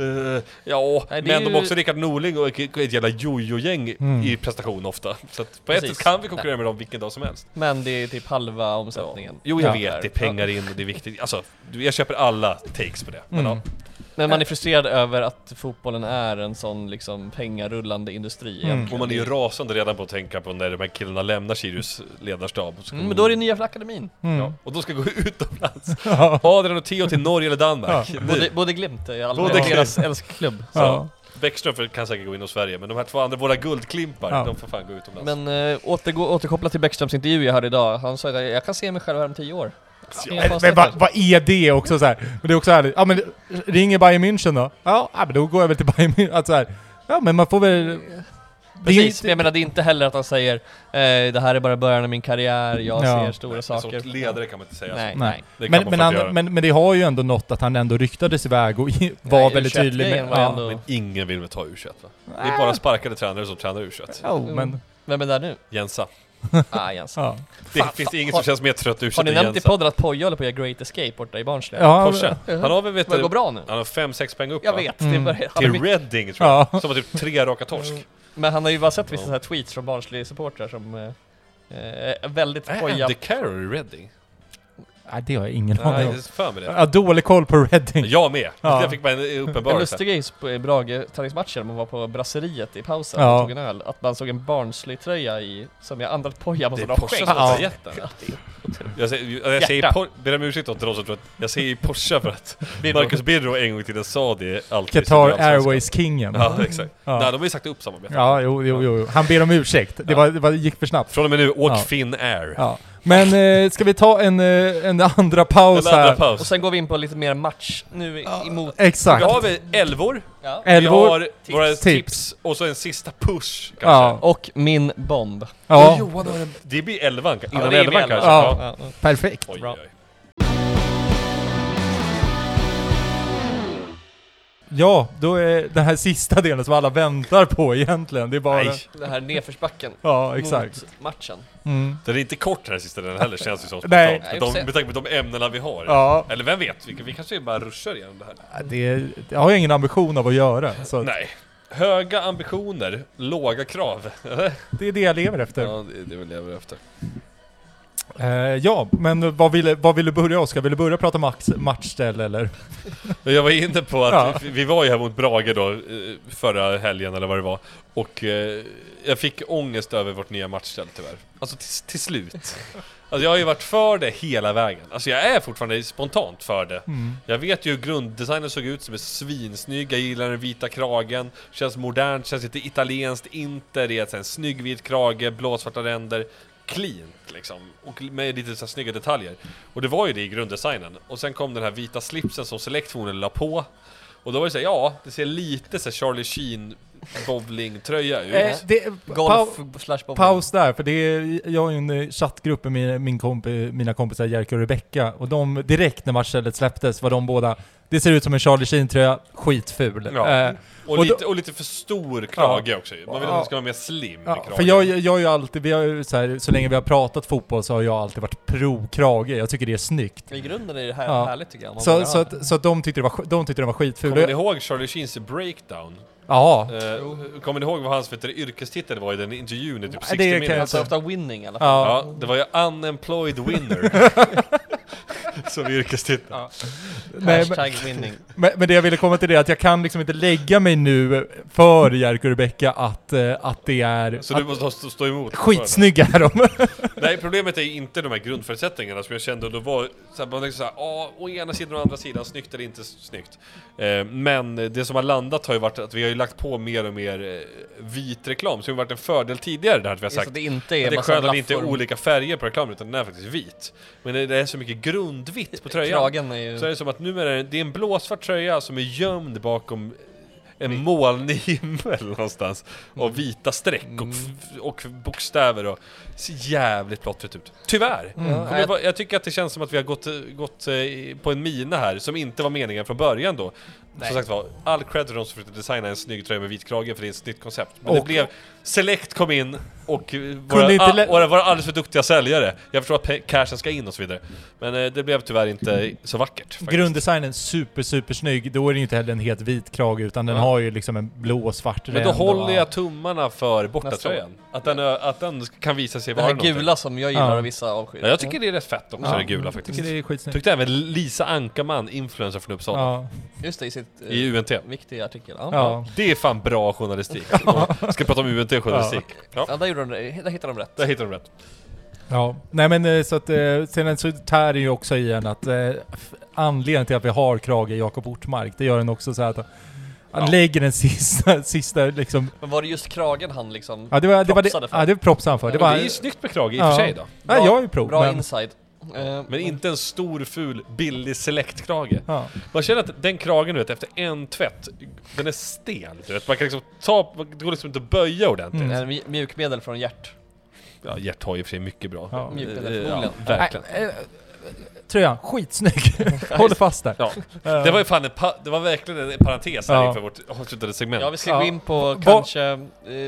uh, uh, ja,
Nej, det är
men de
ju-
har också Rickard Norling och ett ett jävla jojo-gäng
Mm.
i prestation ofta. Så att på ett
Precis.
sätt kan vi konkurrera med dem vilken dag som helst.
men det är typ halva omsättningen.
Jo, jag
Där.
vet, det är pengar in och det är viktigt. Alltså, du, jag köper alla takes på det. Men
Mm.
ja,
Ja. Men man är frustrerad över att fotbollen är en sån liksom pengarullande industri egentligen.
Mm. Och man är ju rasande redan på att tänka på när de här killarna lämnar Sirius ledarstab. Och, ska,
Mm, men då är det nya för akademin.
Mm.
[laughs] ja, och de ska gå utomlands.
Ja.
Adrian och Theo till Norge eller Danmark.
Ja.
Nu.
Både, både Glimt är
Mm. Både
allmänt
Glimt.
deras älsklubb.
Så,
Ja.
Bäckström för- kan säkert gå in i Sverige, men de här två andra, våra guldklimpar,
Ja.
de får fan gå utomlands.
Alltså.
Men eh, återgå, återkoppla till Bäckströms intervju jag hörde idag. Han sa att jag kan se mig själv här om tio år. Inga
Men, men
konstigheter.
vad, vad är det också så här? Men det är också härligt. Ja men ringer Bayern München då? Ja, ja, men då går jag väl till [laughs] Bayern München. Alltså, så här. Ja men man får väl... Det är ju
Precis, men jag menar det är inte heller att han säger eh, det här är bara början av min karriär, jag
Ja.
ser stora saker.
Som ledare kan man inte säga
Nej,
Nej.
nej.
så. Det kan
men,
man
men,
fan inte
han,
göra.
men, men det har ju ändå nått att han ändå ryktades iväg och var
Ja,
väldigt tydlig med...
U21-grejen var ju
Ja.
ändå-
Men ingen vill väl ta U21 va? Det är bara sparkade tränare som tränar U21.
Ja, men...
Vem är
[laughs]
där nu?
Jensa.
Ah, Jens.
Ja.
Det
Fan,
finns
fan,
inget
har-
som känns mer trött U21
Har ni
än
nämnt i
Jensa.
podden att Poja håller på att göra Great Escape borta i Barnsley?
Ja,
Porsche. Han har väl, vet
Det
du,
går bra nu.
han har 5-6 poäng upp
Jag
va?
vet,
Mm.
det börjar, han har
Till
mycket,
Reading tror jag,
Ja.
som har typ tre raka
Mm.
torsk.
Men han har ju bara sett vissa så här tweets från Barnsley-supportrar som eh, eh, är väldigt
Är
Äh,
Poja...
Andy Carroll i Reading?
Nej, det har jag ingen
Nej,
aning
jag
om.
är för mig det.
Ja, dålig koll på Reading.
Jag med! Alltså,
Ja.
Jag fick bara en
En
uppenbarelse.
lustig grej i Brage-träningsmatchen, man var på brasseriet i pausen
Ja.
och tog en öl, att man såg en Barnsley-tröja i, som jag antar att Poja
Det
måste
är
ha
Porsche som
skänkt.
Ja.
har jätten. Jag säger, jag säger
Hjärta.
por- ber om ursäkt åt de som tror att jag säger Porsche för att
Birro.
Marcus Birro en gång i tiden sa det alltid. i
Qatar
Allsvenskan.
Airways-kingen.
Ja, exakt.
Ja.
Nej, de har ju sagt upp samarbetet.
Ja, jo, jo, jo. Han ber om ursäkt. Det,
Ja.
var, det var, det gick för snabbt.
Från och med nu, åk
Ja.
Finnair.
Ja. Men eh, ska vi ta en, eh, en andra paus
Eller andra
här?
Och
paus.
sen går vi in på lite mer match nu i- emot...
Exakt.
Då har vi elvor,
Ja.
vi
Elvor.
har våra tips.
Tips.
och så en sista push kanske.
Ja.
Och min bomb.
Ja,
Johan har en... Det blir elvan, ka-
Ja,
innan
det är
elvan
min
kanske.
elva.
Ja.
Ja.
perfekt.
Oj,
Bra.
oj.
Ja, då är den här sista delen som alla väntar på egentligen. Det är bara...
Nej,
Den här nedförsbacken.
Ja, exakt.
Mot matchen.
Mm.
den är inte kort den här sista delen heller känns det som.
Nej.
spontant. Med, de, med tanke på de ämnena vi har.
Ja,
Eller vem vet, vi, vi kanske bara ruschar igenom det här.
det, det har jag ingen ambition av att göra. Så att
Nej. Höga ambitioner, låga krav.
det är det jag lever efter.
Ja, det, det vill jag väl efter.
Eh, ja, men vad vill, vad vill du börja Oskar? Vill du börja prata max, matchställ eller?
Men jag var inne på att
Ja.
vi, vi var ju här mot Brage då, eh, förra helgen eller vad det var. Och eh, jag fick ångest över vårt nya matchställ tyvärr. Alltså till, till slut. Alltså jag har ju varit för det hela vägen. Alltså jag är fortfarande spontant för det.
Mm.
Jag vet ju hur grunddesignen såg ut som är svinsnygg, jag gillar den vita kragen, känns modernt, känns lite italienskt, inte det. Så här, En snygg vit krage, blåsvarta ränder, cleant liksom. Och med lite så här, snygga detaljer. Och det var ju det i grunddesignen. Och sen kom den här vita slipsen som selektionen la på. Och då var det såhär, ja, det ser lite såhär Charlie Sheen bowlingtröja ut.
Eh, det,
Golf
pau-
slash bowling.
paus där, för det är, jag har ju en eh, chattgrupp med min, min kompi, mina kompisar Jerker och Rebecka och de direkt när matchstället släpptes var de båda det ser ut som en Charlie Sheen-tröja, skitful.
Ja.
Eh,
Och,
och då-
lite, och lite för stor krage också ju. Man vill att den ska vara mer slim i
Ja,
kragen.
för jag, jag, jag har ju alltid, vi har ju så, här, så länge vi har pratat fotboll så har jag alltid varit pro-krage. Jag tycker det är snyggt.
I grunden är det här
Ja.
härligt tycker jag. Man
Så,
bara-
så, att, så att de tyckte det var, sk- de tyckte det var skitful.
Kommer ni ihåg Charlie Sheens breakdown?
Ja,
Eh, kommer ni ihåg vad hans vet, du, yrkestitel var i den intervjun i typ 60
det kan jag
minutes?
Alltså ofta winning i alla fall.
ja.
Ja, det var ju unemployed winner som yrkestitel.
Ja. Nej, men,
Hashtag
[laughs]
winning.
men, men det jag ville komma till det är att jag kan liksom inte lägga mig nu för Jerker och Rebecka att, eh, att det är...
Så
att,
du måste stå, stå emot.
Skitsnygga är de!
Nej, problemet är ju inte de här grundförutsättningarna som jag kände då var så här, man tänkte såhär, ja, å ena sidan och å andra sidan, snyggt eller inte snyggt. Eh, men det som har landat har ju varit att vi har ju lagt på mer och mer eh, vit reklam, som har varit en fördel tidigare det här att vi har
Så
sagt.
att Alltså, det inte
Ja,
är
Det är
massa
skönt att det inte är
blaffor.
olika färger på reklamen utan den är faktiskt vit. Men det det är så mycket grundvitt på tröjan.
Kragen är ju...
Så är det som att nu är det, det är en blåsvart tröja som är gömd bakom en molnig [laughs] himmel någonstans. Och vita streck och, f- och bokstäver och ser jävligt plottrigt ut. Tyvärr! Kommer
Nej.
jag, jag tycker att det känns som att vi har gått, eh, gått eh, i- på en mina här som inte var meningen från början då.
Nej.
Som sagt var, all cred till de som försökte designa en snygg tröja med vit krage för det är ett snyggt koncept. Men det
Och-
blev, Select kom in och eh, våra,
inte
ah,
lä-
våra, våra alldeles för duktiga säljare. Jag förstår att pe- cashen ska in och så vidare. Men eh, det blev tyvärr inte så vackert. faktiskt.
Grunddesignen super, super snygg. Då är det ju inte heller en helt vit krage utan den
Ja.
har ju liksom en blå och svart
Men
ränd
då
och-
håller jag tummarna för bortatröjan.
Nästa
Att den, ö- att den kan visa sig
Det
vara
här
någonting.
gula som jag gillar
Ja.
och vissa avskyr.
Ja, jag tycker det är rätt fett också,
Ja.
det gula
Jag
faktiskt.
tycker det är skitsnyggt.
Tyckte även Lisa Ankarman, influencer från Uppsala,
Ja.
Just det, i sitt... eh,
i UNT.
Viktig artikel. Ja. Ja.
Ja.
Det är fan
[laughs]
bra journalistik. Ska prata om UNT-journalistik. Ja.
där, gjorde de, det. där hittade de rätt.
Där hittar de rätt.
Ja, nej men eh, så att eh, sen så tär det ju också i en att eh, f- anledningen till att vi har krage i Jakob Ortmark, det gör den också så här att han
Ja.
lägger den sista, [laughs] sista liksom,
Men var det just kragen han liksom...
ja det var det, var det,
Propsade för.
ja, det propsade han för. Det
Det,
var,
det är ju snyggt med krage i och
Ja.
för sig då.
nej, jag är ju pro,
Bra
men,
inside. Eh,
Men inte en stor, ful, billig select-krage.
ja.
Man känner att den kragen du vet, efter en tvätt, den är stel. Du vet. Man kan liksom ta, det går liksom inte att böja ordentligt.
Mm.
eh, mj- Mjukmedel från Gert.
Ja, Gert har ju i och för sig mycket bra.
Ja.
Mjukmedel,
Eh,
förmodligen.
verkligen.
Nej, eh, Tröjan,
[laughs]
skitsnygg! Håller fast där.
Ja. Det var ju fan en pa- det var verkligen en parentes här
Ja.
inför vårt avslutade segment.
Ja, vi ska
Ja.
gå in på kanske... eh,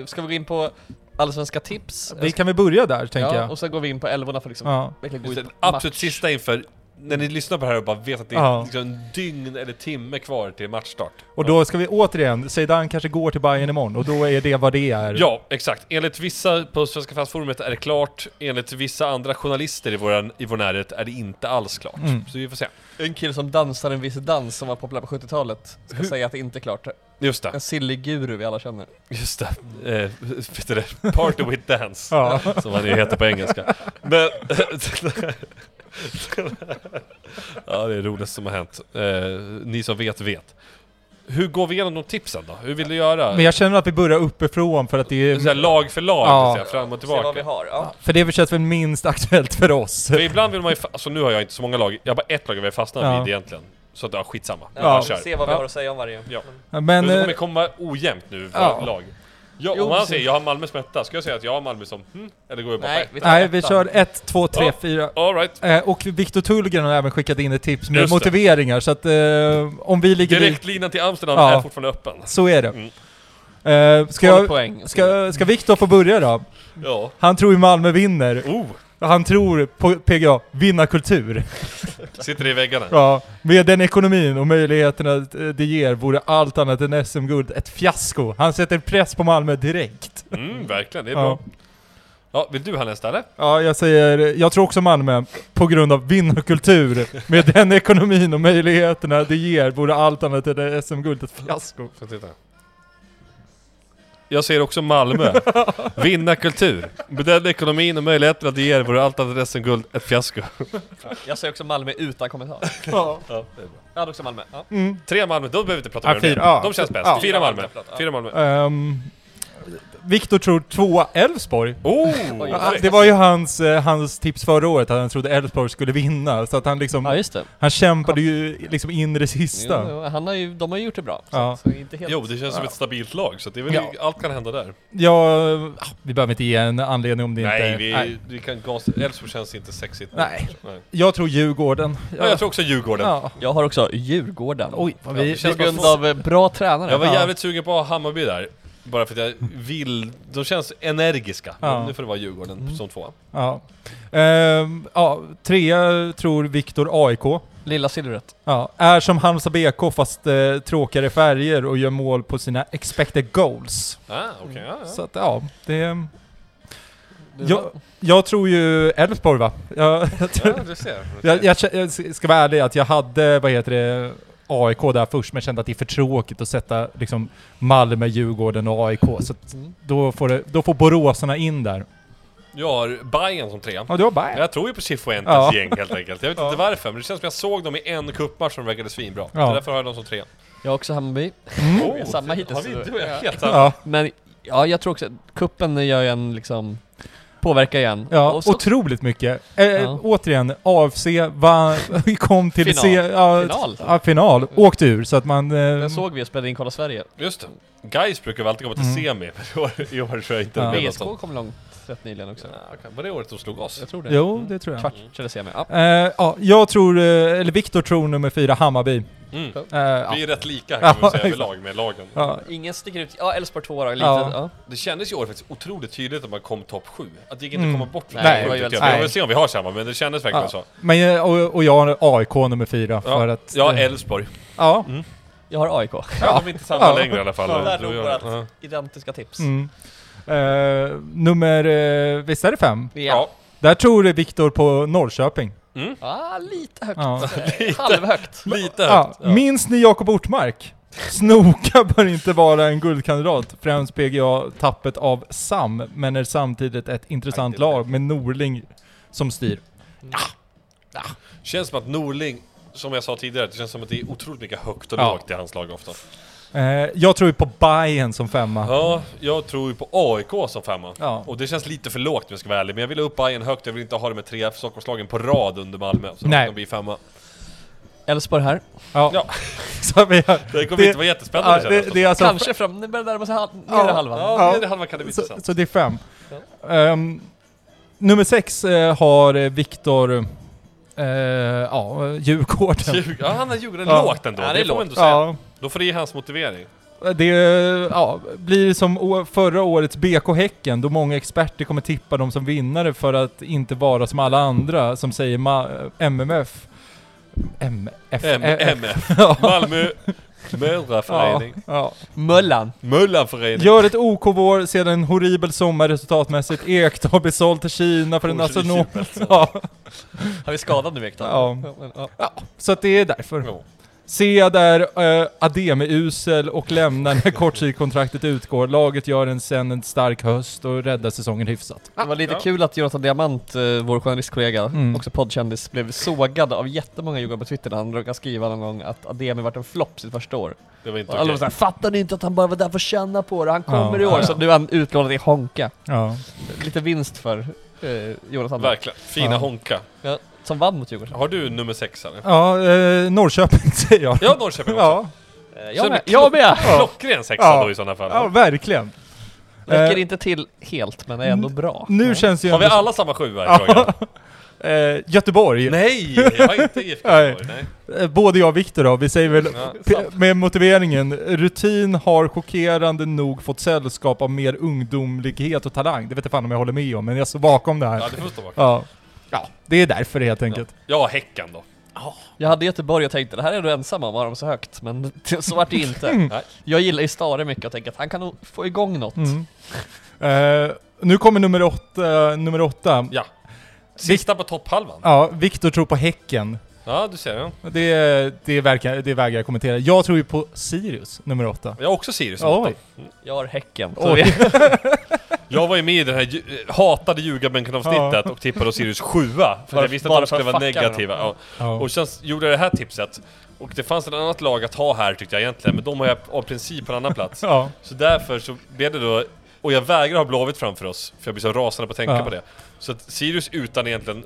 Ska vi gå in på allsvenska tips?
Vi kan vi börja där, tänker
ja,
jag.
och sen går vi in på älvorna för liksom...
Ja.
Verkligen gå
Just
ut
den
på
absolut
match.
sista inför, när ni lyssnar på det här och bara vet att det är
Ja.
liksom en dygn eller timme kvar till matchstart.
Och då ska vi återigen, Zeidan kanske går till Bayern imorgon och då är det vad det är.
Ja, exakt. Enligt vissa på Svenska fansforumet är det klart, enligt vissa andra journalister i vår, i vår närhet är det inte alls klart.
Mm.
Så vi får se.
En kille som dansar en viss dans som var populär på 70-talet ska
Hur-
säga att det inte är klart.
Just det.
En sillig guru vi alla känner.
Just det. Eh, vet du det? Party with dance.
Ja.
Som han ju heter på engelska. Men... ja, det är roligt som har hänt. Eh, ni som vet, vet. Hur går vi igenom de tipsen då? Hur vill du göra?
Men jag känner att vi börjar uppifrån för att det
Så här,
är...
lag för lag,
Ja.
så här, fram och
Se vad vi
tillbaka.
har. Ja.
För det känns väl minst aktuellt för oss.
För ibland vill man ju... fa- Alltså nu har jag inte så många lag. Jag har bara ett lag jag vill fastna
Ja.
vid egentligen. Så att, ja, skitsamma.
Ja,
Jag
Ja.
kör.
Se vad vi
Ja.
har att säga om varje.
Ja.
Men...
Men, det
eh,
kommer komma ojämnt nu,
Ja.
lag. Ja,
Jo,
om han
precis.
säger jag har Malmö som etta, ska jag säga att jag har Malmö som hm? Eller går jag bara
Nej,
Nej.
vi tar
Nej, vi
ettan.
kör 1, 2, 3,
Ja.
4.
Alright.
Eh, Och Viktor Tullgren har även skickat in ett tips med
Just det.
motiveringar, så att eh, om vi ligger i...
Direktlinan till Amsterdam
Ja.
är fortfarande öppen.
Så är det.
Mm.
Eh, ska
Tolv
jag,
poäng.
ska, ska Viktor få börja då?
Ja.
Han tror ju Malmö vinner.
Oh!
Han tror på PGA, vinnarkultur.
Sitter i väggarna.
Ja, med den ekonomin och möjligheterna eh, det ger vore allt annat än SM-guld ett fiasko. Han sätter press på Malmö direkt.
Mm, verkligen, det är
Ja.
bra. Ja, vill du ha nästa eller?
Ja, jag säger, jag tror också Malmö, på grund av vinnarkultur. Med den ekonomin och möjligheterna det ger vore allt annat än SM-guld ett fiasko.
Får jag titta? Jag ser också [laughs] Malmö. Vinnarkultur. Med den ekonomin och möjligheterna det ger vore allt annat än resten guld ett fiasko.
Jag säger också Malmö utan kommentar.
Ja.
Ja, det är bra.
Jag hade också Malmö. Ja.
Mm.
Tre Malmö, då behöver vi inte prata
Ja,
mer om det.
fyra, ja.
De känns bäst.
Ja.
Fyra Malmö.
Ja.
Fyra Malmö.
Ehm, Viktor tror tvåa Elfsborg.
Oh!
Ja, Det var ju hans, eh, hans tips förra året, att han trodde Elfsborg skulle vinna. Så att han liksom,
Ja just det.
han kämpade ju liksom in i det sista.
Jo, jo, han har ju, de har ju gjort det bra. Så,
Ja.
så inte helt...
Jo, det känns som ett stabilt lag, så det är väl
Ja.
allt kan hända där.
Ja, ah, vi behöver inte ge en anledning om det
Nej,
inte...
vi,
Nej.
vi kan gasa. Elfsborg känns inte sexigt.
Nej.
Nej.
Jag tror Djurgården.
Ja, jag tror också Djurgården.
Ja.
Jag har också Djurgården.
Oj, vad
Ja,
vi...
det
På
känns
grund
bara-
av eh, bra tränare.
Jag var
Ja.
jävligt sugen på att ha Hammarby där. Bara för att jag vill, de känns energiska.
Ja. Mm.
Men Nu får det vara Djurgården som tvåa.
Ja. Ehm, ja, trea tror Viktor AIK.
Lilla silvret.
Ja, är som Halmstad BK fast eh, tråkigare färger och gör mål på sina expected goals.
Ah, okej. ja, ja.
Så att ja, det... Jag, jag tror ju Elfsborg va? Jag, jag, tror-
Ja, du ser.
jag, jag, kä- jag ska vara ärlig att jag hade, vad heter det, AIK där först men kände att det är för tråkigt att sätta liksom Malmö, Djurgården och AIK. Så att
Mm.
Då får, det, då får boråsarna in där.
Jag har Bayern som trea.
Ja, du har Bayern.
Jag tror ju på Chifuentes
Ja.
gäng helt enkelt. Jag vet inte varför, men det känns som jag såg dem i en cupmatch som verkade svinbra.
Ja.
Så därför har jag dem som trea.
Jag har också Hammarby.
Oh,
Vi har samma hittills.
Har vi, du och jag helt samma.
Mm. Ja,
Men ja, jag tror också att kuppen gör ju en liksom... Påverkar igen.
ja.
så-
otroligt mycket. Eh,
Ja.
Återigen, AFC va, [laughs] kom till
Final.
C, ja,
Final.
Ja, final. Åkte ur så att man... Eh,
Den såg vi och spelade in Kolla Sverige.
Just det. Guys brukar väl alltid komma till semi, men i år- i år tror jag inte
Mm. Ja.
det blev något
VSK
sånt.
kom långt rätt nyligen också.
Ja, okej. Var det året de slog oss?
Jag tror det.
jo, det tror jag.
Kvart eller semi. Ja.
Eh, ja, jag tror, eh, eller Viktor tror nummer fyra, Hammarby.
Mm.
Eh, ja.
Vi är rätt lika kan
Ja,
man säga
exakt.
överlag med lagen.
Ja,
Ingen sticker ut. Ja, Elfsborg tvåa då. Lite.
Ja.
Ja.
Det kändes ju i år faktiskt otroligt tydligt att man kom topp 7. Att det gick inte
Mm.
att komma bort från
Nej,
topp
det
sju,
var
tycker
ju väldigt-
jag. Vi
Nej.
får se om vi har samma, men det kändes verkligen
Ja.
så.
Men, eh, och, och jag har AIK nummer fyra för
Ja,
att...
jag har
eh,
Elfsborg.
ja.
Jag har AIK.
Ja, de är inte samma
Ja.
längre i alla fall.
Ja.
Du
Där låg
gör-
vårat
ja.
Identiska tips.
Mm. Eh, nummer, eh, visst är det fem?
Ja.
Ja.
Där tror det Viktor på Norrköping.
Ah, lite högt.
Ja.
Halvhögt.
Lite
Ja,
högt. [laughs] Ja.
Minns ni Jakob Ortmark? Snoka bör inte vara en guldkandidat, främst PGA-tappet av SAM, men är samtidigt ett intressant lag med Norling som styr.
Känns som att Norling, som jag sa tidigare, det känns som att det är otroligt mycket högt och
Ja.
lågt i hans lag ofta.
Eh, jag tror ju på Bayern som femma.
Ja, jag tror ju på AIK som femma.
Ja.
Och det känns lite för lågt om jag ska vara ärlig, men jag vill ha upp Bayern högt, jag vill inte ha det med tre Stockholmslagen på rad under Malmö. Så
Nej.
de blir femma.
Elfsborg här.
Ja.
Ja.
[laughs] Så vi har,
Det kommer
Det-
inte vara jättespännande
ja,
känns
det, det är alltså,
Kanske fram, det börjar närma sig halv,
Ja.
nedre halvan.
Ja,
Ja.
det halva kan det bli
så,
intressant.
så det är fem. Ehm, nummer sex eh, har eh, Viktor, eh, ja, Djurgården.
Djurgården- Ja, han har Djurgården
Ja.
lågt ändå.
Ja,
det,
det är
får man
lågt.
ändå säga.
Ja,
Då får det ge hans motivering.
Det eh, ja, blir som å- förra årets BK Häcken då många experter kommer tippa dem som vinnare för att inte vara som alla andra som säger Ma- MMF. MF.
M-
eh,
MF. [laughs]
ja,
Malmö Möllaförening.
ja.
Möllan.
Möllaförening.
Gör ett OK-vår sedan en horribel sommar resultatmässigt. Ekdal har blivit såld till Kina för en astronom. [laughs] Ja,
Har vi skadat nu Ekdal?
Ja.
men, ja.
så att det är därför.
Ja.
Se där uh, Ademi usel och lämnar när [laughs] kortsidkontraktet utgår. Laget gör en sen en stark höst och räddar säsongen hyfsat.
Det var lite
Ja.
kul att Jonathan Diamant, eh, vår journalistkollega,
Mm.
också poddkändis, blev sågad av jättemånga djurgårdare på Twitter när han råkade skriva någon gång att Ademi varit en flopp sitt första år.
Det var inte
Alla var
okej.
såhär, fattar ni inte att han bara var där för att känna på det? Han kommer
Ja.
i år!
Ja.
Så nu är han utlånad i Honka.
Ja.
Lite vinst för eh, Jonathan.
Verkligen. Fina
Ja.
Honka.
Ja, som vann mot Djurgården.
Har du nummer sex eller?
Ja, eh, Norrköping [laughs] säger jag.
Ja, Norrköping också.
ja.
Eh,
Så
jag med!
det blir
Jag med!
Klockren sexa
Ja.
då i sådana fall.
ja verkligen.
Räcker
Eh,
inte till helt, men är ändå bra.
Nu känns ju
Har vi
ändå-
alla samma sjua i frågan?
[laughs] eh, Göteborg.
Nej! Jag har inte IFK
Nej.
Göteborg, nej.
[laughs] Eh, Både jag och Viktor då, vi säger väl
Ja,
[laughs] p-
sant.
med motiveringen Rutin har chockerande nog fått sällskap av mer ungdomlighet och talang. Det vet jag fan om jag håller med om, men jag står bakom det här.
Ja, det får stå bakom.
Ja. Typ. ja, det är därför helt enkelt.
Ja, Häcken då.
Jag hade Göteborg och tänkte det här är du ensam om, har de så högt? Men [laughs] så vart det inte.
Nej.
Jag gillar ju Stare mycket och tänker att han kan nog få igång något.
Mm. Eh, nu kommer nummer åtta. nummer åtta.
Ja. Sista på topphalvan.
Ja, Viktor tror på Häcken.
Ja, du ser. Ja.
Det, det, verkar, det vägrar jag kommentera. Jag tror ju på Sirius, nummer åtta.
Jag har också Sirius som åtta.
Oj.
Jag har Häcken. Så
Oj.
vi-
Jag var ju med i den här ju- eh, hatade ljugarbänken-avsnittet och tippade Sirius sjua. För
Bara-
jag visste att
bara
de skulle
för att
vara
fucka
negativa.
med
Ja.
dem.
Ja.
Och sen gjorde jag det här tipset. Och det fanns ett annat lag att ha här tyckte jag egentligen, men de har jag av princip på en
[laughs]
annan plats.
Ja.
Så därför så blev det då... Och jag vägrar ha Blåvitt framför oss, för jag blir så rasande på att tänka
Ja.
på det. Så att Sirius utan egentligen...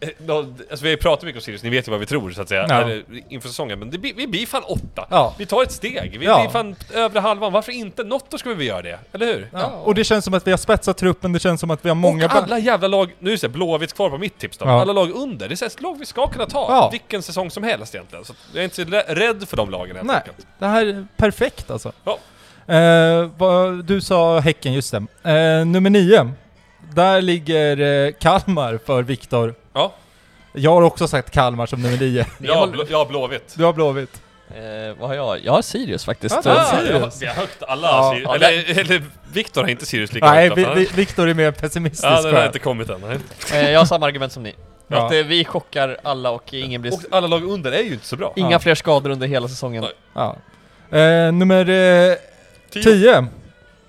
eh, nå- Alltså vi har ju pratat mycket om Sirius, ni vet ju vad vi tror så att säga,
Ja.
eller, inför säsongen. Men det, blir- vi blir fan åtta!
Ja.
Vi tar ett steg, vi
Ja.
blir fan övre halvan. Varför inte? Något då ska vi väl göra det, eller hur?
Ja. Och det känns som att vi har spetsat truppen, det känns som att vi har många...
och alla jävla lag, nu är det så här, Blåvitt kvar på mitt tips då,
Ja.
alla lag under. Det är så här, ett lag vi ska kunna ta
Ja.
vilken säsong som helst egentligen. Så jag är inte så lä- rädd för de lagen helt
Nej,
enkelt.
det här är perfekt alltså.
Ja.
Eh, vad, du sa Häcken, just det. Eh, nummer nio. Där ligger eh, Kalmar för Viktor.
Ja,
Jag har också sagt Kalmar som nummer nio.
jag har Blå- jag har Blåvitt.
Du har Blåvitt.
Eh, vad har jag? Jag har Sirius faktiskt.
Ah,
Eh,
Sirius.
Ja, vi har högt alla
Ja.
Sirius. Eller, eller Viktor har inte Sirius lika
Nej,
högt.
vi,
utan-
vi, Viktor är mer pessimistisk.
ja, den
tror
har
jag.
inte kommit än. Nej.
eh, jag har samma argument som ni.
Ja.
Att eh, vi chockar alla och ingen blir...
Och alla lag under är ju inte så bra.
Inga
Ja.
fler skador under hela säsongen.
Nej.
Ja. Eh, nummer eh, tio.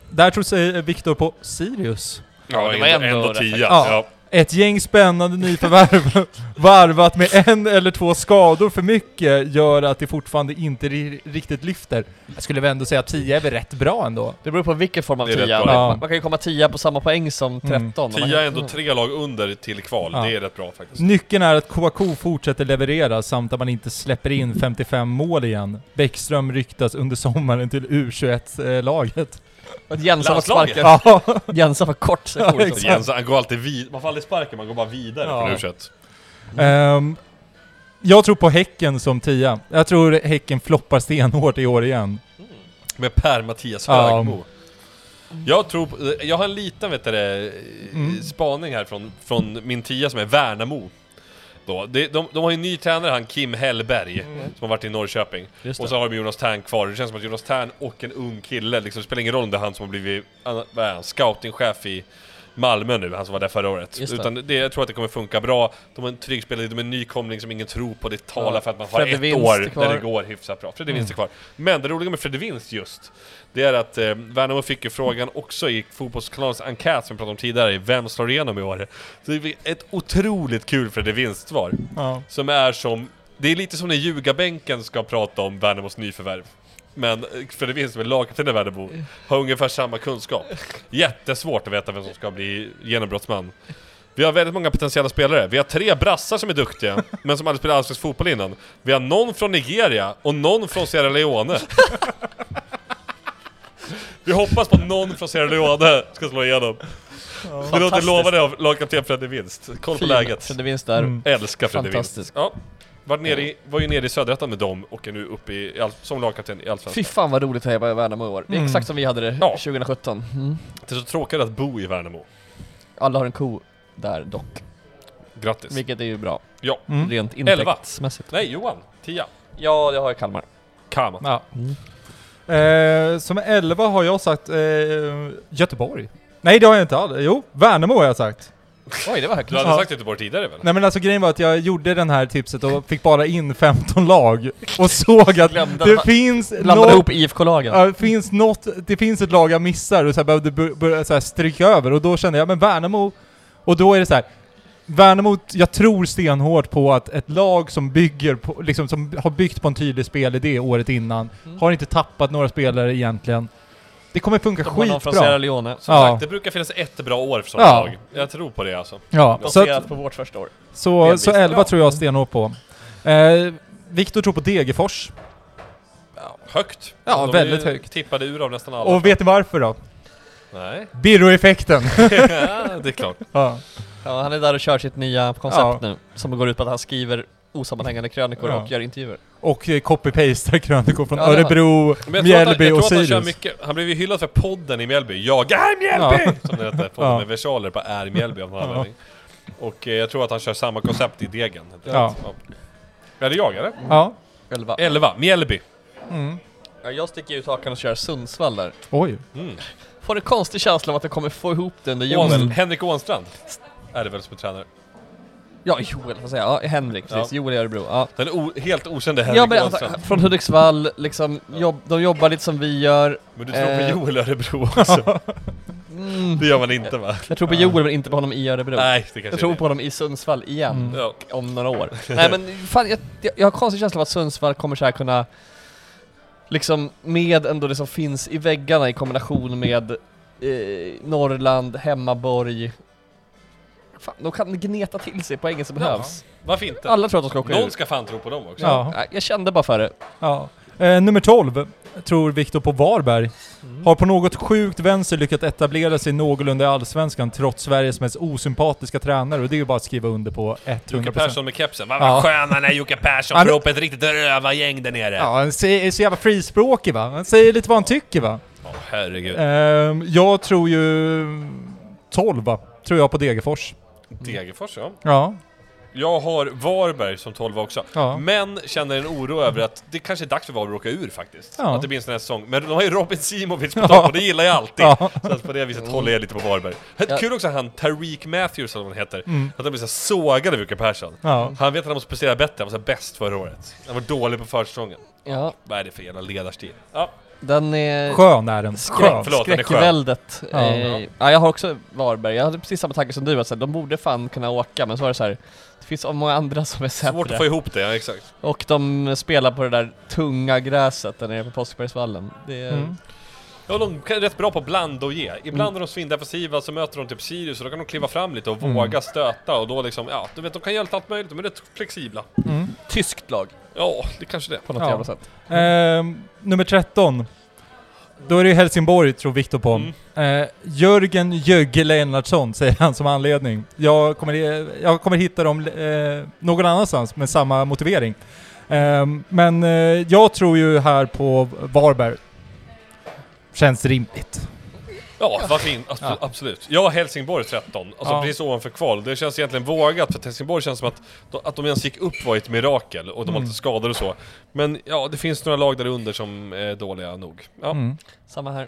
Där tror sig eh, Viktor på Sirius.
Ja,
det
det
var
var ändå,
ändå
ändå
rätt
tia.
högt.
Ja.
Ja. Ett gäng spännande nyförvärv [laughs] varvat med en eller två skador för mycket gör att det fortfarande inte ri- riktigt lyfter. Jag skulle väl ändå säga att 10 är väl rätt bra ändå.
Det beror på vilken form av
Det är rätt
tia.
bra.
Man-
Ja.
Man kan ju komma tia på samma poäng som 13.
Mm.
om man-
Tia är ändå tre lag under till kval.
Ja.
Det är rätt bra faktiskt.
Nyckeln är att Kouakou fortsätter leverera samt att man inte släpper in 55 mål igen. Bäckström ryktas under sommaren till eh, U21-laget.
Och att Jensa var
Landslaget.
sparkad.
Ja,
Jensa var kort
Ja,
sektion.
exakt.
Jens, han går alltid vid. Man får aldrig sparken, man går bara vidare
Ja.
från U21.
ehm, jag tror på Häcken som 10. Jag tror Häcken floppar stenhårt i år igen.
Med Per-Mattias
Ja.
Högmo. Jag tror på, jag har en liten vet du, det,
Mm.
spaning här från, från min tia som är Värnamo. Då. De, de, de har ju en ny tränare, han Kim Hellberg, som har varit i Norrköping.
Mm. Just
Och
det.
så har de Jonas Tern kvar, det känns som att Jonas Tern och en ung kille, liksom, det spelar ingen roll om det är han som har blivit an- vad är han, scoutingchef i Malmö nu, han som var där förra året.
Just det.
Utan det, jag tror att det kommer funka bra. De har en trygg spelare, de är en nykomling som ingen tror på, det talar
Ja.
för att man har
Fredde
ett
Vinst är
år
kvar. Mm.
där det går hyfsat bra. Fredde Vinst är kvar. Men det roliga med Fredde Vinst just, det är att eh, Värnamo fick ju frågan också i Fotbollskanalens enkät som vi pratade om tidigare, vem slår igenom i år? Så det blir ett otroligt kul Fredde Vinst-svar.
Ja.
Som är som, det är lite som när ljugarbänken ska prata om Värnamos nyförvärv. Men eh, Fredrik Vinst som är lagkapten i Värnamo har ungefär samma kunskap. Jättesvårt att veta vem som ska bli genombrottsman. Vi har väldigt många potentiella spelare. Vi har tre brassar som är duktiga, men som aldrig spelat allsvensk fotboll innan. Vi har någon från Nigeria och någon från Sierra Leone. Vi hoppas på att någon från Sierra Leone ska slå igenom. Vi låter
Fantastiskt.
lova det av lagkapten Fredrik Vinst. Koll på
Fin.
läget.
Fredde Vinst där.
Mm.
Älskar Eh. Fredde Vinst.
Fantastisk.
Ja. Var, nere i, var ju nere i Söderettan med dem och är nu uppe i, i all, som lagkapten i
Fy
Allsvenskan.
fan vad roligt att heja på Värnamo i år. Det är
Mm.
exakt som vi hade det
Ja.
2017. Mm.
Det är så tråkigt att bo i Värnamo.
Alla har en ko där dock.
Grattis.
Vilket är ju bra.
Ja.
Mm.
Rent
Elva.
intäktsmässigt.
Nej, Johan. Tia.
Ja, jag har ju Kalmar.
Kama.
Ja.
Mm.
Eh, som 11 har jag sagt eh, Göteborg. Nej det har jag inte alls. Jo, Värnamo har jag sagt.
Oj, det var högt.
Du hade
Ja.
sagt Göteborg tidigare väl?
Nej men alltså grejen var att jag gjorde den här tipset och fick bara in 15 lag och såg att
Glömde
det
att-
finns
Blandade
något,
ihop IFK-lagen.
ja, det finns något, det finns ett lag jag missar och så här behövde bu- börja så här stryka över och då kände jag, men Värnamo, och då är det så här. Värnamo, jag tror stenhårt på att ett lag som bygger på, liksom som har byggt på en tydlig spelidé året innan,
Mm.
har inte tappat några spelare egentligen. Det kommer funka
De har någon från Sierra
skitbra.
Leone.
Som
Ja.
sagt, det brukar finnas ett bra år för sådana
Ja.
lag. Jag tror på det alltså.
Ja, så att,
Baserat på vårt första år.
Så,
Delvis.
så 11
Ja.
tror jag stenhårt på. Eh, Viktor tror på Degerfors.
Högt.
Ja,
är ju
väldigt högt.
tippade ur av nästan alla.
Och vet ni varför då?
Nej. [laughs]
[laughs]
Birro-effekten!
ja, det är klart.
ja.
Ja, han är där och kör sitt nya koncept
Ja.
nu, som går ut på att han skriver osammanhängande krönikor
Ja.
och gör intervjuer.
Och eh, [laughs] copy-pastar krönikor från
Ja, det har-
Örebro,
Men jag tror, att han,
Mjällby
jag
och
tror att han kör
Sirius.
mycket, han blev ju hyllad för podden i Mjällby. Jag är Mjällby! Som den hette, podden
Ja.
med versaler på är Mjällby av någon
Ja.
anledning. Och eh, jag tror att han kör samma koncept i Degen.
Ja.
Ja, det är jag eller?
Ja.
Elva.
11, Mjällby.
Ja, jag sticker ut hakan och kör Sundsvall där.
Oj.
Får en konstig känsla av att jag kommer få ihop det under Joel.
Ån, Henrik Ånstrand är det väl som är tränare?
Ja, Joel får jag säga. Ja, Henrik, precis.
Ja.
Joel i Örebro. Ja.
Den o, helt okände Henrik
Ja, men,
Ånstrand.
alltså, från Hudiksvall, liksom, jobb, de jobbar lite som vi gör.
Men du tror på
eh,
Joel Örebro
[laughs]
också?
Mm,
Det gör man inte va?
Jag tror på Joel men inte på honom i Örebro.
Nej, det kanske
jag tror
är det.
på honom i Sundsvall igen,
Mm.
Ja.
om några
[laughs]
år. Nej men fan, jag, jag, jag har konstig känsla av att Sundsvall kommer så här kunna, liksom med ändå det som finns i väggarna i kombination med eh, Norrland, Hemmaborg. Fan, de kan gneta till sig poängen som
Ja.
behövs.
Varför inte?
Alla tror att de ska åka
Någon
ur.
ska fan tro på dem också.
Ja.
Nej, Jag kände bara för det.
Ja. Eh, nummer 12 tror Viktor på Varberg.
Mm.
Har på något sjukt vänster lyckats etablera sig någorlunda i Allsvenskan trots Sveriges mest osympatiska tränare och det är ju bara att skriva under på 100%.
Jocke Persson med kepsen. Vad
Ja.
ja. skön han är Jocke Persson!
Han-
Får ihop ett riktigt rövargäng där nere.
Ja, han är så jävla frispråkig va. Han säger lite vad han tycker va.
Åh, herregud.
Ehm, jag tror ju... 12 va? Tror jag på Degerfors.
Degerfors ja.
Ja.
Jag har Varberg som 12 också.
Ja.
Men känner en oro över att det kanske är dags för Varberg att åka ur faktiskt.
Ja.
Att det blir en sån här säsong. Men de har ju Robin Simovic på topp och det gillar jag alltid.
Ja.
Så att på det viset håller jag lite på Varberg.
Ja.
Kul också han Tariq Matthews eller vad han heter.
Mm.
Att han blir så här sågad av Jocke Persson.
Ja.
Han vet att han måste prestera bättre, han var så här bäst förra året. Han var dålig på försäsongen.
Ja,
Vad är det för jävla ledarstil? Ja,
den är...
Skön är den. Skön.
Skön. Förlåt, den är skön.
Skräckväldet.
Ja.
Eh, ja, jag har också Varberg. Jag hade precis samma tanke som du, att så här, de borde fan kunna åka, men så var det så här. Det finns så många andra som är
svårt
sämre.
att få ihop det, ja exakt.
Och de spelar på det där tunga gräset där nere på Påskbergsvallen. Det är...
Mm.
Ja, de är rätt bra på att blanda och ge. Ibland
Mm.
är de svindefensiva, så möter de typ Sirius och då kan de kliva fram lite och
Mm.
våga stöta och då liksom, ja, du vet, de kan göra lite allt möjligt, de är rätt flexibla.
Mm.
Tyskt lag,
Ja, det kanske det.
på något
Ja.
jävla sätt.
Ehm, nummer 13. Då är det ju Helsingborg, tror Viktor på.
Mm.
Eh, Jörgen Jögge Lennartsson, säger han som anledning. Jag kommer, eh, jag kommer hitta dem eh, någon annanstans med samma motivering. Ehm, men eh, jag tror ju här på Varberg. Känns rimligt.
Ja, vad fint. Abs-
Ja.
Absolut. Jag har Helsingborg 13, alltså
Ja.
precis ovanför kval. Det känns egentligen vågat, för att Helsingborg känns som att, att de ens gick upp var ett mirakel och de var
Mm.
lite skadade och så. Men ja, det finns några lag där under som är dåliga nog. Ja.
Mm.
Samma här.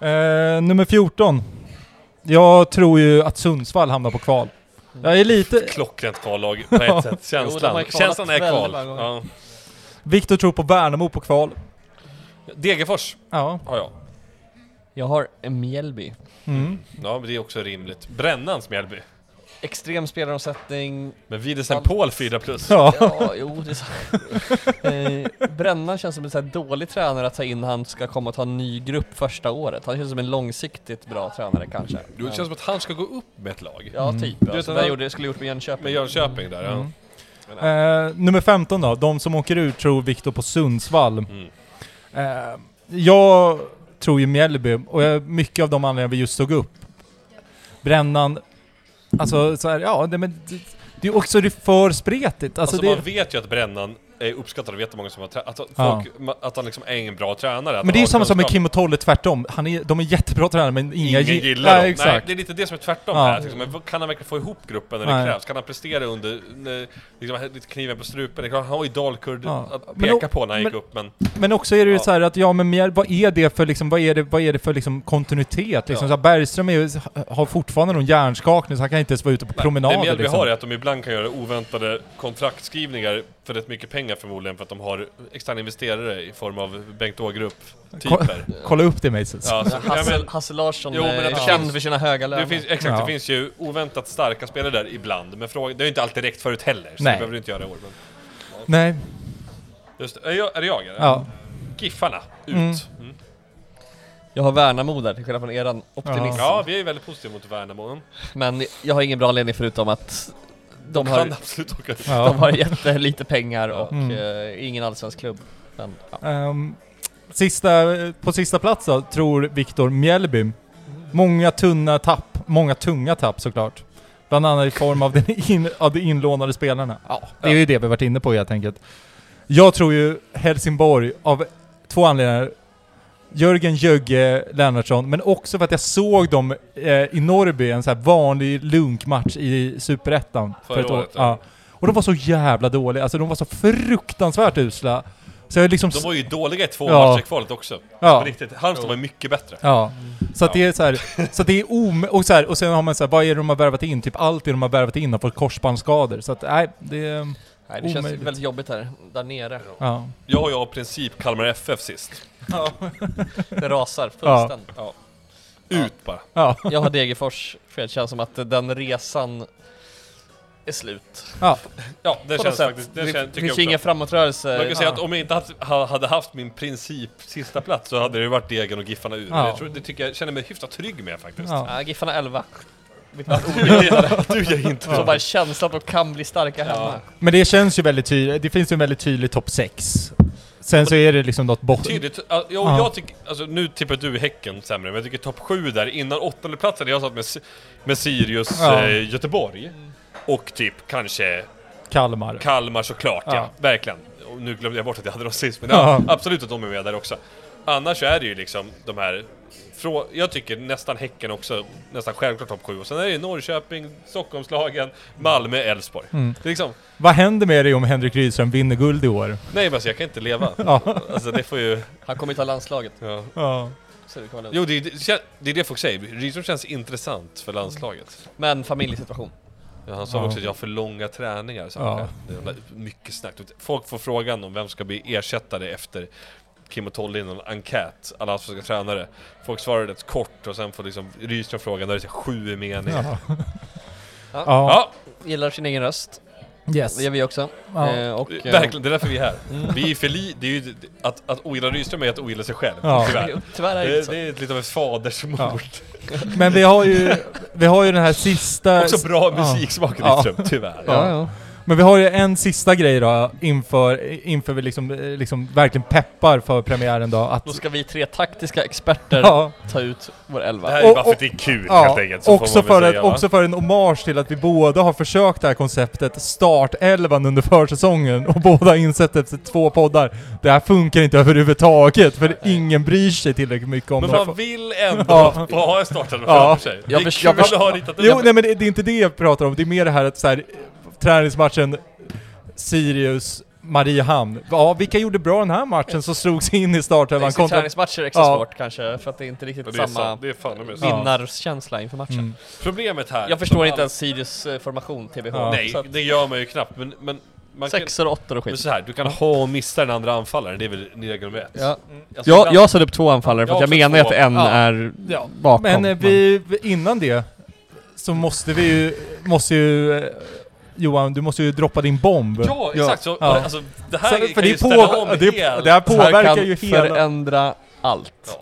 Eh, nummer 14. Jag tror ju att Sundsvall hamnar på kval. Jag är lite...
Klockrent kvallag
[laughs]
på ett sätt,
Jo, de har
känslan.
ju kvalat
känslan är kval.
väldigt många
Ja.
Viktor tror på Värnamo på kval.
Degerfors
Ja.
har jag.
Jag har Mjällby.
Mm.
Ja, men det är också rimligt. Brännans Mjällby.
Extrem spelaromsättning.
Men Widesen
Fan.
Paul 4 plus.
Ja.
Ja, jo det är så. [laughs] eh, Brännan känns som en så här dålig tränare att ta in han ska komma och ta en ny grupp första året. Han känns som en långsiktigt bra tränare kanske.
Det känns som att han ska gå upp med ett lag.
Ja,
Mm.
typ.
vet
Alltså,
att
det
han-
gjorde, skulle gjort med Jönköping.
Med Jönköping där, ja. Alltså, äh.
Mm. Eh, nummer 15 då, de som åker ut tror Viktor på Sundsvall.
Mm.
Eh, jag tror ju Mjällby, och jag, mycket av de anledningar vi just tog upp. Brännan, alltså så här, ja det, men det, det är också det är för spretigt. Alltså,
Alltså,
det,
man vet ju att Brännan är uppskattad av jättemånga som har trä- att, folk,
Ja.
ma- att han liksom är en bra tränare. att
men det är
han
ju
har
samma som med
kunskap.
Kim och Tolle, tvärtom. Han är, de är jättebra tränare men inga
Ingen
gi-
gillar
Nej,
dem. Nej,
exakt.
det är lite det som är tvärtom
Ja.
här. Liksom. Men vad- kan han verkligen få ihop gruppen när
Nej.
det krävs? Kan han prestera under när, liksom, lite kniven på strupen? Det är klart, Han var ju dalkurd
Ja.
att
Men
peka
då-
på när han gick
men-
upp, men...
Men också är det ju
Ja.
så här att, ja men Mjäll- vad är det för liksom, vad är det, vad är det för liksom kontinuitet liksom? Så
Ja.
här, Bergström är, ju- har fortfarande någon hjärnskakning så han kan inte ens vara ute på promenader
Det Mjällby
liksom.
har är att de ibland kan göra oväntade kontraktskrivningar för rätt mycket pengar förmodligen för att de har externa investerare i form av Bengt Ågrup-typer.
Kolla upp det Maces.
Ja, så, ja,
Hasse,
men,
Hasse Larsson
Jo, men
är
att det
känd
finns-
för sina höga löner.
det finns, exakt,
Ja.
det finns ju oväntat starka spelare där ibland, men frågan, det är ju inte alltid direkt förut heller, så
Nej.
det behöver du inte göra i år. Men
Nej,
just, det. är, jag, är det jag? Eller?
ja.
Giffarna, ut!
Mm.
Mm.
Jag har Värnamo där, till skillnad från eran optimism.
Ja, vi är ju väldigt positiva mot Värnamo.
Men jag har ingen bra ledning förutom att de
De kan
[laughs] har,
absolut åka ut.
ja.
de har jättelite pengar och
Mm.
eh, ingen allsvensk klubb. Men, ja.
Ehm, Sista, på sista plats då, tror Viktor Mjällby. Många tunna tapp, många tunga tapp såklart. Bland annat i form av, den [laughs] in, av de inlånade spelarna.
Ja,
Det är ju det vi varit inne på helt enkelt. Jag tror ju Helsingborg av två anledningar. Jörgen Jögge Lennartsson, men också för att jag såg dem eh, i Norrby, en så här vanlig lunkmatch i Superettan.
Förra året, ja.
ja. Och de var så jävla dåliga, alltså de var så fruktansvärt usla. Så jag liksom...
De var ju dåliga i två
Ja.
matcher i kvalet också.
Ja.
På Riktigt. Halmstad var ju mycket bättre.
Ja. Så att det är så här, så att det är om... Och, så här, och sen har man så här, vad är det de har värvat in? Typ allt det de har värvat in har fått korsbandsskador. Så att nej, det...
Nej, det känns
Omöjligt.
väldigt jobbigt här, där nere.
[laughs] Ja.
Jag har ju av princip Kalmar FF sist.
Det rasar fullständigt. Ja.
Ut bara.
Ja.
Jag har Degerfors, för det känns som att den resan är slut.
ja.
Ja, det
På något
känns
sätt.
faktiskt... Det,
Det,
känns, tycker
finns
jag
ju ingen
också.
framåtrörelse.
Man kan säga
Ja.
att om jag inte haft, ha- hade haft min princip sista plats så hade det ju varit Degen och Giffarna ur.
Ja.
Jag tror, det tycker jag känner mig hyfsat trygg med faktiskt.
Ja.
Ja, Giffarna 11.
du gör inte
Så bara känslan att de kan bli starka hemma.
Men det känns ju väldigt tydligt, det finns ju en väldigt tydlig topp 6. Sen så är det liksom något botten...
Tydligt. Ja, jag, jag tycker, alltså, nu tippar du Häcken sämre, men jag tycker topp 7 där, innan åttondeplatsen, jag satt med, Si- med Sirius
Ja.
eh, Göteborg. Och typ kanske
Kalmar.
Kalmar såklart, ja.
Ja.
Verkligen. Och nu glömde jag bort att jag hade dem
[laughs]
sist, men
Ja.
ja, absolut att de är med där också. Annars är det ju liksom de här... Frå- jag tycker nästan Häcken också, nästan självklart topp 7. Och sen är det Norrköping, Stockholmslagen, Malmö, Elfsborg.
Mm.
Det är liksom...
Vad händer med dig om Henrik Rydström vinner guld i år?
Nej men alltså, jag kan inte leva.
[laughs] Ja.
Alltså det får ju...
Han kommer ju ta landslaget.
Ja.
ja.
Så det kan vara lugnt.
Jo, det, det, kän- det är det folk säger. Rydström känns intressant för landslaget.
Men familjesituation.
Ja, han sa
Ja.
också att jag har för långa träningar. Så
Ja.
ja. det är mycket snack. Folk får frågan om vem ska bli ersättare efter Kim och Tolle i någon enkät, alla allsvenska tränare. Folk svarar rätt kort och sen får liksom Rydström frågan där det är så här sju meningar. Ja.
Ja.
Ja.
ja.
Gillar sin egen röst.
Yes.
Det gör vi också.
Ja.
Eh, och, eh, [laughs]
verkligen, det är därför vi är här.
Mm.
Vi är för li, det är ju, att, att ogilla Rydström är att ogilla sig själv,
Ja.
tyvärr.
Tyvärr är det inte
Det, det är
så.
lite av ett fadersmord.
Ja. Men vi har ju, vi har ju den här sista...
Också bra musiksmak i
Ja.
Rydström, tyvärr.
Ja, ja. Men vi har ju en sista grej då inför, inför vi liksom, liksom verkligen peppar för premiären då att...
Då ska vi tre taktiska experter
Ja.
ta ut vår elva.
Det här är ju
Och-
bara för
och-
att det är kul helt
Ja,
enkelt. så får
också
man väl
för,
säga,
att,
va?
också för en hommage till att vi båda har försökt det här konceptet startelvan under försäsongen och båda har insett efter två poddar det här funkar inte överhuvudtaget för ingen bryr sig tillräckligt mycket om
Men
det.
man vill ändå
Ja.
få ha en startelva
Ja.
framför sig.
Jag
det är
förs- jag
kul
förs-
att ha ritat
Jo,
upp.
nej men det, det är inte det jag pratar om, det är mer det här att så här, träningsmatchen Sirius Mariehamn. Ja, vilka gjorde bra den här matchen som slogs in i startelvan
Just i
kontra...
Träningsmatcher är extra
Ja.
svårt kanske, för att det är inte riktigt
Men det är
samma
sant, det är fan med sant.
Ja.
vinnarkänsla inför matchen.
Mm.
Problemet här...
Jag förstår inte ens Sirius eh, formation, TBH.
Ja.
Nej,
Så att
det gör man ju knappt. Men, men man kan,
sexor och åttor och
men
skit.
så här, du kan ha och missa den andra anfallaren, det är väl regel nummer ett.
Ja.
Alltså,
Jag,
ibland-
jag satte upp två anfallare för
Jag
att jag
också
menar ju
två.
att en
Ja.
är
Ja.
bakom.
Men eh, vi, innan det så måste vi ju, måste ju eh, Johan, du måste ju droppa din bomb.
Ja, exakt! Så,
Ja.
Alltså, det här
Så-
kan
för
ju
det,
ställa om
på, det,
helt.
det här
Så här
påverkar
kan
ju hela...
förändra allt.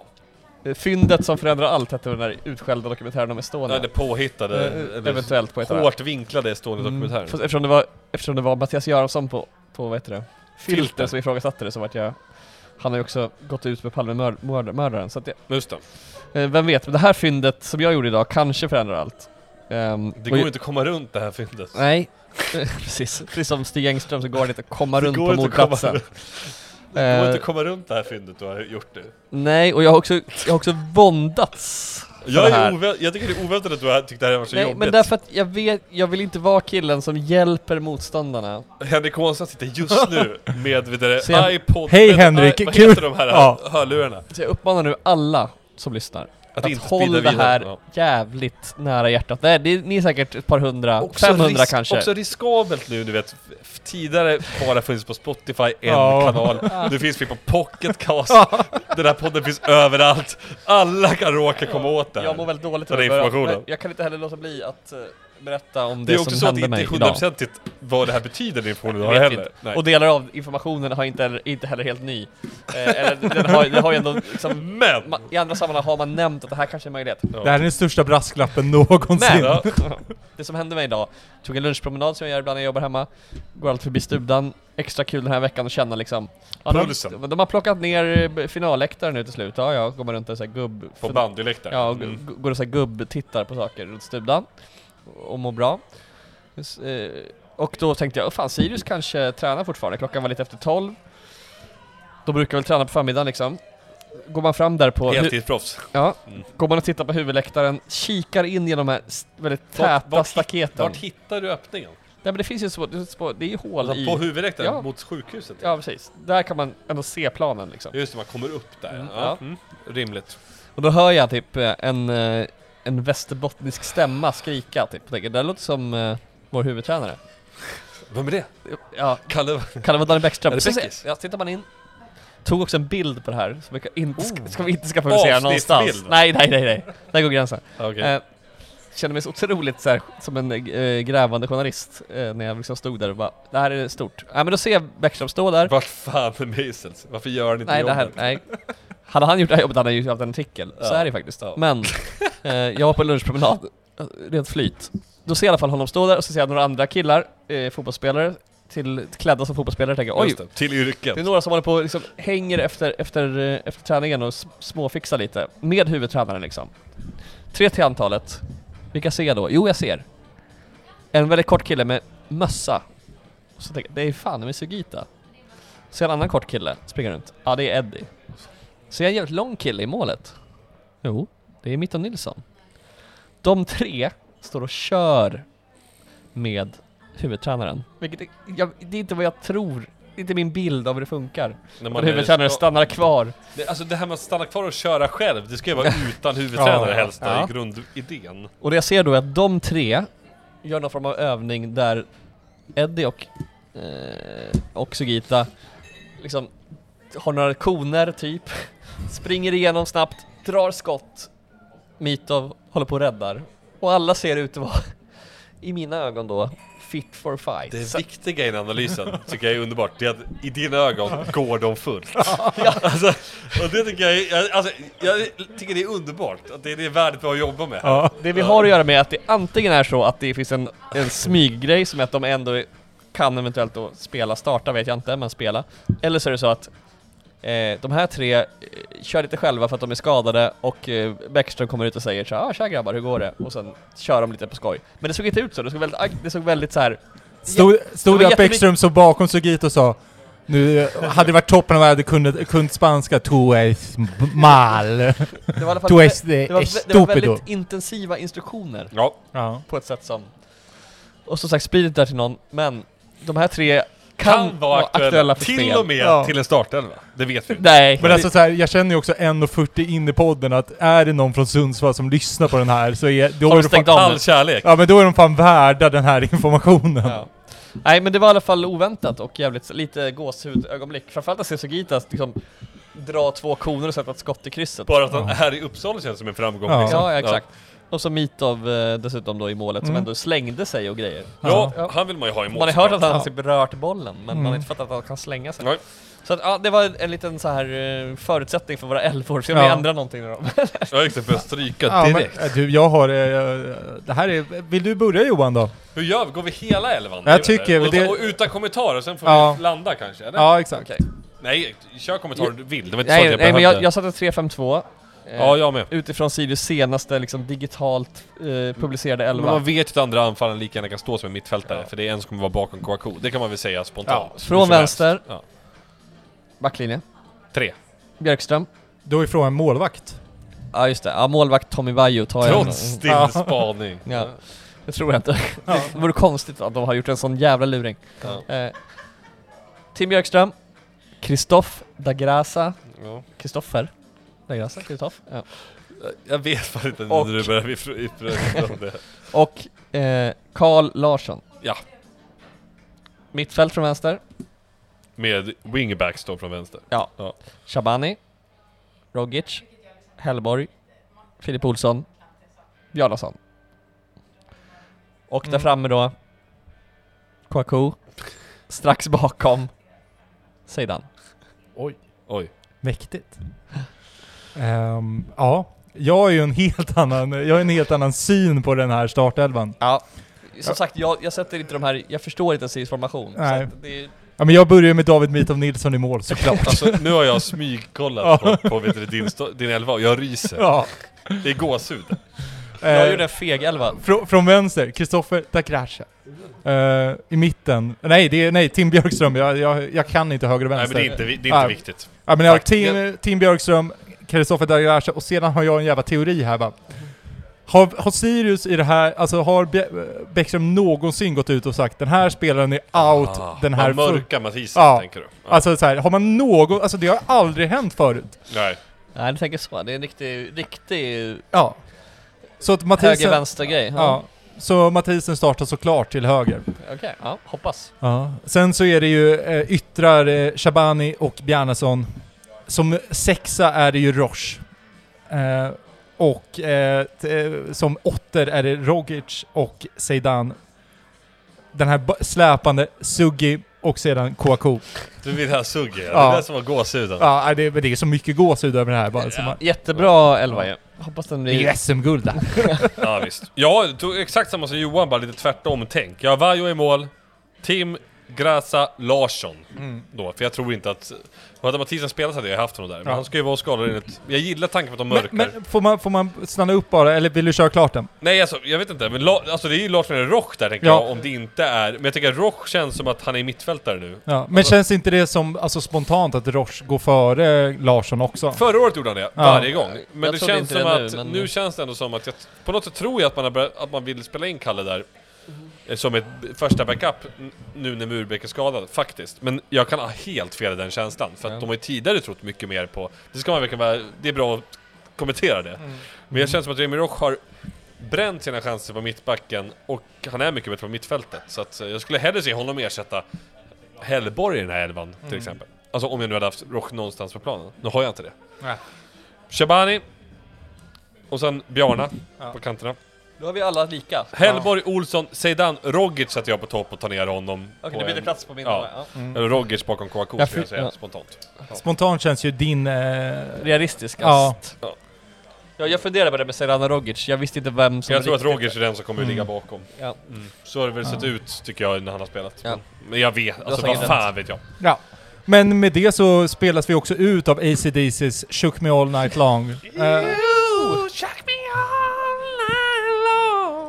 Ja.
Eh, Fyndet som förändrar allt hette den där utskällda dokumentären om
Ja,
Estonia.
det påhittade,
Eh,
eller
Eventuellt på ett
hårt vinklade Estonia-dokumentären.
Fast eftersom det var, eftersom det var Mattias Göransson på, på vad heter det? Filter,
Filter.
som ifrågasatte det så vart jag han har ju också gått ut med Palmemördaren, så att det,
Just det.
eh, vem vet, men det här fyndet som jag gjorde idag kanske förändrar allt. Ehm,
Det
och
går
ju-
inte att komma runt det här fyndet.
Nej, [laughs] precis. Precis som Stig Engström så går det inte att komma
Det
runt
går
på
inte att komma
mordplatsen.
runt. Det går
Eh,
inte att komma runt det här fyndet du har gjort nu.
Nej, och jag har också, jag har också våndats. för
Jag,
det här.
är ovä- jag tycker det är oväntat att du har tyckt det här var så
Nej,
jobbigt.
men därför att jag vet, jag vill inte vara killen som hjälper motståndarna.
Henrik Åhnström sitter just nu med vet du,
[laughs] Så jag-
iPod...
Hej,
vet du,
Henrik,
I, vad
kul-
heter de här
Ja.
hörlurarna?
Så jag uppmanar nu alla som lyssnar att, hålla det
vidare.
här
Ja.
jävligt nära hjärtat. Nej, det är, ni är säkert ett par hundra, 500
risk-
kanske.
Också riskabelt nu, du vet. F- Tidigare bara funnits på Spotify, en
[laughs] Ja.
kanal. Nu finns vi på Pocketcast.
[laughs]
Den här podden finns överallt. Alla kan råka komma åt det
jag mår
här.
väldigt dåligt
Den
över det,
informationen.
men jag kan inte heller låta bli att eh, berätta om
Det
det,
är också
som
så att det
hände
inte
mig
är
idag.
hundraprocentigt vad det här betyder, den informationen
Jag
du har
vet
heller.
inte.
Nej.
Och delar av informationen har inte heller, inte heller helt ny. Eh, eller, den, har, den har ju ändå liksom,
Men!
ma- i andra sammanhang har man nämnt att det här kanske är en möjlighet.
Det här är den största brasklappen [laughs] någonsin.
Men!
Ja.
[laughs] Det som hände mig idag, tog en lunchpromenad som jag gör ibland när jag jobbar hemma, går allt förbi studan, extra kul den här veckan att känna liksom... Ja, de,
Pulsen.
de har plockat ner eh, finalläktaren nu till slut. Ja, ja, går man runt och så här gubb...
På bandyläktaren.
Ja, och g-
Mm.
g- går och så här gubb-tittar på saker runt stugan. Och mår bra. S- eh, Och då tänkte jag, "Åh, fan Sirius kanske tränar fortfarande. Klockan var lite efter 12. De brukar väl träna på förmiddagen liksom. Går man fram där på... hu-
Heltidsproffs.
Ja,
Mm.
går man och tittar på huvudläktaren, kikar in genom de här s- väldigt
Vart-
täta
vart hit-
staketen.
Vart hittar du öppningen?
Nej men det finns ju så, det är så- det är ju hål
Alltså,
i...
på huvudläktaren?
Ja.
Mot sjukhuset?
Ja precis, där kan man ändå se planen liksom.
Just det, man kommer upp där.
Mm,
ja.
ja.
Mm. Rimligt.
Och då hör jag typ eh, en, eh, en västerbottnisk stämma skrika typ. Jag tänker, det där låter som eh, vår huvudtränare.
Vem är det?
Ja,
Kalle?
kan det vara Danny Bäckström?
Är det
Så se-
Beckis?
Ja, tittar man in. Tog också en bild på det här som vi kan inte, ska,
Oh.
ska vi inte ska publicera
Avsnittsbild.
någonstans. Nej, nej, nej, nej. Där går gränsen.
Okay.
Eh, kände mig så otroligt så här, som en eh, grävande journalist eh, när jag liksom stod där och bara Det här är stort. Nej men då ser jag Bäckström stå där.
Vart fan är Maisels? Varför gör han inte
Nej, det
jobbet?
här, nej. Hade han gjort det här jobbet hade han ju haft en artikel.
Ja.
Så är det faktiskt.
Ja.
Men eh, jag var på en lunchpromenad, eh, rent flyt. Då ser jag i alla fall honom stå där och så ser jag några andra killar, eh, fotbollsspelare, till, klädda som fotbollsspelare och tänker oj,
Just det, till
det är
yrket.
några som håller på och liksom hänger efter, efter, eh, efter träningen och s- småfixar lite. Med huvudtränaren liksom. Tre till antalet. Vilka ser jag då? Jo, jag ser. En väldigt kort kille med mössa. Och så tänker jag, det är fan med Sugita. Ser en annan kort kille springa runt. Ja, det är Eddie. Ser jag en jävligt lång kille i målet? Jo, det är Mitton Nilsson. De tre står och kör med huvudtränaren. Vilket är, jag, det är inte vad jag tror det är inte min bild av hur det funkar.
När
Man huvudtränaren stannar kvar.
Det- Alltså det här med att stanna kvar och köra själv, det
[laughs]
ska ju vara utan huvudtränare
Ja.
helst,
Ja.
i grundidén.
Och det jag ser då är att de tre gör någon form av övning där Eddie och, eh, och Sugita liksom har några koner typ, [laughs] springer igenom snabbt, drar skott, Mitov håller på och räddar. Och alla ser ut att vara, [laughs] i mina ögon då, fit for fight.
Det
Så-
viktiga i den analysen tycker jag är underbart, det är att i dina ögon går de fullt. [laughs] alltså, och det tycker jag är, jag- alltså, jag tycker det är underbart, att det är det värdet vi har att jobba med.
Ja.
Det vi har att göra med är att det antingen är så att det finns en, en smyggrej som är att de ändå är- kan eventuellt då spela, starta vet jag inte, men spela. Eller så är det så att eh, de här tre eh, kör lite själva för att de är skadade och eh, Bäckström kommer ut och säger så här, ah, tja grabbar, hur går det? Och sen kör de lite på skoj. Men det såg inte ut så, det såg väldigt, ag- det såg väldigt så här.
Stod,
det var
stod det att
jättemycket-
Bäckström så bakom Sugito och sa nu eh, hade det varit toppen om jag hade kunnat, kunnat spanska, tu es mal,
det var i alla fall
tu
vä-
es de
det var, vä- det var
estúpido.
väldigt intensiva instruktioner.
Ja,
Ja.
på ett sätt som... Och som sagt, sprid inte det här till någon, men de här tre kan, vara aktuella, för
till
spel.
och med
Ja.
till en startelva. Det vet vi.
Nej,
Men alltså så här, jag känner ju också 1.40 in i podden att är det någon från Sundsvall som lyssnar på den här så är, då
Har de
är, de fan,
stängt av?
All kärlek.
ja, men då är de fan värda den här informationen.
ja. Nej men det var i alla fall oväntat och jävligt så- lite gåshudögonblick. Framförallt att se Sugita liksom dra två koner och sätta ett skott i krysset.
Bara att han är i Uppsala känns som en framgång.
Ja.
liksom.
Ja, ja exakt. Och så Mitov eh, dessutom då i målet som
Mm.
ändå slängde sig och grejer.
Ja.
Ja.
ja, han vill man ju ha i mål.
Man har hört att han
Ja.
typ rört bollen men man har
Mm.
inte fattat att han kan slänga sig.
Nej.
Så att, ja, det var en liten så här eh, förutsättning för våra elvor. Ska vi
Ja.
ändra någonting nu då?
Ja exakt, för att stryka
Ja, men,
direkt.
eh, du, jag har... eh, Det här är... Vill du börja Johan då?
Hur gör vi? Går vi hela elvan?
Jag tycker
och,
det-
och utan kommentarer, sen får
Ja.
vi landa kanske? Eller?
Ja, exakt.
Okej.
Nej, kör kommentarer du vill. Det var inte så att
Nej,
jag
nej men
behövde.
jag, jag satte 3-5-2 eh,
Ja, jag med.
Utifrån Sirius senaste liksom digitalt eh, publicerade
Men
elva
man vet ju att andra anfallaren lika gärna kan stå som en mittfältare, för det är en som kommer vara bakom Kouakou. Det kan man väl säga spontant.
Ja,
Hur
från
som helst.
vänster.
Ja.
Backlinje
Tre.
Björkström
Då ifrån en målvakt.
Ja just det, ja, målvakt Tommy Vaiho tar jag
Trots
Mm.
din
Ja.
spaning.
Ja, det tror jag inte
Ja.
[laughs] Det vore konstigt att de har gjort en sån jävla luring
Ja.
eh, Tim Björkström Kristoff Dagrasa
Ja.
Kristoffer Dagrasa, Kristoff ja.
Jag vet fan inte
Och-
när du börjar ifr- ifrågasätta det.
Och eh, Karl Larsson
Ja.
Mittfält från vänster
Med wingbacks då från vänster.
Shabani, Rogic, Hellborg, Filip Olsson, Bjarnason. Och där
Mm.
framme då, Kouakou, strax bakom, Zeidan.
Oj.
Mäktigt. Ehm, ja, jag har ju en helt annan, jag har en helt annan syn på den här startelvan.
Ja. Som sagt, jag, jag sätter inte de här, jag förstår inte Sirius formation. Så
Nej.
att det,
Ja, men jag börjar med David Mitov Nilsson i mål
[laughs]
såklart.
Alltså nu har
[laughs]
jag smygkollat på, på vet du, din, sto- din elva och jag ryser.
ja.
Det är gåshud.
Jag
Eh,
gjorde en feg elva.
Frå, från vänster, Kristoffer Dakrasha. Eh, I mitten, nej, det är, nej Tim Björkström, jag, jag, jag kan inte höger och
Nej men
vänster.
det är inte, vi- det är inte
Ah.
viktigt.
Ja, men jag har
Tack.
Tim, Tim Björkström, Kristoffer Dagrasha och sedan har jag en jävla teori här va. Har, har Sirius i det här, alltså har Bje- Bäckström någonsin gått ut och sagt den här spelaren är out,
Ah,
den här...
vad
fun-"
mörka Mathisen
Ja.
tänker du? Ja.
Alltså så här, har man någon, alltså det har aldrig hänt förut.
Nej.
Nej, du tänker så. Det är en riktig, riktig
Ja. Så att Mathisen,
höger-vänster-grej.
ja. Så Mathisen startar såklart till höger.
Okej, ja, hoppas.
Ja. Sen så är det ju eh, yttrar eh, Shabani och Bjarnason. Som sexa är det ju Roche. Eh, och eh, t- eh, som åtter är det Rogic och Zeidan. Den här ba- släpande Sugi och sedan Kouakou.
Du vill ha sugg ja. Det
Ja.
är det som var gåshuden.
Ja, nej, det, men det är så mycket gåshud över det här bara. som man,
Jättebra elva ju. Hoppas den
det är ju
blir...
SM-guld det här.
Ja visst. Jag tog exakt samma som Johan, bara lite tvärtom tänk. Jag har Vaiho i mål, Tim, Grasa, Larsson.
Mm.
Då, för jag tror inte att... och Hade Mathisen spelat hade jag haft honom där. Men
Ja.
han ska ju vara skadad enligt... Jag gillar tanken på att de
Men,
mörkar.
men får, man, får man stanna upp bara, eller vill du köra klart den?
Nej alltså, jag vet inte. Men La, alltså det är ju Larsson eller Roch där tänker
Ja.
jag, om det inte är... Men jag tänker att Roch känns som att han är mittfältare nu.
Ja. Men känns inte det som alltså, spontant att Roche går före Larsson också?
Förra året gjorde han det,
Ja.
varje gång. Men
Jag
det
trodde
känns
inte
som
det nu,
att... Nu,
men-
känns det ändå som att jag... På något sätt tror jag att man, har börjat, att man vill spela in Kalle där. eh, Som ett b- första backup n- nu när Murbeck är skadad, faktiskt. Men jag kan ha helt fel i den känslan. För att
Ja.
de har ju tidigare trott mycket mer på... Det ska man verkligen vara... Det är bra att kommentera det. Men jag känner som att Remy Roch har bränt sina chanser på mittbacken och han är mycket bättre på mittfältet. Så att eh, jag skulle hellre se honom ersätta Hellborg i den här elvan till exempel. Alltså om jag nu hade haft Roch någonstans på planen. Nu har jag inte det.
Nej.
Shabani. Och sen Bjarna
Ja.
på kanterna.
Då har vi alla lika.
Hellborg, Olsson, Zeidan, Rogic sätter jag på topp och tar ner honom.
Okej,
på
då blir det
en-
plats på min
Ja.
ja.
Mm.
Eller Rogic bakom Kouakou
Jag
skulle jag
fy-
säga
ja.
spontant.
Spontant känns ju din... Eh,
Realistiskt.
Ja.
Ja.
Ja, jag funderar på det med Serrano Rogic, jag visste inte vem som
Jag tror att
riktigt-
Rogic är den som kommer
Mm.
ligga bakom. Mm.
Ja.
Så har det väl sett ut tycker jag när han har spelat.
Ja.
Men jag vet, alltså
säkert
vad fan vet jag.
ja. Men med det så spelas vi också ut av ACDC's Shook Me All Night Long. Eh,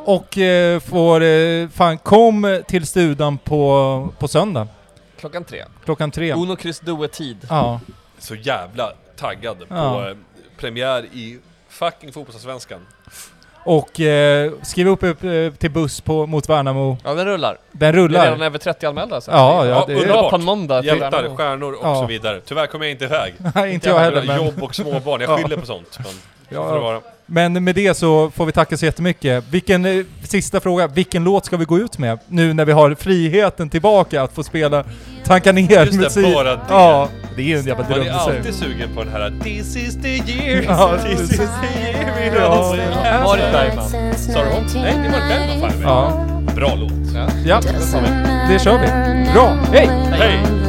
och eh, får... Eh, fan, kom till studan på, på söndag
Klockan tre.
klockan tre.
Uno Chris Due-tid.
Ja.
så jävla taggad på
Ja.
eh, premiär i fucking fotbollsallsvenskan.
Och eh, skriv upp eh, till buss på, mot Värnamo.
Ja, den rullar.
Den
Det är redan
rullar.
över 30 anmälda så.
Ja, ja,
Ja,
det
underbart.
är,
Bra på en måndag. till
Hjältar,
Värnamo.
stjärnor och
Ja.
så vidare. Tyvärr kommer jag inte iväg.
[laughs] Nej, inte jag heller. Men,
Jobb och småbarn, jag skyller på sånt. Men,
Ja.
får det vara.
Men med det så får vi tacka så jättemycket. Vilken, eh, sista fråga, vilken låt ska vi gå ut med? Nu när vi har friheten tillbaka att få spela, tanka ner
Just det,
musik.
bara det.
Ja, det är ju en jävla
Man är
drömmusik.
alltid sugen på den här This is the year, [laughs]
Ja,
this is the year we
Ja.
all have.
Var det Bergman?
Sa du hon? Nej, det var Bergman fan.
Ja,
Bra låt.
ja,
Det
det kör vi. Bra, hej!
Hej!